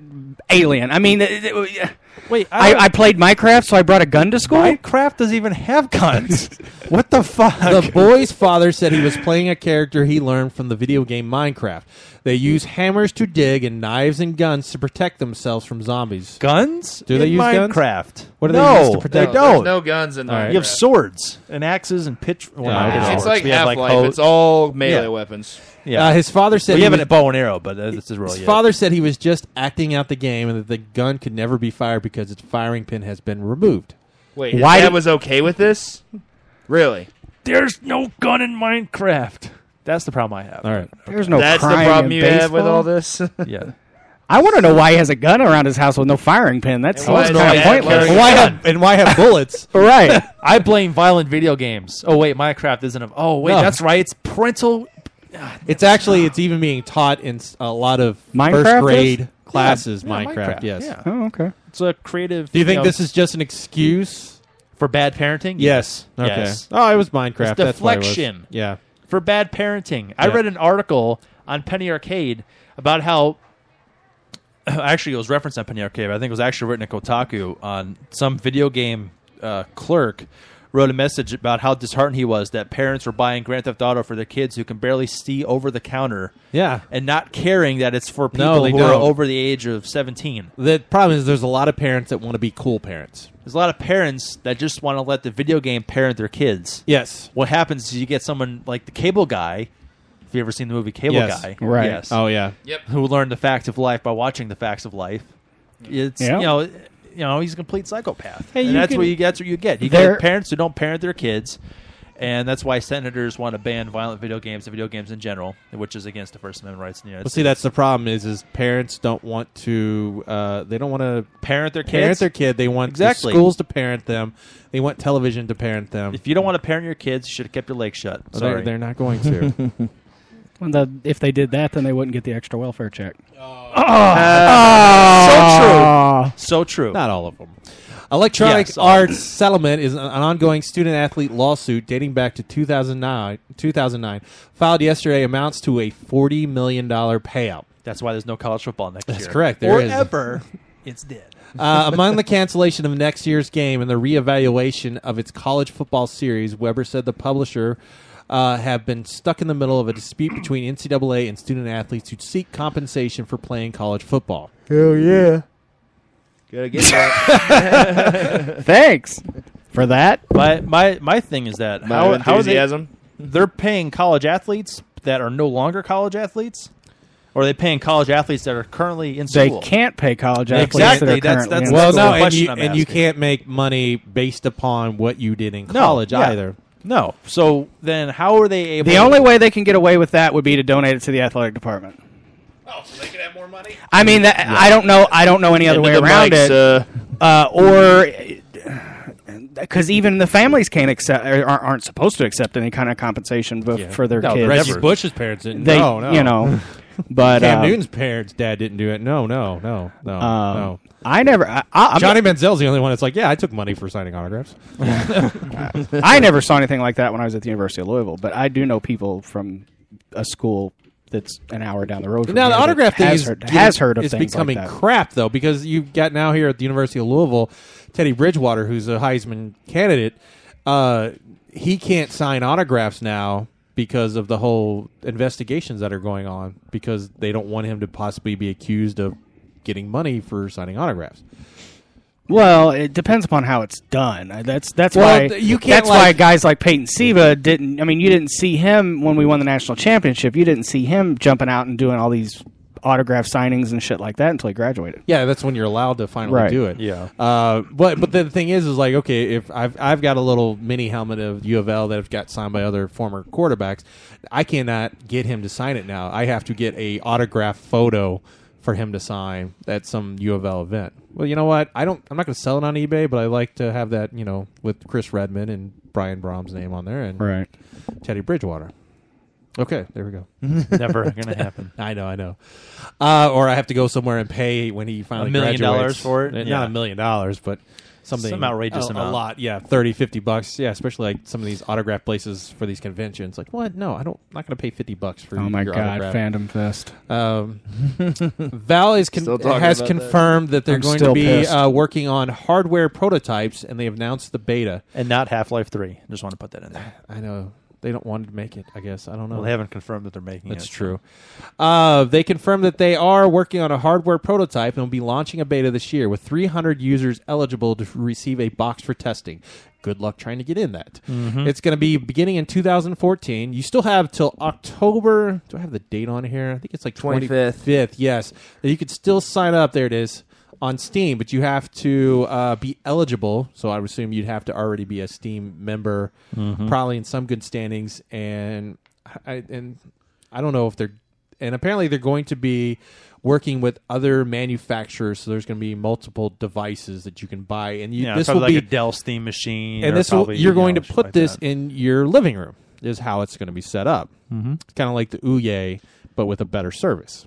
Speaker 4: alien. I mean, it- it-
Speaker 3: Wait,
Speaker 4: I, I played Minecraft, so I brought a gun to school.
Speaker 3: Minecraft doesn't even have guns. what the fuck?
Speaker 2: The boy's father said he was playing a character he learned from the video game Minecraft. They use hammers to dig and knives and guns to protect themselves from zombies.
Speaker 3: guns?
Speaker 2: Do they
Speaker 3: in
Speaker 2: use guns?
Speaker 3: Minecraft?
Speaker 2: What do they
Speaker 3: No,
Speaker 2: use to protect?
Speaker 3: they don't.
Speaker 1: There's no guns in
Speaker 2: All
Speaker 1: there.
Speaker 2: right.
Speaker 3: You have swords and axes and pitch. Well,
Speaker 2: Yeah,
Speaker 3: not
Speaker 2: I
Speaker 3: pitch
Speaker 2: don't.
Speaker 1: It's
Speaker 3: forks.
Speaker 1: like
Speaker 3: We have,
Speaker 1: Half Life.
Speaker 3: hoes-
Speaker 1: it's all melee
Speaker 3: Yeah.
Speaker 1: weapons.
Speaker 3: yeah.
Speaker 2: Uh, his father said
Speaker 3: we
Speaker 2: he
Speaker 3: have
Speaker 2: was-
Speaker 3: a bow and arrow, but uh, this is really
Speaker 2: His
Speaker 3: it.
Speaker 2: father said he was just acting out the game and that the gun could never be fired because its firing pin has been removed.
Speaker 1: Wait, his
Speaker 4: Why
Speaker 1: dad
Speaker 4: did-
Speaker 1: was okay with this? Really?
Speaker 3: There's no gun in Minecraft. That's the problem I have.
Speaker 2: All right.
Speaker 4: There's no
Speaker 1: That's the
Speaker 4: crime
Speaker 1: problem
Speaker 4: in
Speaker 1: you
Speaker 4: baseball.
Speaker 1: have with all this.
Speaker 3: Yeah.
Speaker 4: I want to know why he has a gun around his house with no firing pin. That
Speaker 1: why
Speaker 4: seems
Speaker 1: is
Speaker 4: kind
Speaker 1: he
Speaker 4: of
Speaker 1: at
Speaker 4: pointless.
Speaker 1: Larry-
Speaker 2: Why
Speaker 1: gun.
Speaker 2: have and why have bullets?
Speaker 4: Right.
Speaker 3: I blame violent video games. Oh wait, Minecraft isn't. A, oh wait,
Speaker 2: No.
Speaker 3: that's right. It's parental.
Speaker 2: It's actually it's even being taught in s- a lot of
Speaker 4: Minecraft
Speaker 2: first
Speaker 4: is?
Speaker 2: grade
Speaker 4: Yeah.
Speaker 2: classes.
Speaker 3: Yeah,
Speaker 2: Minecraft, yes.
Speaker 3: yeah.
Speaker 4: Oh, okay.
Speaker 3: It's a creative.
Speaker 2: Do you think
Speaker 3: know,
Speaker 2: this is just an excuse?
Speaker 3: for bad parenting?
Speaker 2: Okay.
Speaker 3: Yes.
Speaker 2: Oh, it was Minecraft.
Speaker 3: It's
Speaker 2: That's what it was.
Speaker 3: deflection.
Speaker 2: Yeah.
Speaker 3: for bad parenting. I
Speaker 2: Yeah.
Speaker 3: read an article on Penny Arcade about how actually it was referenced on Penny Arcade. But I think it was actually written at Kotaku on some video game uh, clerk wrote a message about how disheartened he was that parents were buying Grand Theft Auto for their kids who can barely see over the counter
Speaker 2: Yeah.
Speaker 3: and not caring that it's for
Speaker 2: No,
Speaker 3: people
Speaker 2: they
Speaker 3: who are
Speaker 2: don't.
Speaker 3: over the age of 17.
Speaker 2: The problem is there's a lot of parents that want to be cool parents.
Speaker 3: There's a lot of parents that just want to let the video game parent their kids.
Speaker 2: Yes.
Speaker 3: What happens is you get someone like the cable guy. If you ever seen the movie Cable
Speaker 2: Yes.
Speaker 3: Guy,
Speaker 4: Right.
Speaker 3: Yes
Speaker 2: Oh yeah.
Speaker 3: who learned the facts of life by watching the facts of life. It's
Speaker 4: Yeah.
Speaker 3: you know, you know, he's a complete psychopath,
Speaker 4: Hey,
Speaker 3: and
Speaker 4: you
Speaker 3: that's
Speaker 4: can-
Speaker 3: what you that's what you get. You
Speaker 4: There-
Speaker 3: get parents who don't parent their kids, and that's why senators want to ban violent video games and video games in general, which is against the First Amendment rights in the United
Speaker 2: Well,
Speaker 3: States.
Speaker 2: see, that's the problem is is parents don't want to. Uh, they don't want to
Speaker 3: Parent their
Speaker 2: parent
Speaker 3: kids.
Speaker 2: their kid. They want the
Speaker 3: Exactly.
Speaker 2: schools to parent them. They want television to parent them.
Speaker 3: If you don't want to parent your kids, you should have kept your legs shut.
Speaker 2: But
Speaker 3: Sorry.
Speaker 2: Oh, they're, they're not going to.
Speaker 4: When the, if they did that, then they wouldn't get the extra welfare check.
Speaker 3: so true.
Speaker 2: not all of them. Electronic
Speaker 3: Yes, all of
Speaker 2: Arts Settlement is an ongoing student athlete lawsuit dating back to 2009, 2009, filed yesterday, amounts to a $40 million payout.
Speaker 3: That's why there's no college football next year.
Speaker 2: That's correct. There
Speaker 3: or
Speaker 2: is.
Speaker 3: ever. It's dead.
Speaker 2: Uh, among the cancellation of next year's game and the reevaluation of its college football series, Weber said the publisher uh, have been stuck in the middle of a dispute between NCAA and student athletes who seek compensation for playing college football.
Speaker 1: Gotta get that.
Speaker 4: Thanks for that.
Speaker 3: My my my thing is that
Speaker 1: How,
Speaker 3: how how is it?
Speaker 1: enthusiasm.
Speaker 3: they're paying college athletes that are no longer college athletes, or are they paying college athletes that are currently in
Speaker 4: They
Speaker 3: school?
Speaker 4: can't pay college athletes.
Speaker 3: Exactly,
Speaker 4: That
Speaker 3: that's-
Speaker 4: are currently
Speaker 3: that's-
Speaker 4: in-
Speaker 2: Well,
Speaker 3: Well, That's the
Speaker 2: no, and,
Speaker 3: question
Speaker 2: you,
Speaker 3: I'm
Speaker 2: and you
Speaker 3: asking.
Speaker 2: can't make money based upon what you did in
Speaker 3: No,
Speaker 2: college
Speaker 3: yeah.
Speaker 2: either.
Speaker 3: No. So then, how are they able?
Speaker 4: the only way they can get away with that would be to donate it to the athletic department.
Speaker 1: Oh, so they could have more money?
Speaker 4: I mean, that, I don't know. I don't know any other way around it.
Speaker 1: Uh,
Speaker 4: uh, or because even the families can't accept or aren't aren't supposed to accept any kind of compensation bef- for their
Speaker 3: No,
Speaker 4: kids.
Speaker 3: Reggie Never.
Speaker 2: Bush's parents didn't.
Speaker 4: They,
Speaker 2: no, no.
Speaker 4: you know, but
Speaker 2: Cam
Speaker 4: uh,
Speaker 2: Newton's parents' dad didn't do it. No, no, no, no,
Speaker 4: um,
Speaker 2: no.
Speaker 4: I never, I, I, I'm-
Speaker 2: Johnny Manziel's the only one that's like, yeah, I took money for signing autographs.
Speaker 4: I never saw anything like that when I was at the University of Louisville. But I do know people from a school that's an hour down the road. From
Speaker 2: Now
Speaker 4: here
Speaker 2: the
Speaker 4: that
Speaker 2: autograph thing
Speaker 4: has
Speaker 2: is,
Speaker 4: heard,
Speaker 2: getting-
Speaker 4: has heard of
Speaker 2: is
Speaker 4: things
Speaker 2: becoming
Speaker 4: like that.
Speaker 2: crap though because you've got now here at the University of Louisville, Teddy Bridgewater, who's a Heisman candidate, uh, he can't sign autographs now because of the whole investigations that are going on because they don't want him to possibly be accused of getting money for signing autographs.
Speaker 4: Well, it depends upon how it's done. Uh, That's that's
Speaker 2: Well,
Speaker 4: why
Speaker 2: th- you can't,
Speaker 4: That's why
Speaker 2: like-
Speaker 4: guys like Peyton Siva didn't. I mean, you didn't see him when we won the national championship. You didn't see him jumping out and doing all these autograph signings and shit like that until he graduated.
Speaker 2: Yeah, that's when you're allowed to finally
Speaker 4: Right.
Speaker 2: do it.
Speaker 3: Yeah.
Speaker 2: Uh, but but the thing is, is like okay, if I've I've got a little mini helmet of U of L that I've got signed by other former quarterbacks, I cannot get him to sign it now. I have to get a autograph photo for him to sign at some U of L event. Well, you know what? I don't. I'm not going to sell it on eBay, but I like to have that. You know, with Chris Redman and Brian Brom's name on there, and
Speaker 4: Right.
Speaker 2: Teddy Bridgewater. Okay, there we go.
Speaker 3: never going to happen.
Speaker 2: I know, I know. Uh, or I have to go somewhere and pay when he finally
Speaker 3: A million
Speaker 2: graduates.
Speaker 3: dollars for it?
Speaker 2: Uh,
Speaker 3: Yeah.
Speaker 2: Not a million dollars, but something
Speaker 3: Some outrageous
Speaker 2: a, A
Speaker 3: amount.
Speaker 2: lot, yeah, 30, 50 bucks. Yeah, especially like some of these autograph places for these conventions. Like, what? No, I don't. I'm not going to pay fifty bucks for.
Speaker 4: Oh my
Speaker 2: your
Speaker 4: God,
Speaker 2: autograph.
Speaker 4: fandom fest.
Speaker 2: Um, Val is con-
Speaker 1: Still talking
Speaker 2: has
Speaker 1: about
Speaker 2: confirmed that, they're
Speaker 4: I'm
Speaker 2: going to
Speaker 4: still
Speaker 2: be
Speaker 4: pissed.
Speaker 2: uh, working on hardware prototypes, and they have announced the beta.
Speaker 3: And not Half Life Three. Just want to put that in there.
Speaker 2: I know. They don't want to make it. I guess I don't know.
Speaker 3: Well, they haven't confirmed that they're making
Speaker 2: That's
Speaker 3: it.
Speaker 2: true. Uh, they confirmed that they are working on a hardware prototype and will be launching a beta this year with 300 users eligible to f- receive a box for testing. Good luck trying to get in that. It's going to be beginning in 2014. You still have till October. Do I have the date on here? I think it's like
Speaker 1: 25th.
Speaker 2: 25th, yes. That you could still sign up. There it is on Steam, but you have to uh, be eligible. So I would assume you'd have to already be a Steam member, probably in some good standings. And I and I don't know if they're and apparently they're going to be working with other manufacturers. So there's going to be multiple devices that you can buy, and you,
Speaker 3: Yeah,
Speaker 2: this will
Speaker 3: probably
Speaker 2: be
Speaker 3: like a Dell Steam machine,
Speaker 2: and
Speaker 3: or
Speaker 2: this
Speaker 3: probably,
Speaker 2: will, you're
Speaker 3: you know,
Speaker 2: going to
Speaker 3: shit
Speaker 2: put
Speaker 3: like
Speaker 2: this
Speaker 3: that.
Speaker 2: in your living room is how it's going to be set up. Mm-hmm. It's kind of like the Ouye, but with a better service.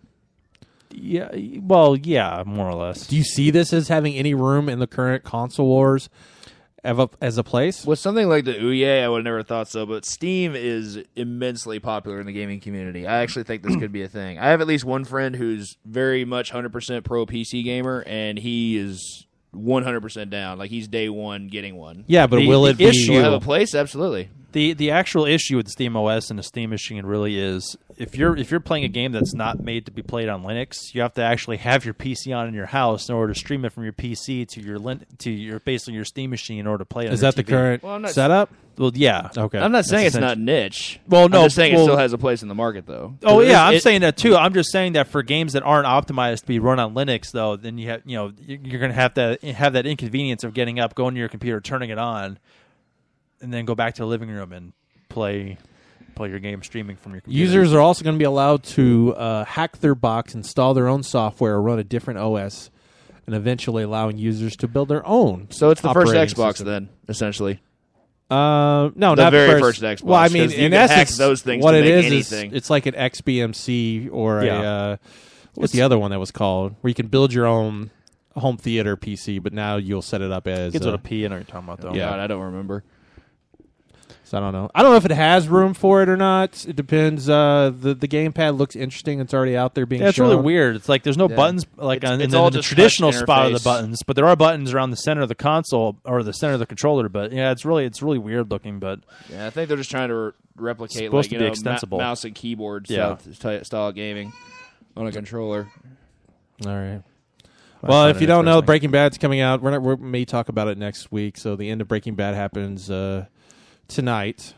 Speaker 3: Yeah, well, yeah, more or less.
Speaker 2: Do you see this as having any room in the current console wars of a, as a place?
Speaker 1: With something like the Ouye, I would have never thought so, but Steam is immensely popular in the gaming community. I actually think this could be a thing. I have at least one friend who's very much 100% pro PC gamer, and he is 100% down. Like, he's day one getting one.
Speaker 2: Yeah, but
Speaker 3: The-
Speaker 2: will
Speaker 3: the
Speaker 2: it be
Speaker 3: issue
Speaker 1: Will I have a place? Absolutely.
Speaker 3: the the actual issue with Steam OS and the Steam machine really is if you're if you're playing a game that's not made to be played on Linux, you have to actually have your PC on in your house in order to stream it from your PC to your lin- to your basically your Steam machine in order to play it. on
Speaker 2: Is
Speaker 3: your
Speaker 2: that the
Speaker 3: TV.
Speaker 2: current
Speaker 1: Well, I'm not-
Speaker 2: setup?
Speaker 3: Well, yeah.
Speaker 2: Okay,
Speaker 1: I'm not saying it's
Speaker 3: essential-
Speaker 1: not niche.
Speaker 3: Well, no,
Speaker 1: I'm just saying
Speaker 3: well-
Speaker 1: it still has a place in the market, though.
Speaker 3: Oh
Speaker 1: It
Speaker 3: yeah,
Speaker 1: is-
Speaker 3: I'm
Speaker 1: it-
Speaker 3: saying that too. I'm just saying that for games that aren't optimized to be run on Linux, though, then you have you know you- you're going to have to have that inconvenience of getting up, going to your computer, turning it on, and then go back to the living room and play play your game streaming from your computer.
Speaker 2: Users are also going to be allowed to uh, hack their box, install their own software, or run a different OS, and eventually allowing users to build their own.
Speaker 1: So it's the first
Speaker 2: operating
Speaker 1: Xbox,
Speaker 2: system.
Speaker 1: then, essentially.
Speaker 2: Uh, no,
Speaker 1: The
Speaker 2: not
Speaker 1: very
Speaker 2: first.
Speaker 1: first Xbox,
Speaker 2: Well, I mean,
Speaker 1: 'cause you
Speaker 2: in
Speaker 1: can hack
Speaker 2: essence,
Speaker 1: those things
Speaker 2: what
Speaker 1: to
Speaker 2: it
Speaker 1: make
Speaker 2: is
Speaker 1: anything.
Speaker 2: is it's like an XBMC or
Speaker 3: Yeah.
Speaker 2: a uh, what's the other one that was called, where you can build your own home theater PC, but now you'll set it up as uh,
Speaker 3: Kids
Speaker 2: a-
Speaker 3: with a P, I know what you're talking about though.
Speaker 2: Yeah.
Speaker 1: Oh, God, I don't remember.
Speaker 2: So I don't know. I don't know if it has room for it or not. It depends. Uh, the the gamepad looks interesting. It's already out there being.
Speaker 3: Yeah, it's
Speaker 2: shown.
Speaker 3: really weird. It's like there's no buttons like
Speaker 1: It's-
Speaker 3: on,
Speaker 1: it's
Speaker 3: in the,
Speaker 1: all
Speaker 3: the
Speaker 1: just
Speaker 3: traditional
Speaker 1: touch
Speaker 3: spot of the
Speaker 1: interface.
Speaker 3: buttons, but there are buttons around the center of the console or the center of the controller. But yeah, it's really it's really weird looking. But
Speaker 1: Yeah, I think they're just trying to re- replicate
Speaker 3: Supposed
Speaker 1: like
Speaker 3: to
Speaker 1: you
Speaker 3: be
Speaker 1: know, ma-
Speaker 3: extensible.
Speaker 1: mouse and keyboard
Speaker 3: Yeah.
Speaker 1: style, style gaming on a controller.
Speaker 2: All right.
Speaker 3: I
Speaker 2: Well,
Speaker 3: find
Speaker 2: if
Speaker 3: it
Speaker 2: you don't know,
Speaker 3: interesting.
Speaker 2: Breaking Bad's coming out. We're not, we may talk about it next week. So the end of Breaking Bad happens uh, tonight.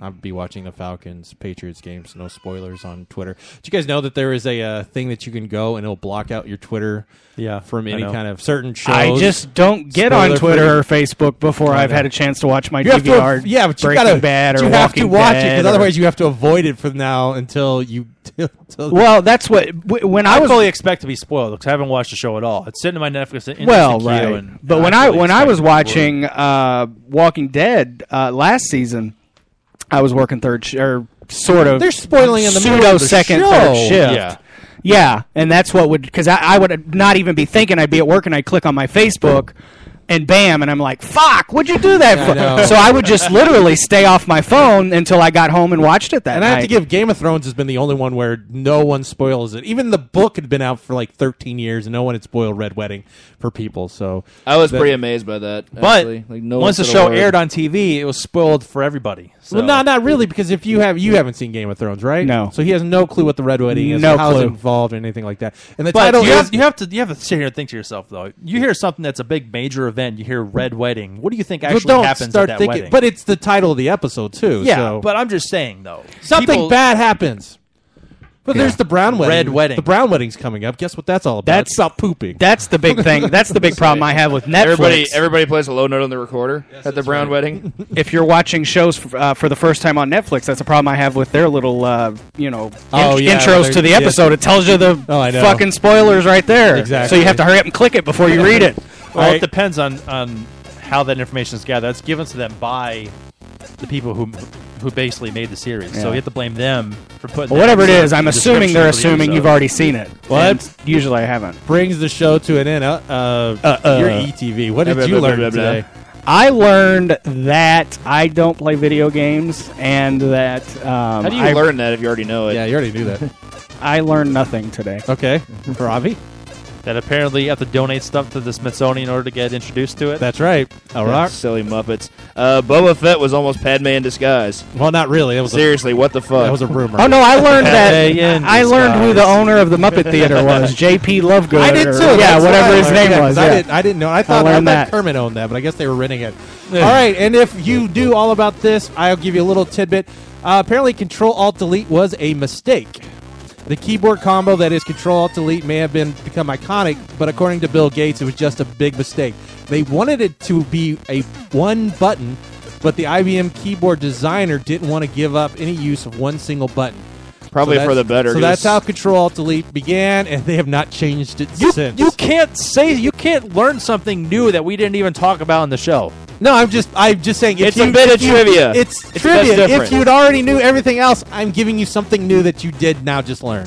Speaker 2: I'll be watching the Falcons Patriots game, so no spoilers on Twitter. Did you guys know that there is a uh, thing that you can go and it'll block out your Twitter
Speaker 3: Yeah,
Speaker 2: from
Speaker 3: I
Speaker 2: any
Speaker 3: know.
Speaker 2: kind of certain shows?
Speaker 4: I just don't get on
Speaker 2: Spoiler
Speaker 4: Twitter
Speaker 2: free.
Speaker 4: or Facebook before I've
Speaker 2: know.
Speaker 4: had a chance to watch my
Speaker 2: you have to,
Speaker 4: DVR.
Speaker 2: yeah, but you
Speaker 4: Breaking
Speaker 2: gotta,
Speaker 4: Bad or
Speaker 2: you have to
Speaker 4: Walking
Speaker 2: watch it
Speaker 4: Dead
Speaker 2: because
Speaker 4: or-
Speaker 2: otherwise you have to avoid it from now until you. Till, till-
Speaker 4: Well, that's what w- when I
Speaker 3: I
Speaker 4: was
Speaker 3: fully expect to be spoiled because I haven't watched the show at all. It's sitting in my Netflix. in- in
Speaker 4: well,
Speaker 3: the queue,
Speaker 4: right.
Speaker 3: and-
Speaker 4: but
Speaker 3: and
Speaker 4: when I
Speaker 3: fully
Speaker 4: when I
Speaker 3: expect
Speaker 4: was
Speaker 3: to be spoiled.
Speaker 4: watching uh, Walking Dead uh, last season, I was working third sh- or sort of.
Speaker 2: They're spoiling in the middle
Speaker 4: pseudo
Speaker 2: of the
Speaker 4: second
Speaker 2: show.
Speaker 4: third shift.
Speaker 3: Yeah.
Speaker 4: Yeah, and that's what would because I, I would not even be thinking I'd be at work and I'd click on my Facebook. And bam, and I'm like, "Fuck! What'd you do that for?"
Speaker 2: know.
Speaker 4: So I would just literally stay off my phone until I got home and watched it that
Speaker 2: And
Speaker 4: night.
Speaker 2: I have to give Game of Thrones has been the only one where no one spoils it. Even the book had been out for like 13 years, and no one had spoiled Red Wedding for people. So
Speaker 1: I was
Speaker 2: That-
Speaker 1: pretty amazed by that.
Speaker 3: But
Speaker 1: actually. like, no one
Speaker 3: once the
Speaker 1: said a
Speaker 3: show
Speaker 1: word.
Speaker 3: aired on TV, it was spoiled for everybody. So.
Speaker 2: well, no, not really, because if you have you haven't seen Game of Thrones, right?
Speaker 4: No.
Speaker 2: So he has no clue what the Red Wedding is,
Speaker 4: No
Speaker 2: or how it's
Speaker 4: clue.
Speaker 2: involved, or anything like that. And the
Speaker 3: But
Speaker 2: title
Speaker 3: you,
Speaker 2: is
Speaker 3: have, you have to you have to sit here and think to yourself though. You hear something that's a big major event. You hear red wedding. What do you think
Speaker 2: But
Speaker 3: actually
Speaker 2: don't
Speaker 3: happens
Speaker 2: start
Speaker 3: at that
Speaker 2: thinking.
Speaker 3: wedding?
Speaker 2: But it's the title of the episode too.
Speaker 3: yeah,
Speaker 2: so.
Speaker 3: but I'm just saying though,
Speaker 2: something
Speaker 3: people-
Speaker 2: bad happens. But there's the brown wedding.
Speaker 3: Red wedding.
Speaker 2: The brown wedding's coming up. Guess what that's all about?
Speaker 4: That's-
Speaker 2: it's about pooping.
Speaker 4: That's the big thing. That's the big problem I have with Netflix.
Speaker 1: Everybody, everybody plays a low note on the recorder at the Brown Wedding.
Speaker 4: if you're watching shows f- uh, for the first time on Netflix, that's a problem I have with their little, uh, you know, in-
Speaker 2: Oh, yeah, well,
Speaker 4: intros
Speaker 2: they're-
Speaker 4: to the
Speaker 2: yeah.
Speaker 4: episode. It tells you the
Speaker 2: Oh, I know.
Speaker 4: fucking spoilers right there.
Speaker 2: Exactly.
Speaker 4: So you have to hurry up and click it before you read it.
Speaker 3: Well,
Speaker 2: Right.
Speaker 3: it depends on on how that information is gathered. That's given to them by the people who who basically made the series. So
Speaker 4: Yeah.
Speaker 3: you have to blame them for putting that
Speaker 4: But whatever it
Speaker 3: episode
Speaker 4: is,
Speaker 3: in
Speaker 4: I'm
Speaker 3: the
Speaker 4: assuming they're
Speaker 3: description for the
Speaker 4: assuming you've
Speaker 3: episode.
Speaker 4: already seen it.
Speaker 2: What?
Speaker 4: And Usually I haven't.
Speaker 2: brings the show to an end. Uh, uh,
Speaker 4: uh.
Speaker 2: your ETV. What
Speaker 3: uh,
Speaker 1: Blah,
Speaker 2: did you
Speaker 1: blah, blah,
Speaker 2: learn
Speaker 1: blah, blah.
Speaker 2: today?
Speaker 4: I learned that I don't play video games and that um,
Speaker 1: How do you
Speaker 4: I,
Speaker 1: learn that if you already know it?
Speaker 2: Yeah, you already knew that.
Speaker 4: I learned nothing today.
Speaker 2: Okay, Robbie.
Speaker 3: that apparently you have to donate stuff to the Smithsonian in order to get introduced to it.
Speaker 2: That's right. All
Speaker 1: That
Speaker 2: right.
Speaker 1: Silly Muppets. Uh, Boba Fett was almost Padme in disguise.
Speaker 2: Well, not really. That was a,
Speaker 1: Seriously, what the fuck?
Speaker 2: that was a rumor.
Speaker 4: Oh no, I learned
Speaker 3: Hey,
Speaker 4: that.
Speaker 3: in
Speaker 4: I learned who the
Speaker 3: disguise.
Speaker 4: owner of the Muppet Theater was, J.P. Lovegood.
Speaker 2: I did
Speaker 4: or-
Speaker 2: too.
Speaker 4: Yeah,
Speaker 2: That's what
Speaker 4: whatever
Speaker 2: I
Speaker 4: his
Speaker 2: learned.
Speaker 4: name
Speaker 2: Yeah, 'cause
Speaker 4: was.
Speaker 2: I
Speaker 4: yeah.
Speaker 2: didn't. I didn't know. I thought I
Speaker 4: learned
Speaker 2: thought
Speaker 4: that.
Speaker 2: Kermit owned that, but I guess they were renting it. all right, and if you do all about this, I'll give you a little tidbit. Uh, apparently, Control Alt Delete was a mistake. The keyboard combo that is Control Alt Delete may have been become iconic, but according to Bill Gates, it was just a big mistake. They wanted it to be a one button, but the IBM keyboard designer didn't want to give up any use of one single button.
Speaker 1: Probably
Speaker 2: So
Speaker 1: for the
Speaker 2: that's-
Speaker 1: better.
Speaker 2: So
Speaker 1: 'cause
Speaker 2: that's how Control Alt Delete began, and they have not changed it
Speaker 3: You,
Speaker 2: since.
Speaker 3: you can't say you can't learn something new that we didn't even talk about in the show.
Speaker 2: No, I'm just I'm just saying if
Speaker 1: It's a
Speaker 2: you-
Speaker 1: bit of
Speaker 2: if you-
Speaker 1: trivia.
Speaker 2: It's,
Speaker 1: It's
Speaker 2: trivia.
Speaker 1: what's
Speaker 2: If
Speaker 1: different.
Speaker 2: you'd already knew everything else, I'm giving you something new that you did now just learn.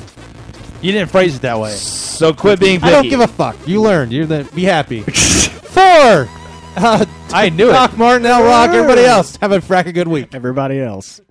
Speaker 3: You didn't phrase it that way.
Speaker 1: So quit being
Speaker 2: I
Speaker 1: picky.
Speaker 2: don't give a fuck. You learned. You're the be happy. Four. Uh,
Speaker 3: I knew it.
Speaker 2: Doc Martin, L. Rock, everybody else. Have a fracking good week.
Speaker 4: Everybody else.